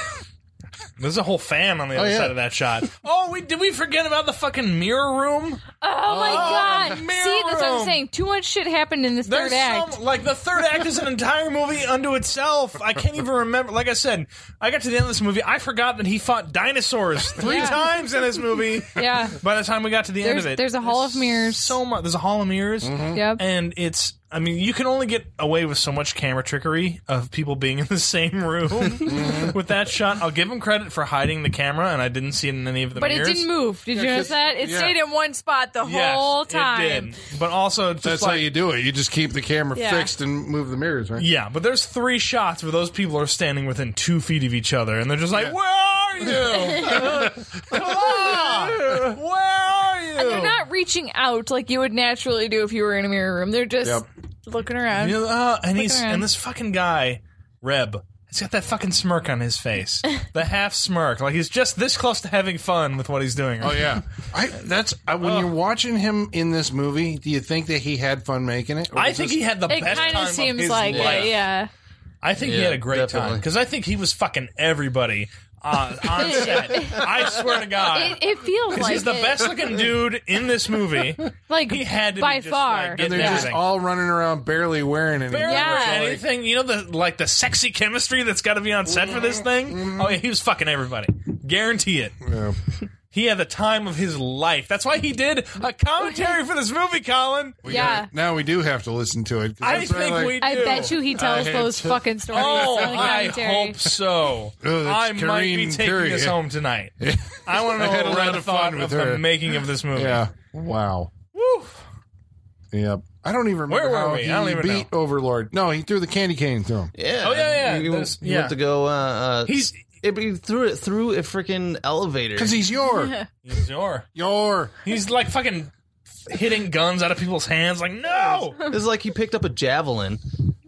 [SPEAKER 4] There's a whole fan on the other
[SPEAKER 2] yeah.
[SPEAKER 4] side of that shot. Oh, we did we forget about the fucking mirror room?
[SPEAKER 3] Oh my god!
[SPEAKER 4] mirror
[SPEAKER 3] See, that's what
[SPEAKER 4] room.
[SPEAKER 3] I'm saying. Too much shit happened in this
[SPEAKER 4] There's
[SPEAKER 3] third act.
[SPEAKER 4] some like the third act is an entire movie unto itself. I can't even remember. Like I said, I got to the end of this movie. I forgot that he fought dinosaurs three
[SPEAKER 3] Yeah.
[SPEAKER 4] times in this movie.
[SPEAKER 3] Yeah.
[SPEAKER 4] By the time we got to the end
[SPEAKER 3] There's,
[SPEAKER 4] of it,
[SPEAKER 3] there's a hall of mirrors.
[SPEAKER 4] so much. There's a hall of mirrors,
[SPEAKER 2] Mm-hmm.
[SPEAKER 3] yep.
[SPEAKER 4] and it's. I mean, you can only get away with so much camera trickery of people being in the same room
[SPEAKER 2] Mm-hmm.
[SPEAKER 4] with that shot. I'll give him credit for hiding the camera, and I didn't see it in any of the
[SPEAKER 3] but it
[SPEAKER 4] mirrors.
[SPEAKER 3] didn't move. Did you notice that? It
[SPEAKER 2] yeah.
[SPEAKER 3] stayed in one spot the
[SPEAKER 4] Yes,
[SPEAKER 3] whole time.
[SPEAKER 4] It did. But also, just
[SPEAKER 2] That's
[SPEAKER 4] like,
[SPEAKER 2] how you do it. You just keep the camera
[SPEAKER 3] Yeah.
[SPEAKER 2] fixed and move the mirrors, right?
[SPEAKER 4] Yeah, but there's three shots where those people are standing within two feet of each other, and they're just like, "Where are you? Come on! Where are you?"
[SPEAKER 3] They're not reaching out like you would naturally do if you were in a mirror room. They're just
[SPEAKER 2] Yep.
[SPEAKER 3] looking around.
[SPEAKER 4] You know, uh, and he's
[SPEAKER 3] around.
[SPEAKER 4] and this fucking guy, Reb, he's got that fucking smirk on his face, the half smirk, like he's just this close to having fun with what he's doing.
[SPEAKER 2] Oh yeah, I, that's I, when you're watching him in this movie. Do you think that he had fun making it? Or
[SPEAKER 4] I
[SPEAKER 2] was
[SPEAKER 4] think
[SPEAKER 2] this-
[SPEAKER 4] he had the
[SPEAKER 3] It
[SPEAKER 4] best
[SPEAKER 3] kind
[SPEAKER 4] time
[SPEAKER 3] of
[SPEAKER 4] of
[SPEAKER 3] seems
[SPEAKER 4] his
[SPEAKER 3] like
[SPEAKER 4] life.
[SPEAKER 3] it, yeah.
[SPEAKER 4] I think he
[SPEAKER 5] Yeah,
[SPEAKER 4] had a great time
[SPEAKER 5] definitely.
[SPEAKER 4] because I think he was fucking everybody uh, on set. I swear to God.
[SPEAKER 3] It, it feels like
[SPEAKER 4] He's the
[SPEAKER 3] it.
[SPEAKER 4] best looking dude in this movie.
[SPEAKER 3] Like
[SPEAKER 4] He had to
[SPEAKER 3] by
[SPEAKER 4] be just,
[SPEAKER 3] far.
[SPEAKER 4] like,
[SPEAKER 2] And they're
[SPEAKER 4] Yeah.
[SPEAKER 2] just all running around barely wearing anything.
[SPEAKER 4] Barely
[SPEAKER 3] Yeah.
[SPEAKER 4] wearing anything. You know the like the sexy chemistry that's got to be on set for this thing.
[SPEAKER 2] Mm-hmm.
[SPEAKER 4] Oh yeah, he was fucking everybody. Guarantee it.
[SPEAKER 2] Yeah.
[SPEAKER 4] He had the time of his life. That's why he did a commentary for this movie, Colin.
[SPEAKER 3] yeah.
[SPEAKER 2] Now we do have to listen to it. 'cause
[SPEAKER 4] I
[SPEAKER 2] that's
[SPEAKER 4] think
[SPEAKER 2] like-
[SPEAKER 4] we.
[SPEAKER 3] I
[SPEAKER 4] do.
[SPEAKER 3] bet you he tells
[SPEAKER 2] I had
[SPEAKER 3] those
[SPEAKER 2] to-
[SPEAKER 3] fucking stories
[SPEAKER 4] Oh,
[SPEAKER 3] on the
[SPEAKER 4] I
[SPEAKER 3] commentary.
[SPEAKER 4] hope so.
[SPEAKER 2] Oh, that's
[SPEAKER 4] I might be
[SPEAKER 2] Karine
[SPEAKER 4] taking
[SPEAKER 2] Curry.
[SPEAKER 4] this home tonight. I want to know
[SPEAKER 2] I had
[SPEAKER 4] what
[SPEAKER 2] a lot
[SPEAKER 4] Red
[SPEAKER 2] of
[SPEAKER 4] thought
[SPEAKER 2] fun with
[SPEAKER 4] of
[SPEAKER 2] her.
[SPEAKER 4] the making of this movie.
[SPEAKER 2] Yeah. Wow.
[SPEAKER 4] Woo.
[SPEAKER 2] Yep. I don't even remember
[SPEAKER 4] Where were
[SPEAKER 2] how
[SPEAKER 4] we?
[SPEAKER 2] he
[SPEAKER 4] I don't even
[SPEAKER 2] beat Overlord. No, he threw the candy cane through him.
[SPEAKER 5] Yeah.
[SPEAKER 4] Oh, yeah, yeah,
[SPEAKER 5] You,
[SPEAKER 4] there's-
[SPEAKER 5] you
[SPEAKER 4] yeah.
[SPEAKER 5] went to go. Uh, uh,
[SPEAKER 4] He's
[SPEAKER 5] it, he threw it through a freaking elevator.
[SPEAKER 2] Because he's your.
[SPEAKER 4] he's your.
[SPEAKER 2] your.
[SPEAKER 4] He's like fucking hitting guns out of people's hands. Like no,
[SPEAKER 5] It's like he picked up a javelin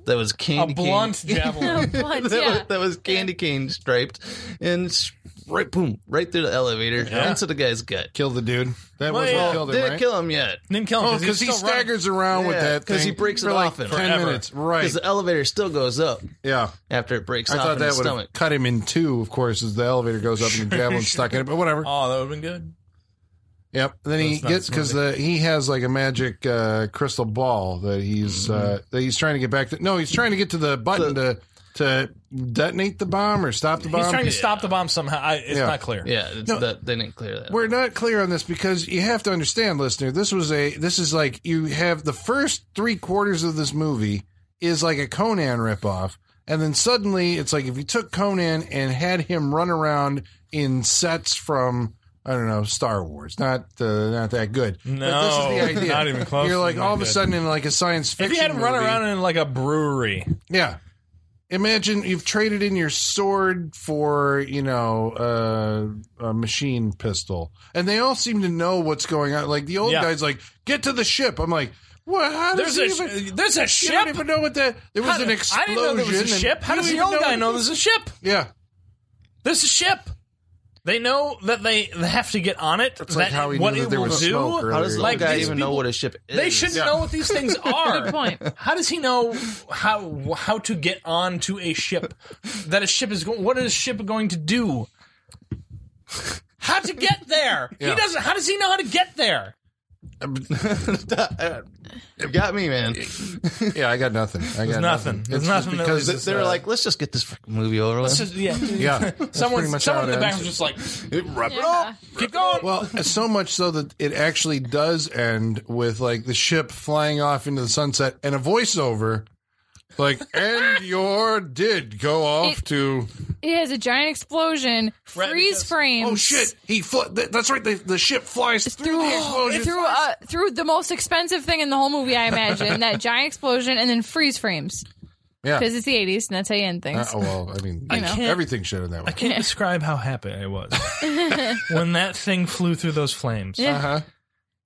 [SPEAKER 5] that was
[SPEAKER 4] a
[SPEAKER 5] candy cane-
[SPEAKER 4] blunt javelin.
[SPEAKER 3] But,
[SPEAKER 5] that,
[SPEAKER 3] yeah.
[SPEAKER 5] was, that was candy cane striped, and sh- right, boom, right through the elevator into the guy's gut.
[SPEAKER 2] Killed the dude. That was
[SPEAKER 4] Well,
[SPEAKER 2] what killed him,
[SPEAKER 5] Didn't
[SPEAKER 2] right?
[SPEAKER 5] kill him yet
[SPEAKER 4] Didn't kill him
[SPEAKER 2] Oh, because he
[SPEAKER 4] he's still running.
[SPEAKER 2] staggers around with
[SPEAKER 5] Yeah,
[SPEAKER 2] that
[SPEAKER 5] 'cause
[SPEAKER 2] thing
[SPEAKER 5] he breaks
[SPEAKER 2] for
[SPEAKER 5] it
[SPEAKER 2] like
[SPEAKER 5] off him.
[SPEAKER 2] ten
[SPEAKER 4] Forever.
[SPEAKER 2] minutes,
[SPEAKER 5] because
[SPEAKER 2] right?
[SPEAKER 5] the elevator still goes up
[SPEAKER 2] Yeah,
[SPEAKER 5] after it breaks
[SPEAKER 2] I
[SPEAKER 5] off
[SPEAKER 2] thought
[SPEAKER 5] in
[SPEAKER 2] that
[SPEAKER 5] his
[SPEAKER 2] would
[SPEAKER 5] stomach.
[SPEAKER 2] have cut him in two. Of course, as the elevator goes up and the javelin's stuck in it, but whatever.
[SPEAKER 4] Oh, that would have been good.
[SPEAKER 2] Yep. Then he
[SPEAKER 4] That's not
[SPEAKER 2] gets because the he has like a magic uh, crystal ball that he's uh, that he's trying to get back to. No, he's trying to get to the button to to detonate the bomb or stop the bomb.
[SPEAKER 4] He's trying to stop the bomb somehow. I, it's
[SPEAKER 2] Yeah.
[SPEAKER 4] not clear.
[SPEAKER 5] Yeah, it's that, they didn't clear that.
[SPEAKER 2] We're not clear on this because you have to understand, listener. This was a this is like you have the first three quarters of this movie is like a Conan ripoff, and then suddenly it's like if you took Conan and had him run around in sets from I don't know Star Wars, not uh, not that good.
[SPEAKER 4] No, not even close
[SPEAKER 2] You're
[SPEAKER 4] to
[SPEAKER 2] like
[SPEAKER 4] that
[SPEAKER 2] all of a
[SPEAKER 4] good.
[SPEAKER 2] sudden in like a science
[SPEAKER 4] If
[SPEAKER 2] fiction.
[SPEAKER 4] he had him run
[SPEAKER 2] movie-
[SPEAKER 4] around in like a brewery,
[SPEAKER 2] yeah. Imagine you've traded in your sword for, you know, uh, a machine pistol. And they all seem to know what's going on. Like the old
[SPEAKER 4] Yeah.
[SPEAKER 2] guy's like, "Get to the ship." I'm like, "What? How does
[SPEAKER 4] there's
[SPEAKER 2] he
[SPEAKER 4] a
[SPEAKER 2] even
[SPEAKER 4] sh- there's a
[SPEAKER 2] You
[SPEAKER 4] ship.
[SPEAKER 2] don't even know what that There was
[SPEAKER 4] How
[SPEAKER 2] an
[SPEAKER 4] do-
[SPEAKER 2] explosion.
[SPEAKER 4] I didn't know there was a
[SPEAKER 2] and
[SPEAKER 4] ship. How
[SPEAKER 2] you
[SPEAKER 4] does the
[SPEAKER 2] even
[SPEAKER 4] old guy know there's a ship?
[SPEAKER 2] Yeah.
[SPEAKER 4] There's a ship. They know that they they have to get on it.
[SPEAKER 2] It's like
[SPEAKER 4] that-
[SPEAKER 2] how he
[SPEAKER 4] what
[SPEAKER 2] knew
[SPEAKER 4] it
[SPEAKER 2] that there
[SPEAKER 4] will
[SPEAKER 2] was
[SPEAKER 4] do.
[SPEAKER 2] smoke earlier.
[SPEAKER 5] How does the
[SPEAKER 4] Like,
[SPEAKER 5] guy
[SPEAKER 4] these
[SPEAKER 5] even know
[SPEAKER 4] people-
[SPEAKER 5] what a ship is?
[SPEAKER 4] They should
[SPEAKER 2] Yeah.
[SPEAKER 4] know what these things are.
[SPEAKER 3] Good point.
[SPEAKER 4] How does he know how how to get onto a ship? That a ship is going. What is a ship going to do? How to get there? He
[SPEAKER 2] Yeah.
[SPEAKER 4] doesn't. How does he know how to get there?
[SPEAKER 5] it got me, man.
[SPEAKER 2] Yeah, I got nothing. I got
[SPEAKER 4] There's nothing. There's
[SPEAKER 2] It's just
[SPEAKER 4] nothing that
[SPEAKER 2] because
[SPEAKER 4] was-
[SPEAKER 5] They were like, let's just get this frickin' movie over with.
[SPEAKER 4] It's just- yeah.
[SPEAKER 2] yeah,
[SPEAKER 4] Someone,
[SPEAKER 2] pretty much
[SPEAKER 4] someone
[SPEAKER 2] how
[SPEAKER 4] in
[SPEAKER 2] it
[SPEAKER 4] the back was
[SPEAKER 2] ends.
[SPEAKER 4] just like,
[SPEAKER 5] Wrap it
[SPEAKER 3] Yeah.
[SPEAKER 4] keep going.
[SPEAKER 2] Well, so much so that it actually does end with like the ship flying off into the sunset and a voiceover like and your did go off
[SPEAKER 3] It-
[SPEAKER 2] to
[SPEAKER 3] It has a giant explosion,
[SPEAKER 4] Right,
[SPEAKER 3] freeze
[SPEAKER 4] because-
[SPEAKER 3] frames.
[SPEAKER 2] oh shit he fl- th- that's right the, the ship flies through the explosion
[SPEAKER 3] Through uh, through the most expensive thing in the whole movie, I imagine that giant explosion and then freeze frames
[SPEAKER 2] yeah
[SPEAKER 3] because it's the '80s and that's how you end
[SPEAKER 2] uh,
[SPEAKER 3] things.
[SPEAKER 2] oh, well I mean
[SPEAKER 4] know.
[SPEAKER 2] everything should in that way
[SPEAKER 4] I can't describe how happy I was when that thing flew through those flames.
[SPEAKER 3] Yeah.
[SPEAKER 2] uh-huh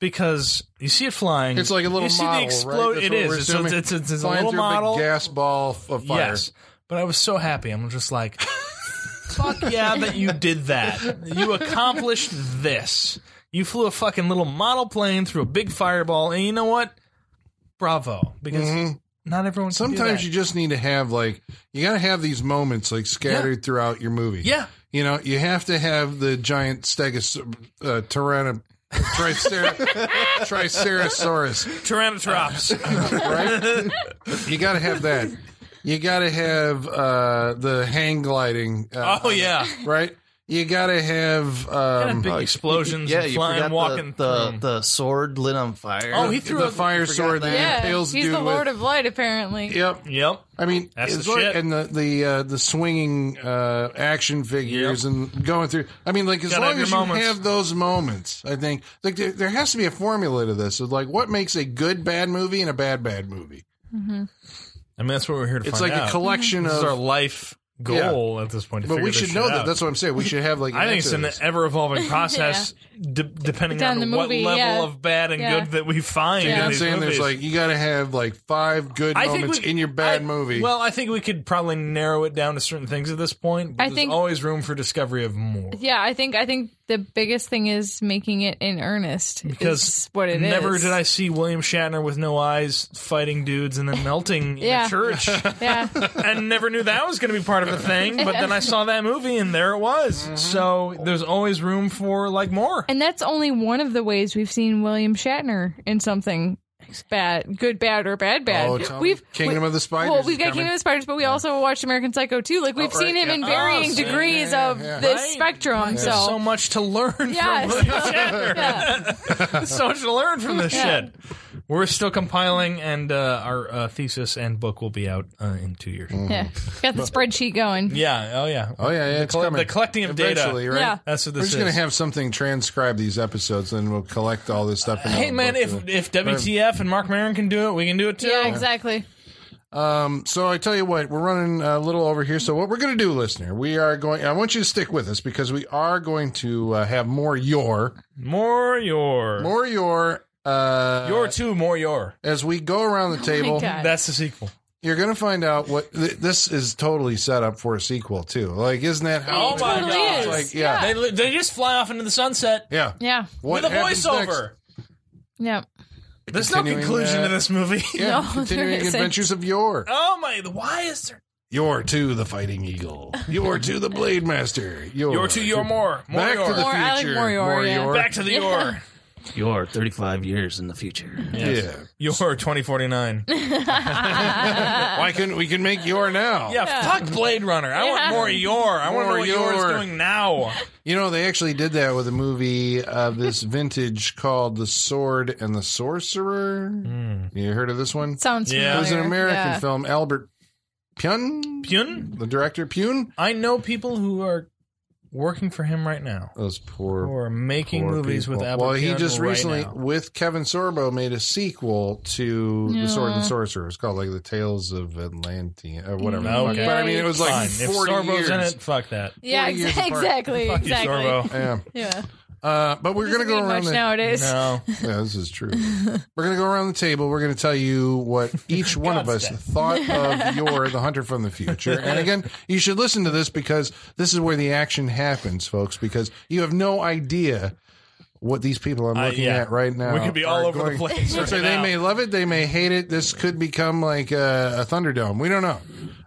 [SPEAKER 4] Because you see it flying.
[SPEAKER 2] it's like a little
[SPEAKER 4] you see
[SPEAKER 2] model right
[SPEAKER 4] The explode-
[SPEAKER 2] That's
[SPEAKER 4] It
[SPEAKER 2] what we're
[SPEAKER 4] is. It's,
[SPEAKER 2] assuming.
[SPEAKER 4] it's, it's, it's, a
[SPEAKER 2] flying
[SPEAKER 4] little
[SPEAKER 2] through
[SPEAKER 4] model.
[SPEAKER 2] a big gas ball f- of fire
[SPEAKER 4] Yes. But I was so happy. I'm just like, fuck yeah that you did that. You accomplished this. You flew a fucking little model plane through a big fireball, and you know what? Bravo. Because not everyone can do
[SPEAKER 2] Mm-hmm. Sometimes
[SPEAKER 4] that.
[SPEAKER 2] you just need to have like you got to have these moments like scattered throughout your movie.
[SPEAKER 4] Yeah.
[SPEAKER 2] you know you have to have the giant stegos, uh, tyranno, tricer- triceratosaurus,
[SPEAKER 4] Tyrannotrops.
[SPEAKER 2] right? you got to have that. You got to have uh, the hang gliding. Uh,
[SPEAKER 4] oh, yeah.
[SPEAKER 2] right. You got to have. Um,
[SPEAKER 4] Big
[SPEAKER 5] Oh, you-
[SPEAKER 4] explosions
[SPEAKER 5] Yeah,
[SPEAKER 4] and
[SPEAKER 5] you
[SPEAKER 4] flying,
[SPEAKER 5] forgot the-
[SPEAKER 4] walking
[SPEAKER 5] the,
[SPEAKER 4] through.
[SPEAKER 5] the, sword lit on fire.
[SPEAKER 4] Oh, he threw
[SPEAKER 2] the
[SPEAKER 4] a-
[SPEAKER 2] fire
[SPEAKER 5] forgot
[SPEAKER 2] sword that
[SPEAKER 5] that.
[SPEAKER 3] Yeah,
[SPEAKER 2] impales
[SPEAKER 3] he's
[SPEAKER 2] dude
[SPEAKER 3] the Lord
[SPEAKER 2] with,
[SPEAKER 3] of Light, apparently.
[SPEAKER 2] Yep.
[SPEAKER 4] Yep.
[SPEAKER 2] I mean,
[SPEAKER 4] That's
[SPEAKER 2] it's
[SPEAKER 4] the
[SPEAKER 2] like-
[SPEAKER 4] shit.
[SPEAKER 2] and the the uh, the swinging uh, action figures and going through. I mean, like as
[SPEAKER 4] Gotta have
[SPEAKER 2] long
[SPEAKER 4] your
[SPEAKER 2] as you
[SPEAKER 4] moments.
[SPEAKER 2] have those moments, I think like there, there has to be a formula to this. Of like what makes a good bad movie and a bad bad movie.
[SPEAKER 4] I mean, that's what we're here to
[SPEAKER 2] It's
[SPEAKER 4] find
[SPEAKER 2] like
[SPEAKER 4] out.
[SPEAKER 2] a collection
[SPEAKER 4] This is our
[SPEAKER 2] of.
[SPEAKER 4] life goal at this point. to
[SPEAKER 2] But we
[SPEAKER 4] figure this
[SPEAKER 2] should know
[SPEAKER 4] shit
[SPEAKER 2] that.
[SPEAKER 4] out.
[SPEAKER 2] That's what I'm saying. We should have like.
[SPEAKER 4] I think it's an
[SPEAKER 2] answers.
[SPEAKER 4] ever evolving process, de- depending
[SPEAKER 3] Down
[SPEAKER 4] on
[SPEAKER 3] the
[SPEAKER 4] what
[SPEAKER 3] movie,
[SPEAKER 4] level
[SPEAKER 3] yeah.
[SPEAKER 4] of bad and
[SPEAKER 3] Yeah.
[SPEAKER 4] good that we find.
[SPEAKER 3] Yeah.
[SPEAKER 4] in
[SPEAKER 2] I'm
[SPEAKER 4] these
[SPEAKER 2] saying
[SPEAKER 4] movies.
[SPEAKER 2] there's like you got to have like five good
[SPEAKER 4] I
[SPEAKER 2] moments
[SPEAKER 4] we-
[SPEAKER 2] in your bad
[SPEAKER 4] I-
[SPEAKER 2] movie.
[SPEAKER 4] Well, I think we could probably narrow it down to certain things at this point. But
[SPEAKER 3] I
[SPEAKER 4] there's
[SPEAKER 3] think-
[SPEAKER 4] always room for discovery of more.
[SPEAKER 3] Yeah, I think I think the biggest thing is making it in earnest.
[SPEAKER 4] Because
[SPEAKER 3] is what it is.
[SPEAKER 4] Never did I see William Shatner with no eyes fighting dudes and then melting in
[SPEAKER 3] Yeah.
[SPEAKER 4] a church,
[SPEAKER 3] Yeah,
[SPEAKER 4] and never knew that was going to be part of the thing. But then I saw that movie, and there it was. So there's always room for like more.
[SPEAKER 3] and that's only one of the ways we've seen William Shatner in something bad, good, bad, or bad, bad.
[SPEAKER 2] Oh, tell me.
[SPEAKER 3] we've
[SPEAKER 2] Kingdom
[SPEAKER 3] we-
[SPEAKER 2] of the Spiders
[SPEAKER 3] Well,
[SPEAKER 2] is
[SPEAKER 3] we've got
[SPEAKER 2] coming.
[SPEAKER 3] Kingdom of the Spiders, but we also watched American Psycho too. Like we've
[SPEAKER 2] right,
[SPEAKER 3] seen him
[SPEAKER 2] yeah.
[SPEAKER 3] in
[SPEAKER 2] Oh,
[SPEAKER 3] varying
[SPEAKER 4] same.
[SPEAKER 3] degrees
[SPEAKER 2] Yeah,
[SPEAKER 3] of
[SPEAKER 2] yeah.
[SPEAKER 3] the
[SPEAKER 4] Right?
[SPEAKER 3] spectrum.
[SPEAKER 4] There's so
[SPEAKER 3] So.
[SPEAKER 4] much to learn
[SPEAKER 3] Yeah,
[SPEAKER 4] from
[SPEAKER 3] so-
[SPEAKER 4] William Shatner.
[SPEAKER 3] yeah.
[SPEAKER 4] so much to learn from this
[SPEAKER 3] Yeah.
[SPEAKER 4] shit. We're still compiling, and uh, our uh, thesis and book will be out uh, in two years.
[SPEAKER 3] yeah, got the spreadsheet going.
[SPEAKER 4] Yeah. Oh yeah.
[SPEAKER 2] oh yeah, yeah, it's
[SPEAKER 4] colle-
[SPEAKER 2] coming.
[SPEAKER 4] the collecting of data.
[SPEAKER 2] Eventually, Right?
[SPEAKER 3] Yeah.
[SPEAKER 4] That's what
[SPEAKER 2] We're
[SPEAKER 4] this
[SPEAKER 2] just
[SPEAKER 4] is.
[SPEAKER 2] gonna have something transcribe these episodes, and we'll collect all this stuff. in
[SPEAKER 4] hey
[SPEAKER 2] our
[SPEAKER 4] man,
[SPEAKER 2] book.
[SPEAKER 4] if if WTF and Mark Maron can do it, we can do it too.
[SPEAKER 3] Yeah, exactly.
[SPEAKER 2] Mm, So I tell you what, we're running a little over here. So what we're going to do, listener, we are going. I want you to stick with us because we are going to uh, have more your
[SPEAKER 4] More your
[SPEAKER 2] more your uh,
[SPEAKER 4] your two more your.
[SPEAKER 2] as we go around the table.
[SPEAKER 3] Oh God.
[SPEAKER 4] That's the sequel.
[SPEAKER 2] You're going to find out what th- this is totally set up for a sequel too. Like, isn't that how?
[SPEAKER 4] Oh my
[SPEAKER 3] totally
[SPEAKER 4] God.
[SPEAKER 3] is.
[SPEAKER 2] Like, yeah.
[SPEAKER 4] They li- they just fly off into the sunset
[SPEAKER 2] yeah,
[SPEAKER 3] Yeah,
[SPEAKER 2] What
[SPEAKER 4] with a
[SPEAKER 2] happens
[SPEAKER 4] voiceover.
[SPEAKER 3] yeah.
[SPEAKER 4] There's no
[SPEAKER 2] Continuing,
[SPEAKER 4] conclusion
[SPEAKER 2] uh,
[SPEAKER 4] to this movie.
[SPEAKER 2] next? Yeah,
[SPEAKER 3] No, there
[SPEAKER 2] continuing
[SPEAKER 3] isn't.
[SPEAKER 2] adventures of your
[SPEAKER 4] Oh my! Why is there?
[SPEAKER 2] your to the fighting eagle, your to the blade master, your
[SPEAKER 4] Your two, your more, more
[SPEAKER 2] Back
[SPEAKER 4] your.
[SPEAKER 2] to the
[SPEAKER 3] More, I like
[SPEAKER 2] future,
[SPEAKER 3] more your,
[SPEAKER 2] more
[SPEAKER 3] yeah.
[SPEAKER 2] your,
[SPEAKER 4] Back to the your.
[SPEAKER 5] You're 35 years in the future.
[SPEAKER 2] yeah.
[SPEAKER 4] Your 2049. yeah,
[SPEAKER 2] Why couldn't we can make your now?
[SPEAKER 4] fuck Blade Runner. I want more your. I want to know
[SPEAKER 2] More
[SPEAKER 4] what your is
[SPEAKER 2] your.
[SPEAKER 4] doing now.
[SPEAKER 2] You know, they actually did that with a movie of this vintage called The Sword and the Sorcerer.
[SPEAKER 4] Hmm.
[SPEAKER 2] You heard of this one?
[SPEAKER 3] Sounds
[SPEAKER 4] Yeah.
[SPEAKER 2] It was an
[SPEAKER 3] familiar.
[SPEAKER 2] American
[SPEAKER 3] Yeah.
[SPEAKER 2] film. Albert Pyun,
[SPEAKER 4] Pyun?
[SPEAKER 2] the director, Pyun.
[SPEAKER 4] I know people who are working for him right now
[SPEAKER 2] Those poor,
[SPEAKER 4] who are making
[SPEAKER 2] poor
[SPEAKER 4] movies
[SPEAKER 2] people.
[SPEAKER 4] with Albert
[SPEAKER 2] Well, he
[SPEAKER 4] Pyun
[SPEAKER 2] just
[SPEAKER 4] right
[SPEAKER 2] recently,
[SPEAKER 4] now.
[SPEAKER 2] with Kevin Sorbo, made a sequel to The Sword and Sorcerer. It's called like The Tales of Atlantean, or whatever. the
[SPEAKER 4] No,
[SPEAKER 2] fuck. But I mean, it was like
[SPEAKER 4] Fine. If
[SPEAKER 2] 40
[SPEAKER 4] Sorbo's
[SPEAKER 2] years.
[SPEAKER 4] in it, fuck that.
[SPEAKER 3] Yeah,
[SPEAKER 2] 40 years
[SPEAKER 3] exa-
[SPEAKER 2] apart.
[SPEAKER 3] exactly,
[SPEAKER 4] Fuck you,
[SPEAKER 3] exactly.
[SPEAKER 4] Sorbo.
[SPEAKER 2] Yeah.
[SPEAKER 3] Yeah,
[SPEAKER 2] Uh, but we're going to
[SPEAKER 3] Doesn't
[SPEAKER 2] go
[SPEAKER 3] mean
[SPEAKER 2] around
[SPEAKER 3] much
[SPEAKER 2] the-
[SPEAKER 3] nowadays.
[SPEAKER 4] No.
[SPEAKER 2] Yeah, this is true. We're going to go around the table. We're going to tell you what each one of us
[SPEAKER 4] Godspeed.
[SPEAKER 2] thought of your The Hunter from the Future. And again, you should listen to this because this is where the action happens, folks, because you have no idea what these people I'm
[SPEAKER 4] Uh,
[SPEAKER 2] looking
[SPEAKER 4] yeah.
[SPEAKER 2] at right now.
[SPEAKER 4] We could be
[SPEAKER 2] are
[SPEAKER 4] all over the
[SPEAKER 2] going-
[SPEAKER 4] place
[SPEAKER 2] So
[SPEAKER 4] right
[SPEAKER 2] they
[SPEAKER 4] now.
[SPEAKER 2] may love it, they may hate it. This could become like a, a Thunderdome. We don't know.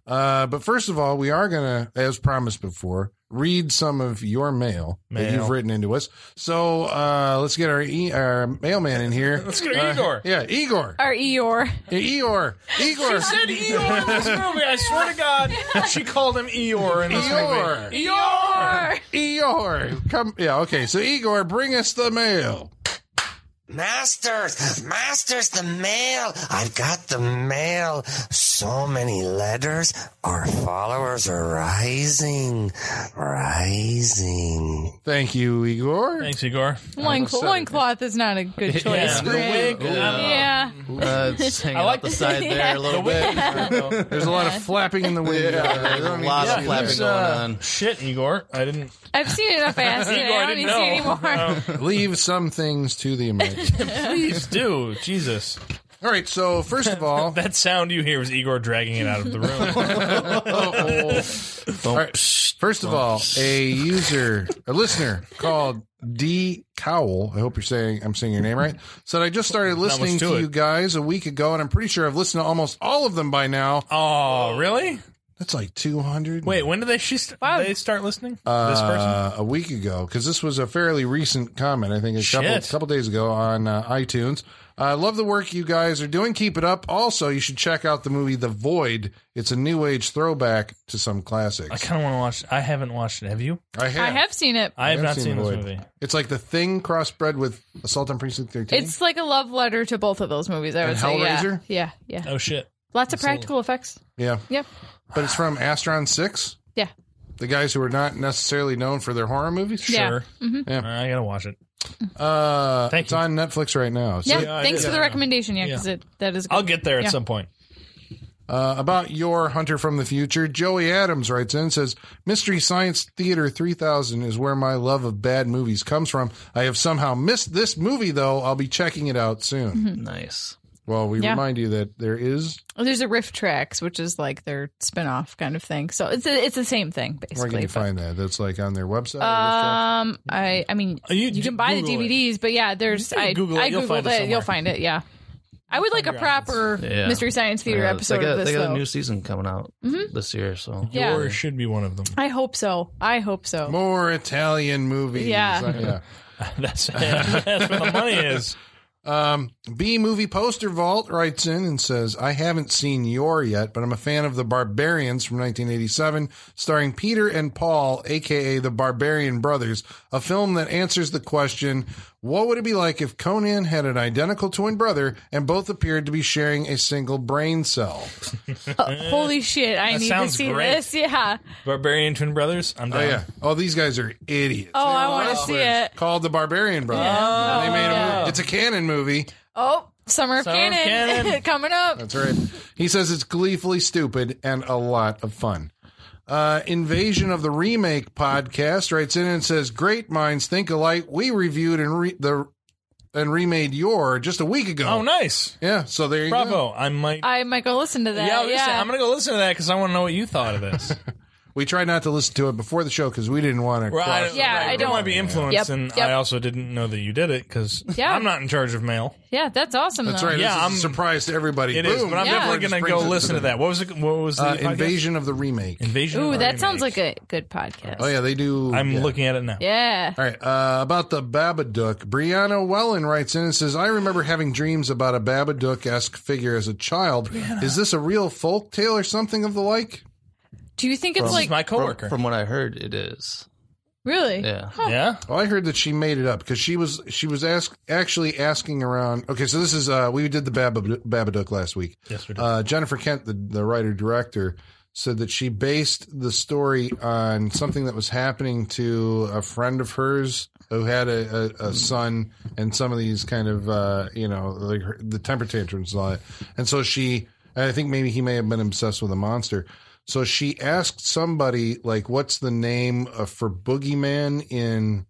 [SPEAKER 2] Uh, but first of all, we are going to, as promised before, read some of your mail, that
[SPEAKER 4] Mail.
[SPEAKER 2] you've written into us. So uh, let's get our, e- our mailman in here.
[SPEAKER 4] Let's get
[SPEAKER 2] Uh,
[SPEAKER 4] Igor.
[SPEAKER 2] Yeah, Igor.
[SPEAKER 3] Our Eeyore.
[SPEAKER 2] Eeyore. Igor.
[SPEAKER 4] said Eeyore in this movie. I swear to God, she called him Eeyore in this
[SPEAKER 2] Eeyore.
[SPEAKER 4] movie. Eeyore.
[SPEAKER 2] Eeyore. Come. Yeah, okay. So, Igor, bring us the mail.
[SPEAKER 6] Masters, masters, the mail. I've got the mail. So many letters. Our followers are rising, rising.
[SPEAKER 2] Thank you, Igor.
[SPEAKER 4] Thanks, Igor.
[SPEAKER 3] Loin loincloth is not a good choice.
[SPEAKER 4] Yeah, the
[SPEAKER 3] for it.
[SPEAKER 4] wig. uh,
[SPEAKER 3] Yeah.
[SPEAKER 5] Uh, it's hanging
[SPEAKER 4] like
[SPEAKER 5] out the side there a little bit.
[SPEAKER 2] There's a lot of flapping in the wind.
[SPEAKER 5] There's a lot
[SPEAKER 4] yeah,
[SPEAKER 5] of flapping
[SPEAKER 4] he's,
[SPEAKER 5] going
[SPEAKER 4] uh,
[SPEAKER 5] on.
[SPEAKER 4] Shit, Igor. I didn't.
[SPEAKER 3] I've seen enough ass today.
[SPEAKER 4] Igor,
[SPEAKER 3] I don't need to see
[SPEAKER 4] I
[SPEAKER 3] anymore.
[SPEAKER 4] didn't know.
[SPEAKER 2] Leave some things to the Americans.
[SPEAKER 4] Please do. Jesus.
[SPEAKER 2] All right. So, first of all,
[SPEAKER 4] That sound you hear was Igor dragging it out of the room.
[SPEAKER 2] All right. First of all, a user, a listener called D Cowell. I hope you're saying I'm saying your name right. Said I just started listening
[SPEAKER 4] to
[SPEAKER 2] to,
[SPEAKER 4] it.
[SPEAKER 2] you guys a week ago, and I'm pretty sure I've listened to almost all of them by now.
[SPEAKER 4] oh, really?
[SPEAKER 2] That's like 200.
[SPEAKER 4] Wait, when did they she st-
[SPEAKER 3] Wow.
[SPEAKER 4] they start listening? this person?
[SPEAKER 2] Uh, a week ago, because this was a fairly recent comment. I think a couple
[SPEAKER 4] Shit.
[SPEAKER 2] couple days ago on uh, iTunes. I love the work you guys are doing. Keep it up. Also, you should check out the movie The Void. It's a new age throwback to some
[SPEAKER 4] I
[SPEAKER 2] classics.
[SPEAKER 4] kind of want to watch. I haven't watched it. Have you?
[SPEAKER 2] I have.
[SPEAKER 3] I have seen it.
[SPEAKER 4] I have
[SPEAKER 2] haven't
[SPEAKER 4] not seen,
[SPEAKER 2] The
[SPEAKER 4] this
[SPEAKER 2] Void.
[SPEAKER 4] movie.
[SPEAKER 2] It's like the thing crossbred with Assault on Precinct 13.
[SPEAKER 3] It's like a love letter to both of those movies. I would
[SPEAKER 2] And
[SPEAKER 3] say, yeah,
[SPEAKER 2] Hellraiser?
[SPEAKER 3] yeah, yeah.
[SPEAKER 4] Oh shit.
[SPEAKER 3] Lots of practical effects.
[SPEAKER 2] yeah.
[SPEAKER 3] Yep.
[SPEAKER 2] But it's from Astron 6,
[SPEAKER 3] Yeah.
[SPEAKER 2] the guys who are not necessarily known for their horror movies.
[SPEAKER 3] Yeah. Mm-hmm.
[SPEAKER 4] Sure. I gotta watch it.
[SPEAKER 2] Uh,
[SPEAKER 4] Thank
[SPEAKER 2] it's
[SPEAKER 4] you.
[SPEAKER 2] on Netflix right now. So,
[SPEAKER 3] Yeah.
[SPEAKER 4] Yeah, I
[SPEAKER 3] Thanks
[SPEAKER 4] did.
[SPEAKER 3] for the recommendation. Yeah, because it that is. Good.
[SPEAKER 4] I'll get there at
[SPEAKER 3] Yeah.
[SPEAKER 4] some point.
[SPEAKER 2] uh, about your Hunter from the Future, Joey Adams writes in and says, Mystery Science Theater 3000 is where my love of bad movies comes from. I have somehow missed this movie, though. I'll be checking it out soon.
[SPEAKER 5] Nice.
[SPEAKER 2] Well, we
[SPEAKER 3] Mm-hmm. Yeah.
[SPEAKER 2] remind you that there is
[SPEAKER 3] There's a riff tracks, which is like their spin off kind of thing. So it's a, it's the same thing
[SPEAKER 2] where can
[SPEAKER 3] basically.
[SPEAKER 2] you find that? That's like on their website. or just-
[SPEAKER 3] um, I I mean,
[SPEAKER 4] Uh, you
[SPEAKER 3] you,
[SPEAKER 4] d-
[SPEAKER 3] can buy
[SPEAKER 4] Google
[SPEAKER 3] the
[SPEAKER 4] it.
[SPEAKER 3] DVDs, but yeah, there's
[SPEAKER 4] You can
[SPEAKER 3] I
[SPEAKER 4] Google it,
[SPEAKER 3] I
[SPEAKER 4] you'll
[SPEAKER 3] googled
[SPEAKER 4] find it
[SPEAKER 3] it.
[SPEAKER 4] somewhere.
[SPEAKER 3] you'll find it. Yeah. I would like a proper
[SPEAKER 5] Yeah.
[SPEAKER 3] Mystery Science Theater
[SPEAKER 5] Yeah,
[SPEAKER 3] episode
[SPEAKER 5] they got,
[SPEAKER 3] of this
[SPEAKER 5] they got
[SPEAKER 3] though.
[SPEAKER 5] a new season coming out this year, so
[SPEAKER 3] Yeah.
[SPEAKER 4] Or should be one of them.
[SPEAKER 3] I hope so. I hope so.
[SPEAKER 2] more Italian movies.
[SPEAKER 3] Yeah.
[SPEAKER 2] yeah.
[SPEAKER 4] that's, that's where the money is.
[SPEAKER 2] Um, B movie poster vault writes in and says, "I haven't seen Yor yet, but I'm a fan of the Barbarians from 1987, starring Peter and Paul, aka the Barbarian Brothers, a film that answers the question." What would it be like if Conan had an identical twin brother and both appeared to be sharing a single brain cell?
[SPEAKER 3] Uh, holy shit! I
[SPEAKER 4] Eh, That
[SPEAKER 3] need to
[SPEAKER 4] sounds
[SPEAKER 3] see
[SPEAKER 4] great.
[SPEAKER 3] this. Yeah.
[SPEAKER 4] Barbarian Twin Brothers. I'm
[SPEAKER 2] Oh
[SPEAKER 4] down.
[SPEAKER 2] yeah. Oh, these guys are idiots.
[SPEAKER 3] Oh,
[SPEAKER 2] They
[SPEAKER 3] I
[SPEAKER 2] were
[SPEAKER 3] wanna
[SPEAKER 2] wrestlers
[SPEAKER 3] see it.
[SPEAKER 2] Called the Barbarian Brothers. They made a movie. It's a canon movie.
[SPEAKER 3] Oh, Summer of
[SPEAKER 4] Summer of
[SPEAKER 3] Cannon,
[SPEAKER 4] Cannon.
[SPEAKER 3] coming up.
[SPEAKER 2] That's right. He says it's gleefully stupid and a lot of fun. Uh, Invasion of the Remake podcast writes in and says, "Great minds think alike." We reviewed and re- the and remade your just a week ago.
[SPEAKER 4] Oh, nice.
[SPEAKER 2] Yeah, so there you go.
[SPEAKER 4] Bravo. I might.
[SPEAKER 3] I might go listen to that.
[SPEAKER 4] yeah,
[SPEAKER 3] Yeah,
[SPEAKER 4] listen, I'm gonna go listen to that because I want to know what you thought of this.
[SPEAKER 2] We tried not to listen to it before the show because we didn't want to.
[SPEAKER 4] Well, I,
[SPEAKER 3] Yeah, I
[SPEAKER 4] we
[SPEAKER 3] don't-
[SPEAKER 4] want to be influenced,
[SPEAKER 3] Yep,
[SPEAKER 4] and
[SPEAKER 3] yep.
[SPEAKER 4] I also didn't know that you did it because
[SPEAKER 3] Yeah.
[SPEAKER 4] I'm not in charge of mail.
[SPEAKER 3] yeah, that's awesome.
[SPEAKER 2] That's
[SPEAKER 3] though.
[SPEAKER 2] right.
[SPEAKER 4] Yeah,
[SPEAKER 2] Yeah,
[SPEAKER 4] I'm-
[SPEAKER 2] I'm surprised to everybody.
[SPEAKER 4] It
[SPEAKER 2] Boom.
[SPEAKER 4] is, but I'm
[SPEAKER 3] Yeah.
[SPEAKER 4] definitely
[SPEAKER 2] Just
[SPEAKER 4] gonna
[SPEAKER 2] brings
[SPEAKER 4] go
[SPEAKER 2] it
[SPEAKER 4] listen to
[SPEAKER 2] the-
[SPEAKER 4] that. What was it? What was the
[SPEAKER 2] Uh,
[SPEAKER 4] podcast?
[SPEAKER 2] Invasion of the Remake.
[SPEAKER 4] Invasion.
[SPEAKER 3] Ooh,
[SPEAKER 4] of the
[SPEAKER 3] that sounds
[SPEAKER 4] Remake.
[SPEAKER 3] like a good podcast.
[SPEAKER 2] Oh yeah, they do.
[SPEAKER 4] I'm
[SPEAKER 2] yeah.
[SPEAKER 4] looking at it now.
[SPEAKER 3] Yeah.
[SPEAKER 2] All right. Uh, about the Babadook, Brianna Wellen writes in and says, I remember having dreams about a Babadook esque figure as a child. Is this a real folk tale or something of the like?
[SPEAKER 3] Do you think it's
[SPEAKER 4] This is
[SPEAKER 3] like
[SPEAKER 4] my
[SPEAKER 5] from,
[SPEAKER 4] coworker.
[SPEAKER 5] from what I heard, it is.
[SPEAKER 3] really?
[SPEAKER 5] Yeah,
[SPEAKER 4] yeah,
[SPEAKER 2] Well, Oh, I heard that she made it up because she was she was ask, actually asking around. Okay, so this is uh, we did the Babab- Babadook last week.
[SPEAKER 4] yes, we did.
[SPEAKER 2] Uh, Jennifer Kent, the, the writer director, said that she based the story on something that was happening to a friend of hers who had a, a, a son and some of these kind of, uh, you know, like her, the temper tantrums and all that. And so she, I think maybe he may have been obsessed with a monster. So she asked somebody, like, what's the name of, for boogeyman in.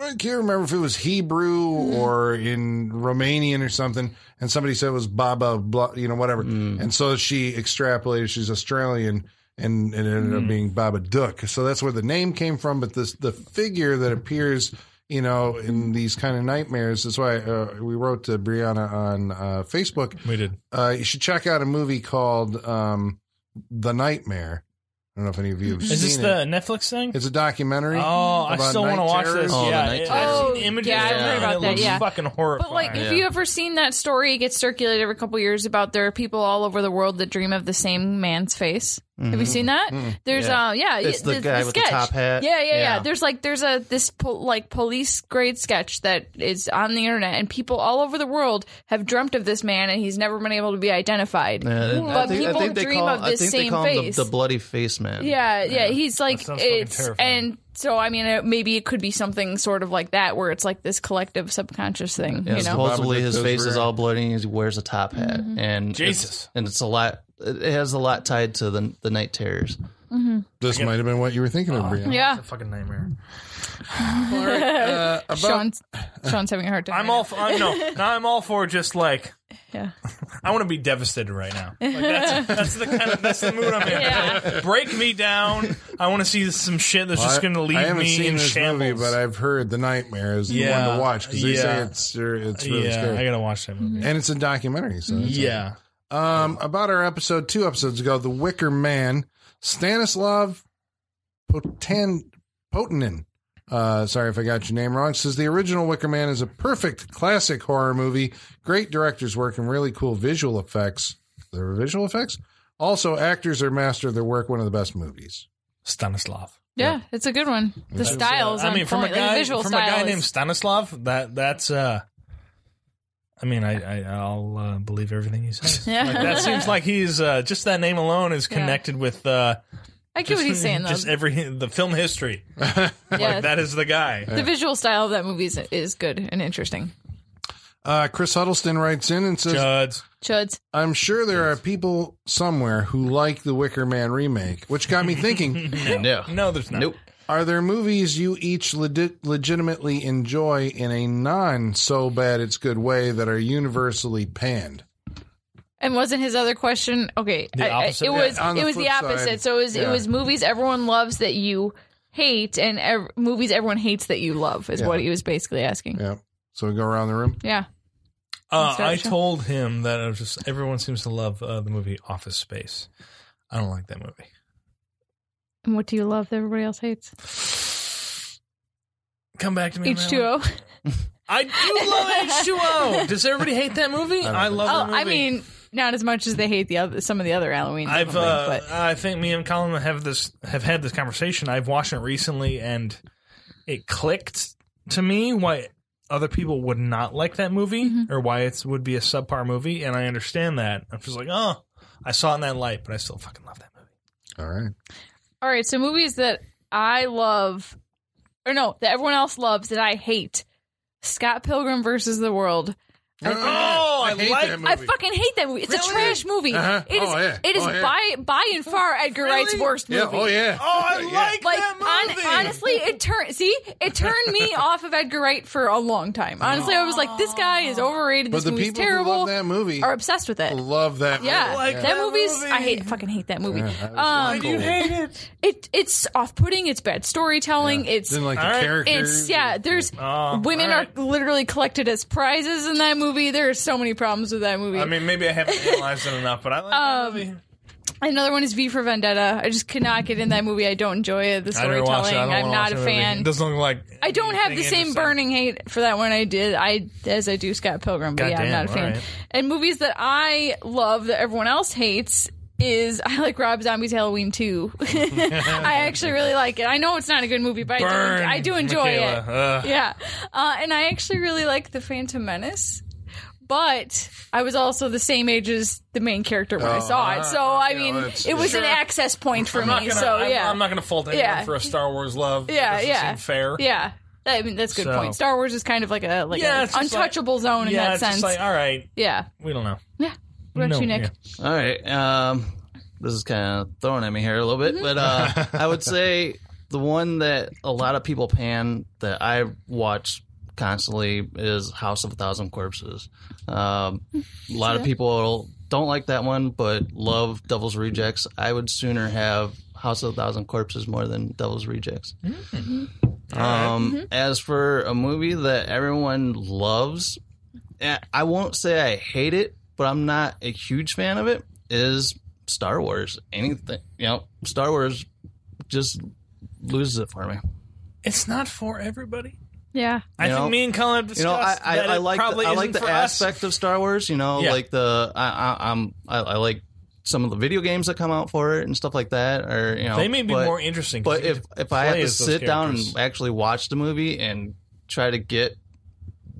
[SPEAKER 2] I can't remember if it was Hebrew or in Romanian or something, and somebody said it was Baba, blah, you know, whatever. And so she extrapolated; she's Australian, and, and it ended up being Baba Duck. So that's where the name came from. But this the figure that appears, you know, in these kind of nightmares. That's why uh, we wrote to Brianna on uh, Facebook.
[SPEAKER 4] we did.
[SPEAKER 2] Uh, you should check out a movie called um, The Nightmare. I don't know if any of you have
[SPEAKER 4] Is
[SPEAKER 2] seen
[SPEAKER 4] this
[SPEAKER 2] it.
[SPEAKER 4] the Netflix thing?
[SPEAKER 2] It's a documentary.
[SPEAKER 4] Oh, I
[SPEAKER 2] about
[SPEAKER 4] still
[SPEAKER 2] night
[SPEAKER 4] want to watch this.
[SPEAKER 2] terrors.
[SPEAKER 5] Oh, the
[SPEAKER 4] yeah,
[SPEAKER 5] night
[SPEAKER 4] it-
[SPEAKER 3] terrors.
[SPEAKER 4] I've seen images.
[SPEAKER 3] Yeah,
[SPEAKER 5] I've heard
[SPEAKER 4] and
[SPEAKER 3] about
[SPEAKER 4] it
[SPEAKER 3] that,
[SPEAKER 4] looks
[SPEAKER 3] yeah.
[SPEAKER 4] fucking horrifying.
[SPEAKER 3] But like, if
[SPEAKER 5] Yeah.
[SPEAKER 3] you ever seen that story, it gets circulated every couple years about there are people all over the world that dream of the same man's face. Have you seen that? There's
[SPEAKER 5] Mm-hmm. Yeah.
[SPEAKER 3] uh yeah,
[SPEAKER 5] It's the guy with the
[SPEAKER 3] sketch.
[SPEAKER 5] top hat.
[SPEAKER 3] Yeah, yeah, yeah,
[SPEAKER 5] Yeah.
[SPEAKER 3] There's like there's a this po- like police grade sketch that is on the internet, and people all over the world have dreamt of this man, and he's never been able to be identified. Yeah,
[SPEAKER 5] Uh,
[SPEAKER 3] But people dream of
[SPEAKER 5] I
[SPEAKER 3] this
[SPEAKER 5] think they
[SPEAKER 3] same
[SPEAKER 5] call him
[SPEAKER 3] face.
[SPEAKER 5] the, the bloody face man.
[SPEAKER 3] yeah, he's like
[SPEAKER 4] sounds fucking
[SPEAKER 3] it's
[SPEAKER 4] terrifying.
[SPEAKER 3] and. So I mean, it, maybe it could be something sort of like that, where it's like this collective subconscious thing,
[SPEAKER 5] Yeah,
[SPEAKER 3] you know?
[SPEAKER 5] supposedly
[SPEAKER 2] Robin
[SPEAKER 5] his
[SPEAKER 2] Hood's
[SPEAKER 5] face is
[SPEAKER 2] rear.
[SPEAKER 5] all bloody and he wears a top hat. And
[SPEAKER 4] Jesus.
[SPEAKER 5] it's, and it's a lot. It has a lot tied to the the night terrors.
[SPEAKER 2] This might have been what you were thinking of, Brian.
[SPEAKER 3] Yeah,
[SPEAKER 4] a Oh, fucking nightmare.
[SPEAKER 2] Uh, about-
[SPEAKER 3] Sean's Sean's having a hard time.
[SPEAKER 4] I'm all. For, I'm no. Now I'm all for just like.
[SPEAKER 3] Yeah.
[SPEAKER 4] I want to be devastated right now. Like that's, that's the kind of that's the mood I'm in.
[SPEAKER 3] Yeah.
[SPEAKER 4] Break me down. I want to see some shit that's just going to leave
[SPEAKER 2] I haven't
[SPEAKER 4] me
[SPEAKER 2] seen
[SPEAKER 4] in
[SPEAKER 2] this
[SPEAKER 4] shambles.
[SPEAKER 2] movie, but I've heard The Nightmare is the
[SPEAKER 4] Yeah,
[SPEAKER 2] one to watch because they say
[SPEAKER 4] yeah.
[SPEAKER 2] it's it's really
[SPEAKER 4] yeah,
[SPEAKER 2] scary,
[SPEAKER 4] I gotta watch that
[SPEAKER 3] Mm-hmm.
[SPEAKER 4] movie.
[SPEAKER 2] and it's a documentary. So it's
[SPEAKER 4] Yeah,
[SPEAKER 2] Um, about our episode two episodes ago, The Wicker Man, Stanislav Potan- Potenin. Uh, sorry if I got your name wrong. Says the original Wicker Man is a perfect classic horror movie. Great director's work and really cool visual effects. There were visual effects. Also, actors are master of their work. One of the best movies.
[SPEAKER 4] Stanislav.
[SPEAKER 3] Yeah, it's a good one. The styles.
[SPEAKER 4] uh, I mean,
[SPEAKER 3] on
[SPEAKER 4] from
[SPEAKER 3] point,
[SPEAKER 4] a
[SPEAKER 3] like, the
[SPEAKER 4] guy
[SPEAKER 3] visual
[SPEAKER 4] from a
[SPEAKER 3] style
[SPEAKER 4] guy
[SPEAKER 3] is-
[SPEAKER 4] named Stanislav, that that's. uh I mean, I, I I'll uh, believe everything he says.
[SPEAKER 3] Yeah.
[SPEAKER 4] Like, that seems like he's uh, just that name alone is
[SPEAKER 3] Yeah.
[SPEAKER 4] connected with uh,
[SPEAKER 3] I get what he's saying though.
[SPEAKER 4] just every the film history.
[SPEAKER 3] yeah,
[SPEAKER 4] That is the guy.
[SPEAKER 3] the visual style of that movie is, is good and interesting.
[SPEAKER 2] Uh, Chris Huddleston writes in and says,
[SPEAKER 4] Chuds.
[SPEAKER 3] Chuds.
[SPEAKER 2] I'm sure there are people somewhere who like the Wicker Man remake, which got me thinking.
[SPEAKER 5] No.
[SPEAKER 4] No, there's not.
[SPEAKER 5] Nope.
[SPEAKER 2] Are there movies you each legi- legitimately enjoy in a non so bad it's good way that are universally panned?
[SPEAKER 3] And wasn't his other question okay?
[SPEAKER 4] The
[SPEAKER 3] I- I-
[SPEAKER 4] opposite.
[SPEAKER 3] it was
[SPEAKER 2] Yeah, on the
[SPEAKER 3] it was
[SPEAKER 2] flip
[SPEAKER 3] the opposite.
[SPEAKER 2] side.
[SPEAKER 3] So it was
[SPEAKER 2] Yeah.
[SPEAKER 3] it was movies everyone loves that you hate, and ev- movies everyone hates that you love is what he was basically asking. Yeah.
[SPEAKER 2] Yeah. So we go around the room.
[SPEAKER 4] Uh,
[SPEAKER 3] Scott
[SPEAKER 4] I
[SPEAKER 3] Shaw.
[SPEAKER 4] told him that I was just everyone seems to love uh, the movie Office Space. I don't like that movie.
[SPEAKER 3] And what do you love that everybody else hates?
[SPEAKER 4] Come back to me. on that
[SPEAKER 3] H two
[SPEAKER 4] one.
[SPEAKER 3] O.
[SPEAKER 4] I do love H two O. Does everybody hate that movie? I, love.
[SPEAKER 3] Oh,
[SPEAKER 4] that movie.
[SPEAKER 3] I mean, not as much as they hate the other some of the other Halloween.
[SPEAKER 4] I've uh,
[SPEAKER 3] but
[SPEAKER 4] I think me and Colin have this have had this conversation. I've watched it recently, and it clicked to me why other people would not like that movie
[SPEAKER 3] Mm-hmm.
[SPEAKER 4] or why it would be a subpar movie, and I understand that. I'm just like, oh, I saw it in that light, but I still fucking love that movie.
[SPEAKER 2] All right.
[SPEAKER 3] All right, so movies that I love, or no, that everyone else loves that I hate. Scott Pilgrim versus the World.
[SPEAKER 4] Oh, I like-
[SPEAKER 3] I fucking hate that movie. It's a trash movie.
[SPEAKER 2] Uh-huh.
[SPEAKER 3] It is.
[SPEAKER 2] Oh, yeah.
[SPEAKER 3] It is
[SPEAKER 2] Oh, yeah.
[SPEAKER 3] by by and far Edgar Wright's worst movie.
[SPEAKER 2] Yeah. Oh, yeah.
[SPEAKER 4] Oh, I like
[SPEAKER 3] Like
[SPEAKER 4] that movie.
[SPEAKER 3] hon- honestly, it turned see it turned me off of Edgar Wright for a long time. Honestly, I was like, this guy is overrated.
[SPEAKER 2] But
[SPEAKER 3] This
[SPEAKER 2] the
[SPEAKER 3] movie's
[SPEAKER 2] people
[SPEAKER 3] terrible.
[SPEAKER 2] who love that movie
[SPEAKER 3] are obsessed with it.
[SPEAKER 2] love that
[SPEAKER 3] Yeah,
[SPEAKER 2] movie.
[SPEAKER 4] like
[SPEAKER 3] that,
[SPEAKER 4] that
[SPEAKER 3] movie's.
[SPEAKER 4] movie.
[SPEAKER 3] I hate fucking hate that movie.
[SPEAKER 2] Yeah, that was
[SPEAKER 3] um,
[SPEAKER 2] cool.
[SPEAKER 4] it?
[SPEAKER 3] it it's off putting. It's bad storytelling. It's
[SPEAKER 2] Didn't like the
[SPEAKER 4] Um, All right.
[SPEAKER 2] characters.
[SPEAKER 3] it's yeah. There's
[SPEAKER 4] Oh,
[SPEAKER 3] women
[SPEAKER 4] all right.
[SPEAKER 3] are literally collected as prizes in that movie. There are so many problems with that movie.
[SPEAKER 4] I mean, maybe I haven't analyzed it enough, but I like
[SPEAKER 3] Um,
[SPEAKER 4] that movie.
[SPEAKER 3] Another one is V for Vendetta. I just cannot get in that movie. I don't enjoy it. The
[SPEAKER 4] I never watched
[SPEAKER 3] storytelling.
[SPEAKER 4] it. I don't
[SPEAKER 3] I'm
[SPEAKER 4] wanna
[SPEAKER 3] not
[SPEAKER 4] watch
[SPEAKER 3] a
[SPEAKER 4] that movie. It
[SPEAKER 3] fan.
[SPEAKER 4] doesn't look like
[SPEAKER 3] I don't have the
[SPEAKER 4] anything
[SPEAKER 3] same
[SPEAKER 4] interesting.
[SPEAKER 3] burning hate for that one I did. I as I do Scott Pilgrim, but yeah,
[SPEAKER 4] Goddamn,
[SPEAKER 3] I'm not a fan.
[SPEAKER 4] all right.
[SPEAKER 3] And movies that I love that everyone else hates is I like Rob Zombie's Halloween 2. I actually really like it. I know it's not a good movie, but I do,
[SPEAKER 4] Burn,
[SPEAKER 3] en- I do enjoy
[SPEAKER 4] Michaela.
[SPEAKER 3] it.
[SPEAKER 4] Ugh.
[SPEAKER 3] Yeah. Uh, and I actually really like The Phantom Menace. But I was also the same age as the main character when I saw it. So, I mean,
[SPEAKER 2] that's-
[SPEAKER 3] it was an access point for
[SPEAKER 4] I'm
[SPEAKER 3] me.
[SPEAKER 4] not gonna,
[SPEAKER 3] so,
[SPEAKER 4] I'm,
[SPEAKER 3] yeah.
[SPEAKER 4] I'm not gonna fault anyone
[SPEAKER 3] Yeah.
[SPEAKER 4] for a Star Wars love. That
[SPEAKER 3] Yeah,
[SPEAKER 4] doesn't
[SPEAKER 3] yeah.
[SPEAKER 4] seem fair.
[SPEAKER 3] yeah. I mean, that's a good
[SPEAKER 4] So-
[SPEAKER 3] point. Star Wars is kind of like a like
[SPEAKER 4] Yeah,
[SPEAKER 3] an
[SPEAKER 4] it's just like-
[SPEAKER 3] untouchable zone in
[SPEAKER 4] yeah,
[SPEAKER 3] that
[SPEAKER 4] it's
[SPEAKER 3] sense.
[SPEAKER 4] just like all right,
[SPEAKER 3] yeah.
[SPEAKER 4] we don't know.
[SPEAKER 3] Yeah. What about
[SPEAKER 4] No,
[SPEAKER 3] you, Nick?
[SPEAKER 4] yeah.
[SPEAKER 5] All right. Um, this is kind of throwing at me here a little bit, but uh, I would say the one that a lot of people pan that I watch constantly is House of a Thousand Corpses. Um, a lot of people don't like that one, but love Devil's Rejects. I would sooner have House of a Thousand Corpses more than Devil's Rejects. Um, As for a movie that everyone loves, eh, I won't say I hate it, but I'm not a huge fan of it. Is Star Wars, anything. You know, Star Wars just loses it for me.
[SPEAKER 4] It's not for everybody.
[SPEAKER 3] Yeah.
[SPEAKER 4] I
[SPEAKER 5] You know-
[SPEAKER 4] think me and Colin have discussed
[SPEAKER 5] You know, I, I,
[SPEAKER 4] that
[SPEAKER 5] I
[SPEAKER 4] it
[SPEAKER 5] like
[SPEAKER 4] probably
[SPEAKER 5] the, I
[SPEAKER 4] isn't
[SPEAKER 5] like the
[SPEAKER 4] for us.
[SPEAKER 5] aspect of Star Wars. You know,
[SPEAKER 4] Yeah.
[SPEAKER 5] like the I, I, I'm I, I like some of the video games that come out for it and stuff like that. Or you know,
[SPEAKER 4] They may be
[SPEAKER 5] but-
[SPEAKER 4] more interesting. 'cause
[SPEAKER 5] But
[SPEAKER 4] you
[SPEAKER 5] if
[SPEAKER 4] get to
[SPEAKER 5] if I have
[SPEAKER 4] play
[SPEAKER 5] to
[SPEAKER 4] as those
[SPEAKER 5] sit down
[SPEAKER 4] characters.
[SPEAKER 5] and actually watch the movie and try to get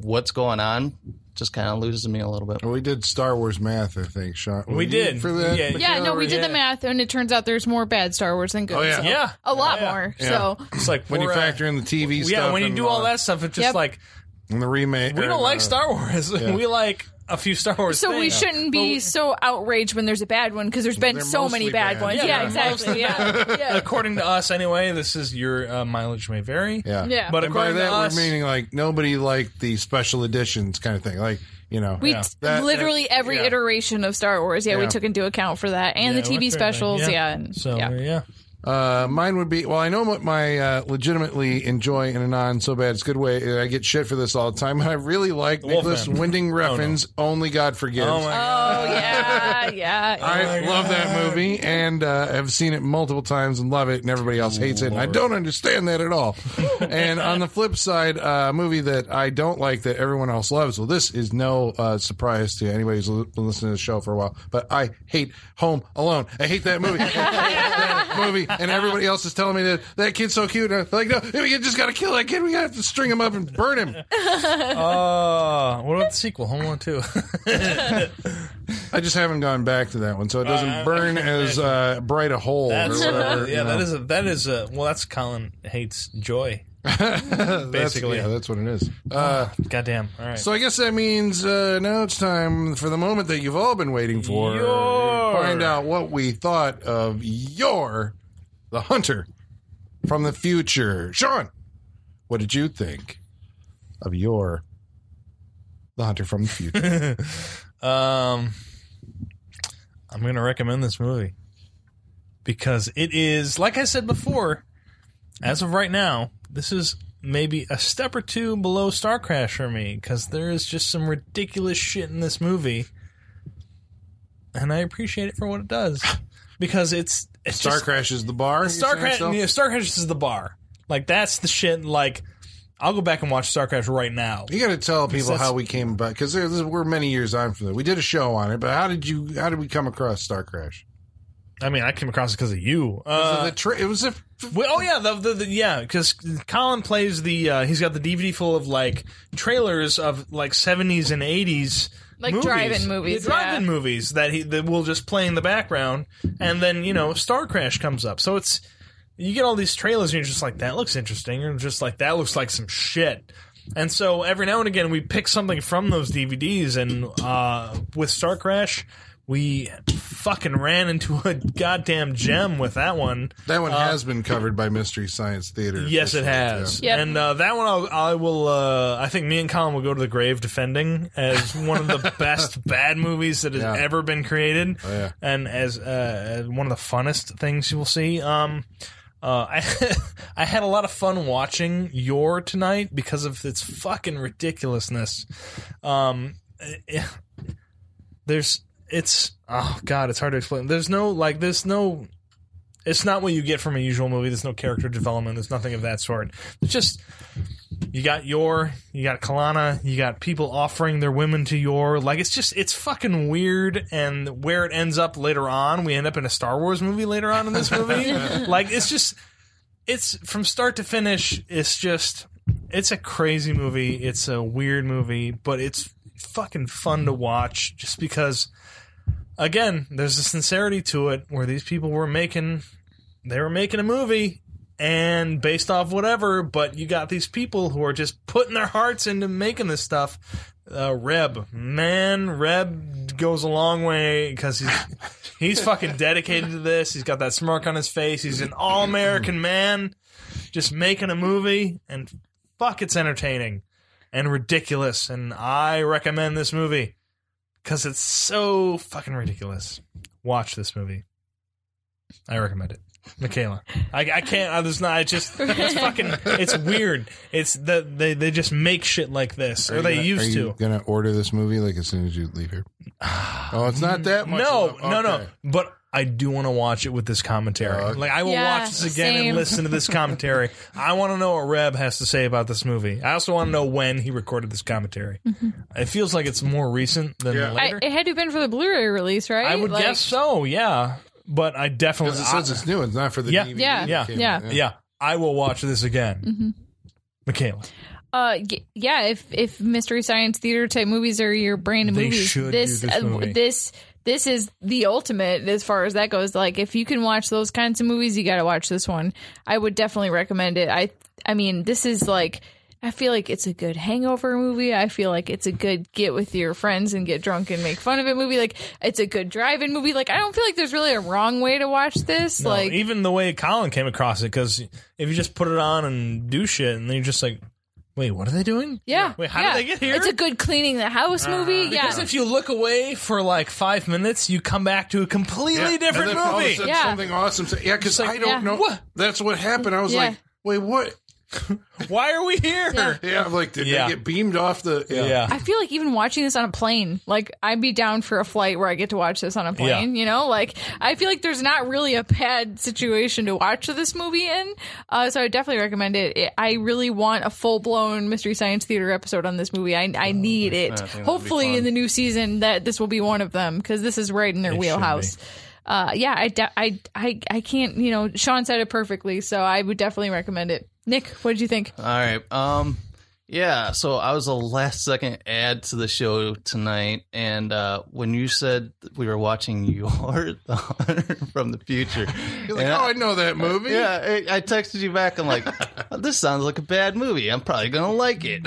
[SPEAKER 5] what's going on, just kind of loses me a little bit.
[SPEAKER 2] We did Star Wars math, I think, Sean. Were
[SPEAKER 4] We
[SPEAKER 2] you
[SPEAKER 4] did.
[SPEAKER 2] for that.
[SPEAKER 4] Yeah.
[SPEAKER 3] Yeah, no, we did the
[SPEAKER 4] Yeah.
[SPEAKER 3] math, and it turns out there's more bad Star Wars than good.
[SPEAKER 2] Oh, yeah.
[SPEAKER 3] so-
[SPEAKER 4] yeah,
[SPEAKER 3] A lot
[SPEAKER 4] Yeah.
[SPEAKER 3] more.
[SPEAKER 2] Yeah.
[SPEAKER 3] So,
[SPEAKER 4] It's like
[SPEAKER 2] When you
[SPEAKER 4] we're, uh,
[SPEAKER 2] factor in the TV stuff,
[SPEAKER 4] yeah, when you
[SPEAKER 2] and,
[SPEAKER 4] do all
[SPEAKER 2] uh,
[SPEAKER 4] that stuff, it's just
[SPEAKER 3] Yep.
[SPEAKER 4] like
[SPEAKER 2] and the remake,
[SPEAKER 4] we
[SPEAKER 2] or
[SPEAKER 4] don't like
[SPEAKER 2] the-
[SPEAKER 4] Star Wars. we like a few Star Wars.
[SPEAKER 3] so we
[SPEAKER 4] things.
[SPEAKER 3] shouldn't be so outraged when there's a bad one because there's been
[SPEAKER 2] They're
[SPEAKER 3] so many
[SPEAKER 2] mostly
[SPEAKER 3] bad,
[SPEAKER 2] bad.
[SPEAKER 3] ones.
[SPEAKER 2] Yeah,
[SPEAKER 3] Yeah,
[SPEAKER 2] they're
[SPEAKER 3] exactly. Yeah. yeah.
[SPEAKER 4] According to us, anyway, this is your uh, mileage may vary.
[SPEAKER 2] Yeah,
[SPEAKER 3] Yeah.
[SPEAKER 4] uh, But
[SPEAKER 2] and by
[SPEAKER 4] according to
[SPEAKER 2] that
[SPEAKER 4] us,
[SPEAKER 2] we're meaning like nobody liked the special editions kind of thing. Like you know,
[SPEAKER 3] We
[SPEAKER 4] Yeah.
[SPEAKER 3] t-
[SPEAKER 2] That-
[SPEAKER 3] literally
[SPEAKER 2] that-
[SPEAKER 3] every
[SPEAKER 2] yeah.
[SPEAKER 3] iteration of Star Wars, yeah, we
[SPEAKER 2] Yeah.
[SPEAKER 3] took into account for that, and the
[SPEAKER 4] Yeah, we're fair,
[SPEAKER 3] TV specials,
[SPEAKER 4] yeah.
[SPEAKER 3] yeah. and,
[SPEAKER 4] So
[SPEAKER 3] yeah.
[SPEAKER 4] yeah.
[SPEAKER 2] Uh, mine would be well. I know what my uh, legitimately enjoy in a non so bad it's good way. and I get shit for this all the time. I really like
[SPEAKER 4] Wolfman.
[SPEAKER 2] Nicholas Winding Refn's "Only God Forgives."
[SPEAKER 4] Oh my god.
[SPEAKER 3] Oh yeah, yeah.
[SPEAKER 2] I
[SPEAKER 3] yeah.
[SPEAKER 4] Oh my
[SPEAKER 2] love that movie and uh, have seen it multiple times and love it, and everybody else hates it. And I don't understand that at all. and on the flip side, uh, a movie that I don't like that everyone else loves. Well, this is no uh, surprise to anybody who's l- been listening to the show for a while, but I hate Home Alone. I hate that movie. I hate that movie. And everybody else is telling me that that kid's so cute. And I'm like, no, we just got to kill that kid. We got to string him up and burn him.
[SPEAKER 4] Uh, what about the sequel, Home Alone Two?
[SPEAKER 2] I just haven't gone back to that one, so it doesn't
[SPEAKER 4] Uh,
[SPEAKER 2] burn as uh, bright a hole. or
[SPEAKER 4] That's uh,
[SPEAKER 2] whatever, you
[SPEAKER 4] yeah.
[SPEAKER 2] know.
[SPEAKER 4] That is a that is a well. That's Colin hates joy.
[SPEAKER 2] That's-
[SPEAKER 4] Basically.
[SPEAKER 2] yeah, that's what it is. Uh,
[SPEAKER 4] Goddamn. All right.
[SPEAKER 2] so I guess that means uh, now it's time for the moment that you've all been waiting for.
[SPEAKER 4] Your-
[SPEAKER 2] Find out what we thought of your the hunter from the future, Sean. What did you think of your the hunter from the future?
[SPEAKER 4] Um, I'm going to recommend this movie because it is, like I said before, as of right now, this is maybe a step or two below Star Crash for me because there is just some ridiculous shit in this movie, and I appreciate it for what it does because it's it's
[SPEAKER 2] Star
[SPEAKER 4] just,
[SPEAKER 2] crashes the bar.
[SPEAKER 4] Star
[SPEAKER 2] you saying,
[SPEAKER 4] Crash,
[SPEAKER 2] Sel?
[SPEAKER 4] yeah, Star Crash is the bar. Like that's the shit. Like I'll go back and watch Star Crash right now.
[SPEAKER 2] You got to tell people
[SPEAKER 4] that's-
[SPEAKER 2] how we came about because we're many years on from that. We did a show on it, but how did you? How did we come across Star Crash?
[SPEAKER 4] I mean, I came across it because of you. Uh,
[SPEAKER 2] So the tra- it was a
[SPEAKER 4] Well, oh yeah, the, the, the yeah, because Colin plays the uh, he's got the DVD full of like trailers of like seventies and eighties.
[SPEAKER 3] Like drive-in movies,
[SPEAKER 4] drive-in
[SPEAKER 3] yeah.
[SPEAKER 4] movies that he that will just play in the background, and then you know Star Crash comes up. So it's you get all these trailers, and you're just like, that looks interesting, and just like that looks like some shit. And so every now and again, we pick something from those DVDs, and uh, with Star Crash, we fucking ran into a goddamn gem with that one.
[SPEAKER 2] That one has been covered by Mystery Science Theater.
[SPEAKER 4] Uh, Yes, it
[SPEAKER 2] officially,
[SPEAKER 4] has.
[SPEAKER 3] yeah. Yep.
[SPEAKER 4] And uh, that one, I'll, I will. Uh, I think me and Colin will go to the grave defending as one of the best bad movies that has
[SPEAKER 2] Yeah. Oh,
[SPEAKER 4] ever been created,
[SPEAKER 2] yeah.
[SPEAKER 4] and as uh, as one of the funnest things you will see. Um, uh, I I had a lot of fun watching Your tonight because of its fucking ridiculousness. Um, eh, there's it's oh god, it's hard to explain. There's no like there's no it's not what you get from a usual movie. There's no character development. There's nothing of that sort. It's just you got Yor, you got Kalana, you got people offering their women to Yor. Like it's just it's fucking weird. And where it ends up later on, we end up in a Star Wars movie later on in this movie. like it's just it's from start to finish. It's just it's a crazy movie. It's a weird movie, but it's fucking fun to watch just because again, there's a sincerity to it where these people were making they were making a movie and based off whatever, but you got these people who are just putting their hearts into making this stuff. Uh, Reb, man, Reb goes a long way because he's he's fucking dedicated to this. He's got that smirk on his face. He's an all American man, just making a movie, and fuck, it's entertaining and ridiculous. And I recommend this movie because it's so fucking ridiculous. Watch this movie. I recommend it. Michaela, I, I can't. I, there's not. I just it's fucking. It's weird. It's the they they just make shit like this, or
[SPEAKER 2] Are
[SPEAKER 4] they
[SPEAKER 2] you gonna-
[SPEAKER 4] used
[SPEAKER 2] are
[SPEAKER 4] to.
[SPEAKER 2] you
[SPEAKER 4] Ah,
[SPEAKER 2] Gonna order this movie like as soon as you leave here. Oh, it's not that much.
[SPEAKER 4] No,
[SPEAKER 2] of a-
[SPEAKER 4] no, no.
[SPEAKER 2] okay.
[SPEAKER 4] But I do want to watch it with this commentary. like I will
[SPEAKER 3] Yeah,
[SPEAKER 4] watch this again
[SPEAKER 3] same.
[SPEAKER 4] and listen to this commentary. I want to know what Reb has to say about this movie. I also want to know when he recorded this commentary.
[SPEAKER 3] Mm-hmm.
[SPEAKER 4] It feels like it's more recent than
[SPEAKER 2] Yeah.
[SPEAKER 3] I,
[SPEAKER 4] later. I,
[SPEAKER 3] it had to have been for the Blu-ray release, right?
[SPEAKER 4] would
[SPEAKER 3] Like,
[SPEAKER 4] guess so. Yeah, but I definitely
[SPEAKER 2] Because it says it's new. It's not for the
[SPEAKER 4] Yeah.
[SPEAKER 2] DVD.
[SPEAKER 3] Yeah.
[SPEAKER 2] that
[SPEAKER 4] Yeah.
[SPEAKER 2] came
[SPEAKER 3] Yeah.
[SPEAKER 2] out.
[SPEAKER 4] I- yeah. I will watch this again,
[SPEAKER 3] Mm-hmm.
[SPEAKER 4] Michaela.
[SPEAKER 3] Uh, y- yeah. If if mystery science theater type movies are your brand of
[SPEAKER 4] They
[SPEAKER 3] movies,
[SPEAKER 4] should
[SPEAKER 3] this
[SPEAKER 4] do this
[SPEAKER 3] uh,
[SPEAKER 4] movie.
[SPEAKER 3] this this is the ultimate as far as that goes. Like, if you can watch those kinds of movies, you got to watch this one. I would definitely recommend it. I I mean, this is like. I feel like it's a good hangover movie. I feel like it's a good get with your friends and get drunk and make fun of it movie. Like it's a good drive-in movie. Like I don't feel like there's really a wrong way to watch this.
[SPEAKER 4] No,
[SPEAKER 3] like
[SPEAKER 4] even the way Colin came across it, because if you just put it on and do shit, and then you're just like, wait, what are they doing?
[SPEAKER 3] Yeah.
[SPEAKER 4] Wait, how
[SPEAKER 3] yeah.
[SPEAKER 4] did they get here? Ah,
[SPEAKER 3] It's a good cleaning the house movie. yeah.
[SPEAKER 4] Because if you look away for like five minutes, you come back to a completely
[SPEAKER 2] Yeah.
[SPEAKER 4] different
[SPEAKER 2] And then Paula
[SPEAKER 4] movie.
[SPEAKER 2] Said
[SPEAKER 3] Yeah.
[SPEAKER 2] Something awesome. So- yeah, because
[SPEAKER 4] It's like,
[SPEAKER 2] I don't
[SPEAKER 3] yeah.
[SPEAKER 2] know.
[SPEAKER 4] What?
[SPEAKER 2] That's what happened. I was
[SPEAKER 3] Yeah.
[SPEAKER 2] like, wait, what?
[SPEAKER 4] Why are we here?
[SPEAKER 3] Yeah.
[SPEAKER 2] Yeah, I'm like, did
[SPEAKER 4] Yeah.
[SPEAKER 2] they get beamed off the?
[SPEAKER 4] Yeah.
[SPEAKER 3] I feel like even watching this on a plane, like I'd be down for a flight where I get to watch this on a plane, you know? Like I feel like there's not really a bad situation to watch this movie in. Uh, so I definitely recommend it. it. I really want a full blown Mystery Science Theater episode on this movie. I, I need it. Hopefully in the new season that this will be one of them because this is right in their
[SPEAKER 4] should
[SPEAKER 3] wheelhouse. Uh, yeah, I, de- I, I, I can't, you know, Sean said it perfectly. So I would definitely recommend it. Nick, what did you think?
[SPEAKER 5] All right. Um yeah, so I was a last second add to the show tonight and uh when you said we were watching your The Hunter from the Future.
[SPEAKER 2] You're like,
[SPEAKER 5] and
[SPEAKER 2] oh,
[SPEAKER 5] I-
[SPEAKER 2] I know that movie.
[SPEAKER 5] yeah, I, I texted you back. I'm like, "Oh, this sounds like a bad movie. I'm probably gonna like it.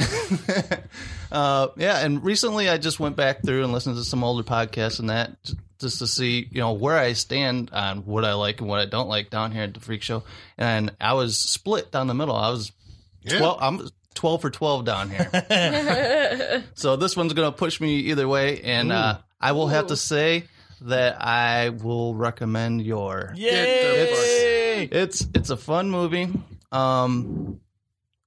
[SPEAKER 5] uh, yeah, and recently I just went back through and listened to some older podcasts and that j- just to see you know where I stand on what I like and what I don't like down here at the Freak Show. And I was split down the middle. I was twelve. I'm twelve for twelve down here. so this one's gonna push me either way, and uh, I will have to say. That I will recommend your
[SPEAKER 4] Yay!
[SPEAKER 5] it's it's a fun movie. Um,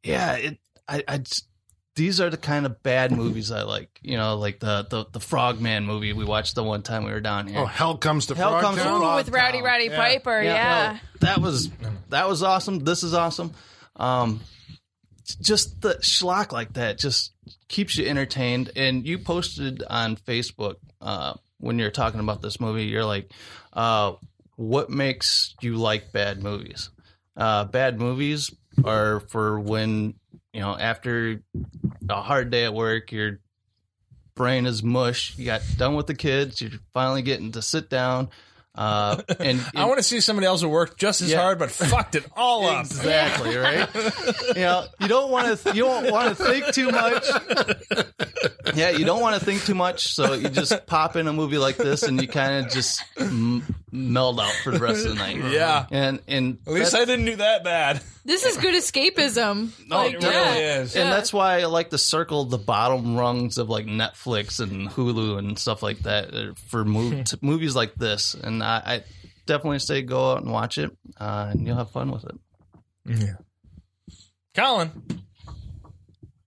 [SPEAKER 5] yeah, it. I, I just- these are the kind of bad movies I like. You know, like the the the Frogman movie we watched the one time we were down here.
[SPEAKER 2] Oh, hell comes to
[SPEAKER 5] Hell
[SPEAKER 2] Frog
[SPEAKER 5] Comes to
[SPEAKER 2] Town.
[SPEAKER 5] Frog-
[SPEAKER 3] With Rowdy
[SPEAKER 5] Town.
[SPEAKER 3] Roddy Piper, yeah.
[SPEAKER 5] no, that was that was awesome. This is awesome. Um, just the schlock like that just keeps you entertained. And you posted on Facebook uh, when you're talking about this movie, you're like, uh, "What makes you like bad movies? Uh, bad movies are for when you know after a hard day at work, your brain is mush. You got done with the kids. You're finally getting to sit down." Uh, and,
[SPEAKER 4] I want to see somebody else who worked just as
[SPEAKER 5] Yeah.
[SPEAKER 4] hard but fucked it all up.
[SPEAKER 5] Exactly right. you know, you don't want to. You don't want to think too much. Yeah, you don't want to think too much. So you just pop in a movie like this, and you kind of just m- meld out for the rest of the night.
[SPEAKER 4] Yeah.
[SPEAKER 5] and and
[SPEAKER 4] At least I didn't do that bad.
[SPEAKER 3] This is good escapism.
[SPEAKER 5] No,
[SPEAKER 3] Like,
[SPEAKER 5] it
[SPEAKER 3] yeah.
[SPEAKER 5] really
[SPEAKER 4] is.
[SPEAKER 5] and that's why I like to circle the bottom rungs of like Netflix and Hulu and stuff like that uh, for mov- t- movies like this. And I, I definitely say go out and watch it, uh, and you'll have fun with it.
[SPEAKER 4] Colin,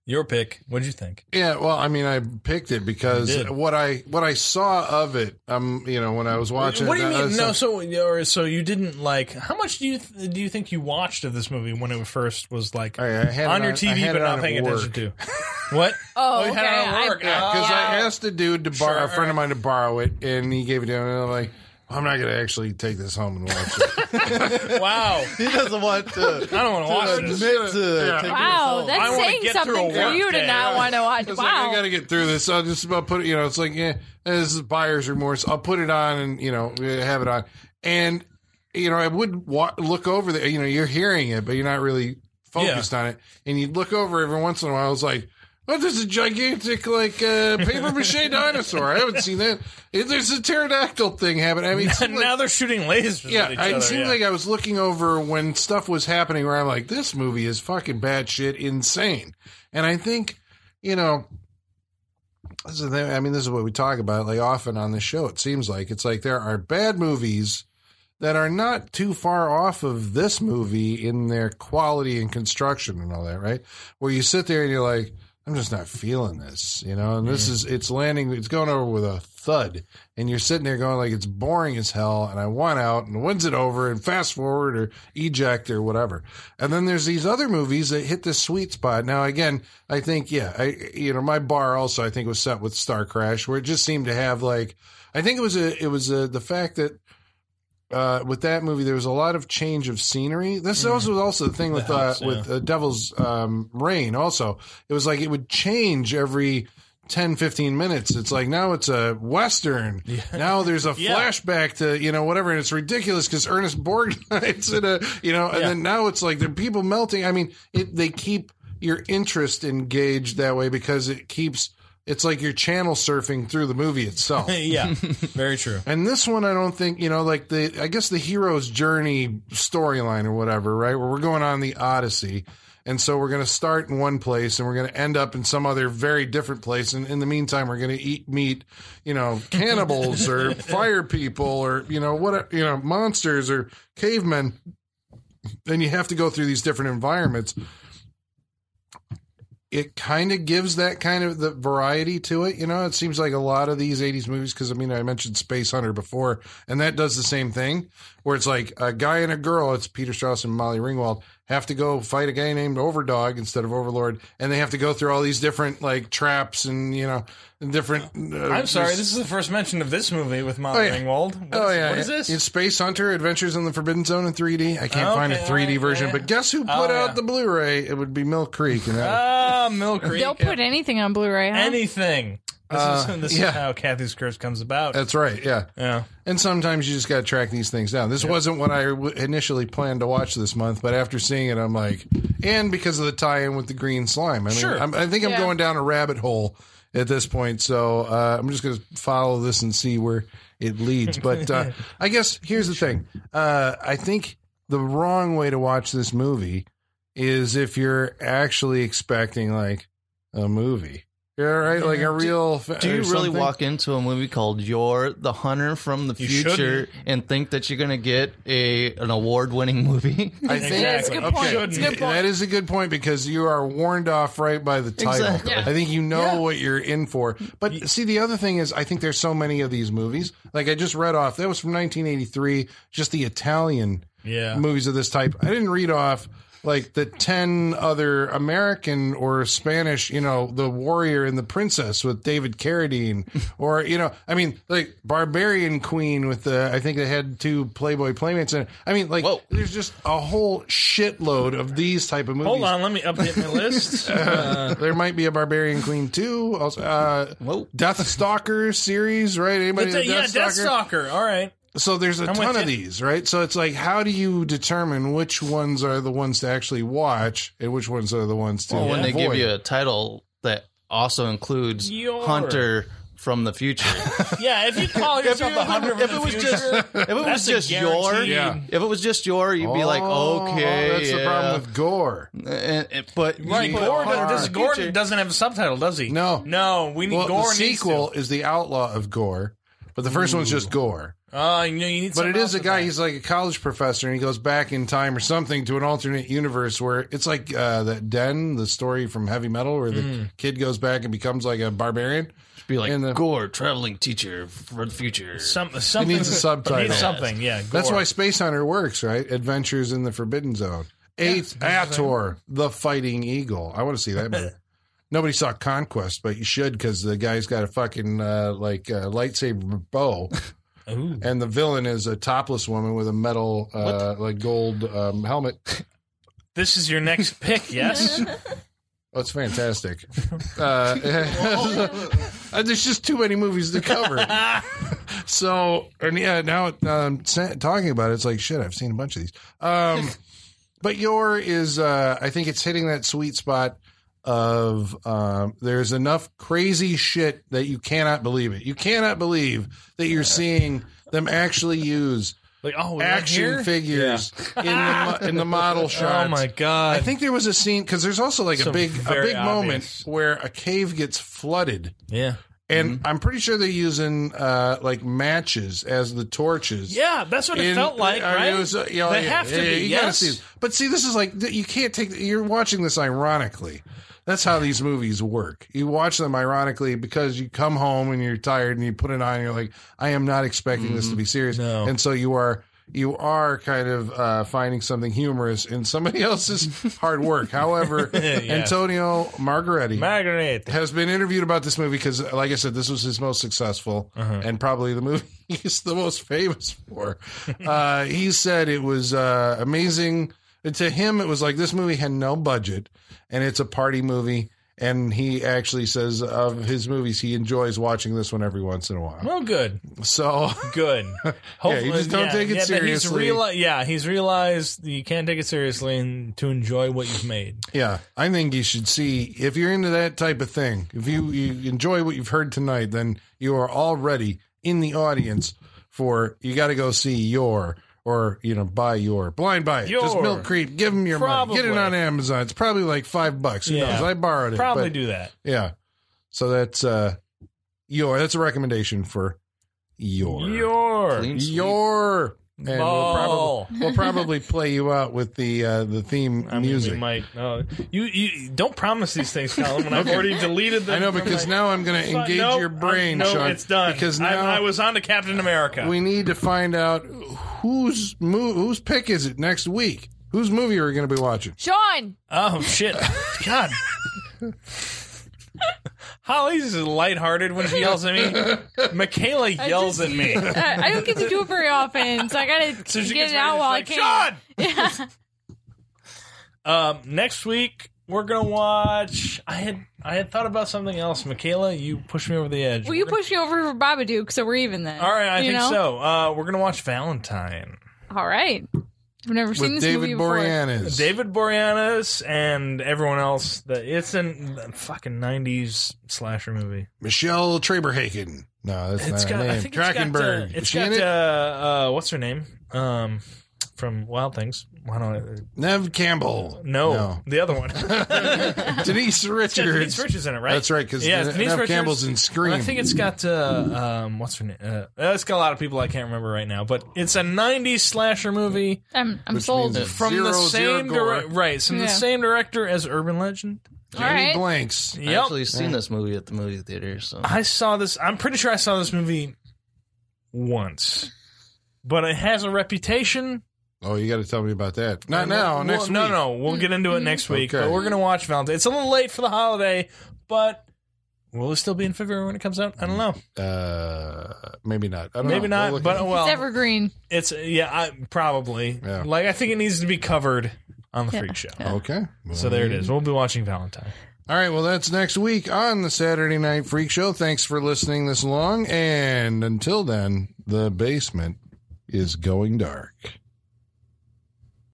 [SPEAKER 4] your pick. What'd you think?
[SPEAKER 2] Yeah, well, I mean, I picked it because
[SPEAKER 4] You did.
[SPEAKER 2] what I what I saw of it, um, you know, when I was watching.
[SPEAKER 4] What do you
[SPEAKER 2] it, I
[SPEAKER 4] mean?
[SPEAKER 2] was
[SPEAKER 4] No,
[SPEAKER 2] like,
[SPEAKER 4] so or so you didn't like. How much do you th- do you think you watched of this movie when it first was like
[SPEAKER 2] I- I had it
[SPEAKER 4] on your
[SPEAKER 2] on- I
[SPEAKER 4] TV
[SPEAKER 2] had
[SPEAKER 4] but
[SPEAKER 2] it
[SPEAKER 4] not
[SPEAKER 2] on at
[SPEAKER 4] paying attention
[SPEAKER 2] work.
[SPEAKER 4] to? What?
[SPEAKER 3] Oh,
[SPEAKER 4] you had
[SPEAKER 3] okay,
[SPEAKER 4] it on
[SPEAKER 3] I-
[SPEAKER 4] work.
[SPEAKER 3] yeah,
[SPEAKER 4] Oh.
[SPEAKER 2] because I asked a dude to borrow a friend of mine to borrow it, and he gave it to me, and I'm like, I'm not going to actually take this home and watch it.
[SPEAKER 4] Wow.
[SPEAKER 5] He doesn't want to.
[SPEAKER 4] I don't want to watch this.
[SPEAKER 2] Yeah.
[SPEAKER 3] Wow,
[SPEAKER 4] I
[SPEAKER 3] that's
[SPEAKER 4] wanna
[SPEAKER 3] saying
[SPEAKER 4] get through
[SPEAKER 3] something
[SPEAKER 4] a
[SPEAKER 3] for
[SPEAKER 4] work
[SPEAKER 3] you
[SPEAKER 4] day.
[SPEAKER 3] to not want to watch.
[SPEAKER 2] It's like,
[SPEAKER 3] wow.
[SPEAKER 2] I got to get through this. I'll just about put it, you know, it's like, yeah, this is buyer's remorse. I'll put it on and, you know, have it on. And, you know, I would wa- look over the, you know, you're hearing it, but you're not really focused on it. And you'd look over every once in a while. It's like, oh, there's a gigantic, like, uh, paper mache dinosaur. I haven't seen that. Eh, There's a pterodactyl thing happening. I mean, it seemed like-
[SPEAKER 4] now they're shooting lasers.
[SPEAKER 2] yeah,
[SPEAKER 4] at each
[SPEAKER 2] it
[SPEAKER 4] other,
[SPEAKER 2] seemed
[SPEAKER 4] yeah.
[SPEAKER 2] like I was looking over when stuff was happening where I'm like, this movie is fucking batshit insane. And I think, you know, this is the thing- I mean, this is what we talk about like often on this show. It seems like it's like there are bad movies that are not too far off of this movie in their quality and construction and all that, right? Where you sit there and you're like, I'm just not feeling this, you know. And this is it's landing, it's going over with a thud, and you're sitting there going like it's boring as hell, and I want out, and when's it over, and fast forward or eject or whatever. And then there's these other movies that hit this sweet spot. Now again, I think yeah, I you know my bar also I think was set with Star Crash, where it just seemed to have like I think it was a it was a, the fact that uh, with that movie, there was a lot of change of scenery.
[SPEAKER 4] Mm.
[SPEAKER 2] This also was also the thing with
[SPEAKER 4] That helps,
[SPEAKER 2] uh, with uh, Devil's um, Rain. Also, it was like it would change every 10, 15 minutes. It's like now it's a western. Now there's a
[SPEAKER 4] Yeah.
[SPEAKER 2] flashback to you know whatever, and it's ridiculous because Ernest Borgnine's in a you know, and
[SPEAKER 4] Yeah.
[SPEAKER 2] then now it's like there are people melting. I mean, it, they keep your interest engaged that way because it keeps. It's like you're channel surfing through the movie itself.
[SPEAKER 4] yeah, very true.
[SPEAKER 2] And this one, I don't think you know, like the I guess the hero's journey storyline or whatever, right? Where we're going on the Odyssey, and so we're going to start in one place and we're going to end up in some other very different place. And in the meantime, we're going to eat meat, you know, cannibals or fire people or you know what you know monsters or cavemen. And you have to go through these different environments. It kind of gives that kind of the variety to it, you know. It seems like a lot of these '80s movies, because I mean, I mentioned Space Hunter before, and that does the same thing, where it's like a guy and a girl. It's Peter Strauss and Molly Ringwald have to go fight a guy named Overdog instead of Overlord, and they have to go through all these different like traps and you know and different. uh,
[SPEAKER 4] I'm sorry,
[SPEAKER 2] just-
[SPEAKER 4] this is the first mention of this movie with Molly
[SPEAKER 2] Oh, yeah.
[SPEAKER 4] Ringwald. What
[SPEAKER 2] oh
[SPEAKER 4] is-
[SPEAKER 2] yeah,
[SPEAKER 4] what is this?
[SPEAKER 2] It's Space Hunter: Adventures in the Forbidden Zone in 3D. I can't find a
[SPEAKER 4] Okay,
[SPEAKER 2] 3D
[SPEAKER 4] alright,
[SPEAKER 2] version,
[SPEAKER 4] yeah.
[SPEAKER 2] but guess who put
[SPEAKER 4] Oh,
[SPEAKER 2] out
[SPEAKER 4] yeah.
[SPEAKER 2] the Blu-ray? It would be Mill Creek, and that,
[SPEAKER 4] Ah, Mill Creek.
[SPEAKER 3] They'll put anything on Blu-ray. Huh?
[SPEAKER 4] anything. This,
[SPEAKER 2] Uh,
[SPEAKER 4] is, this
[SPEAKER 2] yeah.
[SPEAKER 4] is how Kathy's curse comes about.
[SPEAKER 2] that's right. Yeah,
[SPEAKER 4] yeah,
[SPEAKER 2] and sometimes you just got to track these things down. This wasn't what I w- initially planned to watch this month, but after seeing it, I'm like, and because of the tie-in with the green slime, I mean,
[SPEAKER 4] Sure.
[SPEAKER 2] I'm, I think I'm
[SPEAKER 3] Yeah.
[SPEAKER 2] going down a rabbit hole at this point. So uh, I'm just going to follow this and see where it leads. But uh, I guess here's the thing: uh, I think the wrong way to watch this movie is if you're actually expecting like a movie. Yeah, right. Like a real. fa-
[SPEAKER 5] Do you
[SPEAKER 2] or
[SPEAKER 5] really
[SPEAKER 2] something.
[SPEAKER 5] walk into a movie called You're the Hunter from the
[SPEAKER 4] You
[SPEAKER 5] Future and think that you're going to get a an award winning movie?
[SPEAKER 2] I think
[SPEAKER 3] Yeah, it's a good
[SPEAKER 4] Exactly.
[SPEAKER 3] point. It's a good point.
[SPEAKER 2] That is a good point because you are warned off right by the title.
[SPEAKER 5] Exactly.
[SPEAKER 3] Yeah.
[SPEAKER 2] I think you know what you're in for. But see, the other thing is, I think there's so many of these movies. Like I just read off, that was from 1983, just the Italian
[SPEAKER 4] yeah.
[SPEAKER 2] movies of this type. I didn't read off like the 10 other American or Spanish, you know, The Warrior and the Princess with David Carradine or, you know, I mean, like Barbarian Queen with the, I think they had two Playboy Playmates in it. I mean, like,
[SPEAKER 5] Whoa.
[SPEAKER 2] there's just a whole shitload of these type of movies.
[SPEAKER 4] Hold on, let me update my list. Uh,
[SPEAKER 2] There might be a Barbarian Queen too. Also, uh,
[SPEAKER 5] Whoa.
[SPEAKER 2] Death Stalker series, right? Anybody?
[SPEAKER 4] but
[SPEAKER 2] in
[SPEAKER 4] the- yeah, Death Stalker. All right.
[SPEAKER 2] so there's a
[SPEAKER 4] with
[SPEAKER 2] ton of
[SPEAKER 4] ya.
[SPEAKER 2] these, right? So it's like, how do you determine which ones are the ones to actually watch and which ones are the ones to
[SPEAKER 5] Well, when they give
[SPEAKER 2] avoid?
[SPEAKER 5] you a title that also includes
[SPEAKER 4] You're-
[SPEAKER 5] Hunter from the Future.
[SPEAKER 4] Yeah, if you call
[SPEAKER 5] if,
[SPEAKER 4] yourself the Hunter
[SPEAKER 5] it, if it was just if it was
[SPEAKER 4] That's a
[SPEAKER 5] just your
[SPEAKER 4] guaranteed-
[SPEAKER 2] Yeah.
[SPEAKER 5] if it was just your you'd be like
[SPEAKER 2] Oh,
[SPEAKER 5] okay
[SPEAKER 2] that's the problem with gore.
[SPEAKER 5] with and, and- but you
[SPEAKER 4] Right,
[SPEAKER 5] need
[SPEAKER 4] Gore,
[SPEAKER 5] Hunter
[SPEAKER 4] does, this
[SPEAKER 5] from the
[SPEAKER 4] Gore
[SPEAKER 5] Future.
[SPEAKER 4] doesn't have a subtitle, does he?
[SPEAKER 2] No.
[SPEAKER 4] No, we need
[SPEAKER 2] Well,
[SPEAKER 4] Gore
[SPEAKER 2] the
[SPEAKER 4] needs to.
[SPEAKER 2] sequel is the Outlaw of Gore, but the first one's just gore.
[SPEAKER 4] Oh, you know, you need
[SPEAKER 2] But it
[SPEAKER 4] something
[SPEAKER 2] is a
[SPEAKER 4] else
[SPEAKER 2] guy.
[SPEAKER 4] with
[SPEAKER 2] He's like a college professor, and he goes back in time or something to an alternate universe where it's like uh, that Den, the story from Heavy Metal, where the
[SPEAKER 4] Hmm.
[SPEAKER 2] kid goes back and becomes like a barbarian.
[SPEAKER 5] be like
[SPEAKER 2] and the-
[SPEAKER 5] Gore traveling teacher for the future
[SPEAKER 4] that. Some, something.
[SPEAKER 2] needs a subtitle.
[SPEAKER 4] needs something, yeah. Gore.
[SPEAKER 2] That's why Space Hunter works, right? Adventures in the Forbidden Zone. Eighth Ator, the Fighting Eagle. I want to see that movie. Nobody saw Conquest, but you should because the guy's got a fucking uh, like uh, lightsaber bow,
[SPEAKER 4] Ooh.
[SPEAKER 2] and the villain is a topless woman with a metal uh, like gold um, helmet.
[SPEAKER 4] This is your next pick, yes?
[SPEAKER 2] Oh, it's fantastic. Uh, there's just too many movies to cover. so, and yeah, now um, sa- talking about it, it's like shit. I've seen a bunch of these. Um, but your is, uh, I think it's hitting that sweet spot of um, there's enough crazy shit that you cannot believe it. You cannot believe that you're seeing them actually use
[SPEAKER 4] like, oh, we're
[SPEAKER 2] action
[SPEAKER 4] here?
[SPEAKER 2] figures in the mo- in the model shots.
[SPEAKER 4] Oh, my God.
[SPEAKER 2] I think there was a scene because there's also like a
[SPEAKER 4] So
[SPEAKER 2] big a
[SPEAKER 4] very
[SPEAKER 2] big moment
[SPEAKER 4] obvious.
[SPEAKER 2] where a cave gets flooded,
[SPEAKER 4] yeah.
[SPEAKER 2] and
[SPEAKER 4] Mm-hmm.
[SPEAKER 2] I'm pretty sure they're using uh, like matches as the torches.
[SPEAKER 4] Yeah, that's what it
[SPEAKER 2] In-
[SPEAKER 4] felt like,
[SPEAKER 2] I mean,
[SPEAKER 4] right?
[SPEAKER 2] it was, uh, you know,
[SPEAKER 4] they
[SPEAKER 2] yeah,
[SPEAKER 4] have to
[SPEAKER 2] yeah,
[SPEAKER 4] be.
[SPEAKER 2] You gotta
[SPEAKER 4] yes.
[SPEAKER 2] see it. But see, this is like th- you can't take. You're watching this ironically. That's how these movies work. You watch them ironically because you come home and you're tired and you put it on and you're like, I am not expecting this to be serious.
[SPEAKER 4] Mm-hmm. No.
[SPEAKER 2] And so you are you are kind of uh, finding something humorous in somebody else's hard work. However, Antonio Margaretti
[SPEAKER 4] Margaret.
[SPEAKER 2] has been interviewed about this movie because, like I said, this was his most successful and probably the movie he's the most famous for. Uh, he said it was uh, amazing. To him, it was like this movie had no budget and it's a party movie. And he actually says of his movies, he enjoys watching this one every once in a while.
[SPEAKER 4] Well, good,
[SPEAKER 2] So,
[SPEAKER 4] good. Hopefully,
[SPEAKER 2] just don't take it
[SPEAKER 4] yeah, that he's
[SPEAKER 2] seriously.
[SPEAKER 4] reali- yeah, he's realized you can't take it seriously and to enjoy what you've made.
[SPEAKER 2] yeah, I think you should see if you're into that type of thing, if you, you enjoy what you've heard tonight, then you are already in the audience for you got to go see your or you know buy your blind buy it just
[SPEAKER 4] Your.
[SPEAKER 2] milk creep give them your money get it
[SPEAKER 4] Probably.
[SPEAKER 2] on amazon it's probably like five bucks who
[SPEAKER 4] Yeah.
[SPEAKER 2] knows i borrowed it
[SPEAKER 4] Probably
[SPEAKER 2] but-
[SPEAKER 4] do that.
[SPEAKER 2] yeah so that's uh your that's a recommendation for your
[SPEAKER 4] Your
[SPEAKER 5] Clean sweep.
[SPEAKER 2] your and we'll probably,
[SPEAKER 4] ball.
[SPEAKER 2] we'll probably play you out with the uh the theme
[SPEAKER 4] I mean,
[SPEAKER 2] music
[SPEAKER 4] we might. No, you, you don't promise these things, Colin. When I've already deleted them.
[SPEAKER 2] I know
[SPEAKER 4] from
[SPEAKER 2] because
[SPEAKER 4] my-
[SPEAKER 2] now I'm going to
[SPEAKER 4] But
[SPEAKER 2] engage
[SPEAKER 4] Uh, nope,
[SPEAKER 2] your
[SPEAKER 4] I-
[SPEAKER 2] brain,
[SPEAKER 4] no,
[SPEAKER 2] Sean.
[SPEAKER 4] it's done.
[SPEAKER 2] Because
[SPEAKER 4] I-
[SPEAKER 2] now
[SPEAKER 4] I, was on to Captain America.
[SPEAKER 2] we need to find out whose mo- whose pick is it next week. Whose movie are we going to be watching?
[SPEAKER 3] Sean,
[SPEAKER 4] oh shit! God. Holly's lighthearted when she yells at me. Michaela
[SPEAKER 3] I
[SPEAKER 4] yells
[SPEAKER 3] just-
[SPEAKER 4] at me.
[SPEAKER 3] I, uh, I don't get to do it very often, so I gotta
[SPEAKER 4] So she
[SPEAKER 3] get
[SPEAKER 4] gets
[SPEAKER 3] it out
[SPEAKER 4] ready,
[SPEAKER 3] while I
[SPEAKER 4] she's
[SPEAKER 3] can.
[SPEAKER 4] like, Sean! Um, next week we're gonna watch. I had I had thought about something else. Michaela, you pushed me over the edge.
[SPEAKER 3] Well, you
[SPEAKER 4] We're gonna-
[SPEAKER 3] pushed me over for Babadook, so we're even then.
[SPEAKER 4] All right, I
[SPEAKER 3] you
[SPEAKER 4] think
[SPEAKER 3] know?
[SPEAKER 4] so. Uh, we're gonna watch Valentine.
[SPEAKER 3] All right. I've never seen
[SPEAKER 2] With
[SPEAKER 3] this
[SPEAKER 2] David
[SPEAKER 3] movie before.
[SPEAKER 2] Boreanaz.
[SPEAKER 4] David Boreanaz and everyone else. That it's an a fucking nineties slasher movie.
[SPEAKER 2] Michelle Traberhaken. No, that's
[SPEAKER 4] It's
[SPEAKER 2] not
[SPEAKER 4] got
[SPEAKER 2] her
[SPEAKER 4] I
[SPEAKER 2] name.
[SPEAKER 4] think it's got, uh,
[SPEAKER 2] Trachtenberg. Is
[SPEAKER 4] it's
[SPEAKER 2] she
[SPEAKER 4] got
[SPEAKER 2] in it?
[SPEAKER 4] uh, uh, what's her name? Um, from Wild Things. Why don't
[SPEAKER 2] Nev Campbell.
[SPEAKER 4] I, no, the other one?
[SPEAKER 2] No. Denise Richards.
[SPEAKER 4] Denise Richards in it, right?
[SPEAKER 2] That's right, because
[SPEAKER 4] Yeah, it's
[SPEAKER 2] Nev
[SPEAKER 4] Denise Richards.
[SPEAKER 2] Campbell's in Scream.
[SPEAKER 4] I think it's got uh, um, what's her name? Uh, it's got a lot of people I can't remember right now, but it's a '90s slasher movie
[SPEAKER 3] I'm, I'm
[SPEAKER 2] Which
[SPEAKER 3] sold.
[SPEAKER 2] means-
[SPEAKER 4] from
[SPEAKER 2] Zero,
[SPEAKER 4] the
[SPEAKER 2] zero
[SPEAKER 4] same
[SPEAKER 2] gore.
[SPEAKER 4] direct, right? From
[SPEAKER 3] Yeah.
[SPEAKER 4] the same director as Urban Legend.
[SPEAKER 3] All
[SPEAKER 2] Jenny
[SPEAKER 3] right.
[SPEAKER 2] Blanks.
[SPEAKER 5] I
[SPEAKER 4] Yep.
[SPEAKER 5] actually seen this movie at the movie theater. So
[SPEAKER 4] I saw this. I'm pretty sure I saw this movie once, but it has a reputation.
[SPEAKER 2] Oh, you got to tell me about that. Not now.
[SPEAKER 4] We'll-
[SPEAKER 2] next
[SPEAKER 4] no,
[SPEAKER 2] week. Mm-hmm.
[SPEAKER 4] no, we'll get into it next week.
[SPEAKER 2] Okay.
[SPEAKER 4] But we're gonna watch Valentine. It's a little late for the holiday, but will it still be in February when it comes out? I don't know.
[SPEAKER 2] no. Uh, maybe not. I don't
[SPEAKER 4] Maybe
[SPEAKER 2] know.
[SPEAKER 4] not.
[SPEAKER 2] We'll look
[SPEAKER 4] but
[SPEAKER 2] at it.
[SPEAKER 4] well,
[SPEAKER 3] It's evergreen.
[SPEAKER 4] it's yeah, I, probably.
[SPEAKER 2] Yeah.
[SPEAKER 4] Like I think it needs to be covered on the
[SPEAKER 3] Yeah.
[SPEAKER 4] Freak Show.
[SPEAKER 3] Yeah.
[SPEAKER 2] okay.
[SPEAKER 4] So there it is. We'll be watching Valentine.
[SPEAKER 2] All right, well, that's next week on the Saturday Night Freak Show. Thanks for listening this long. And until then, the basement is going dark.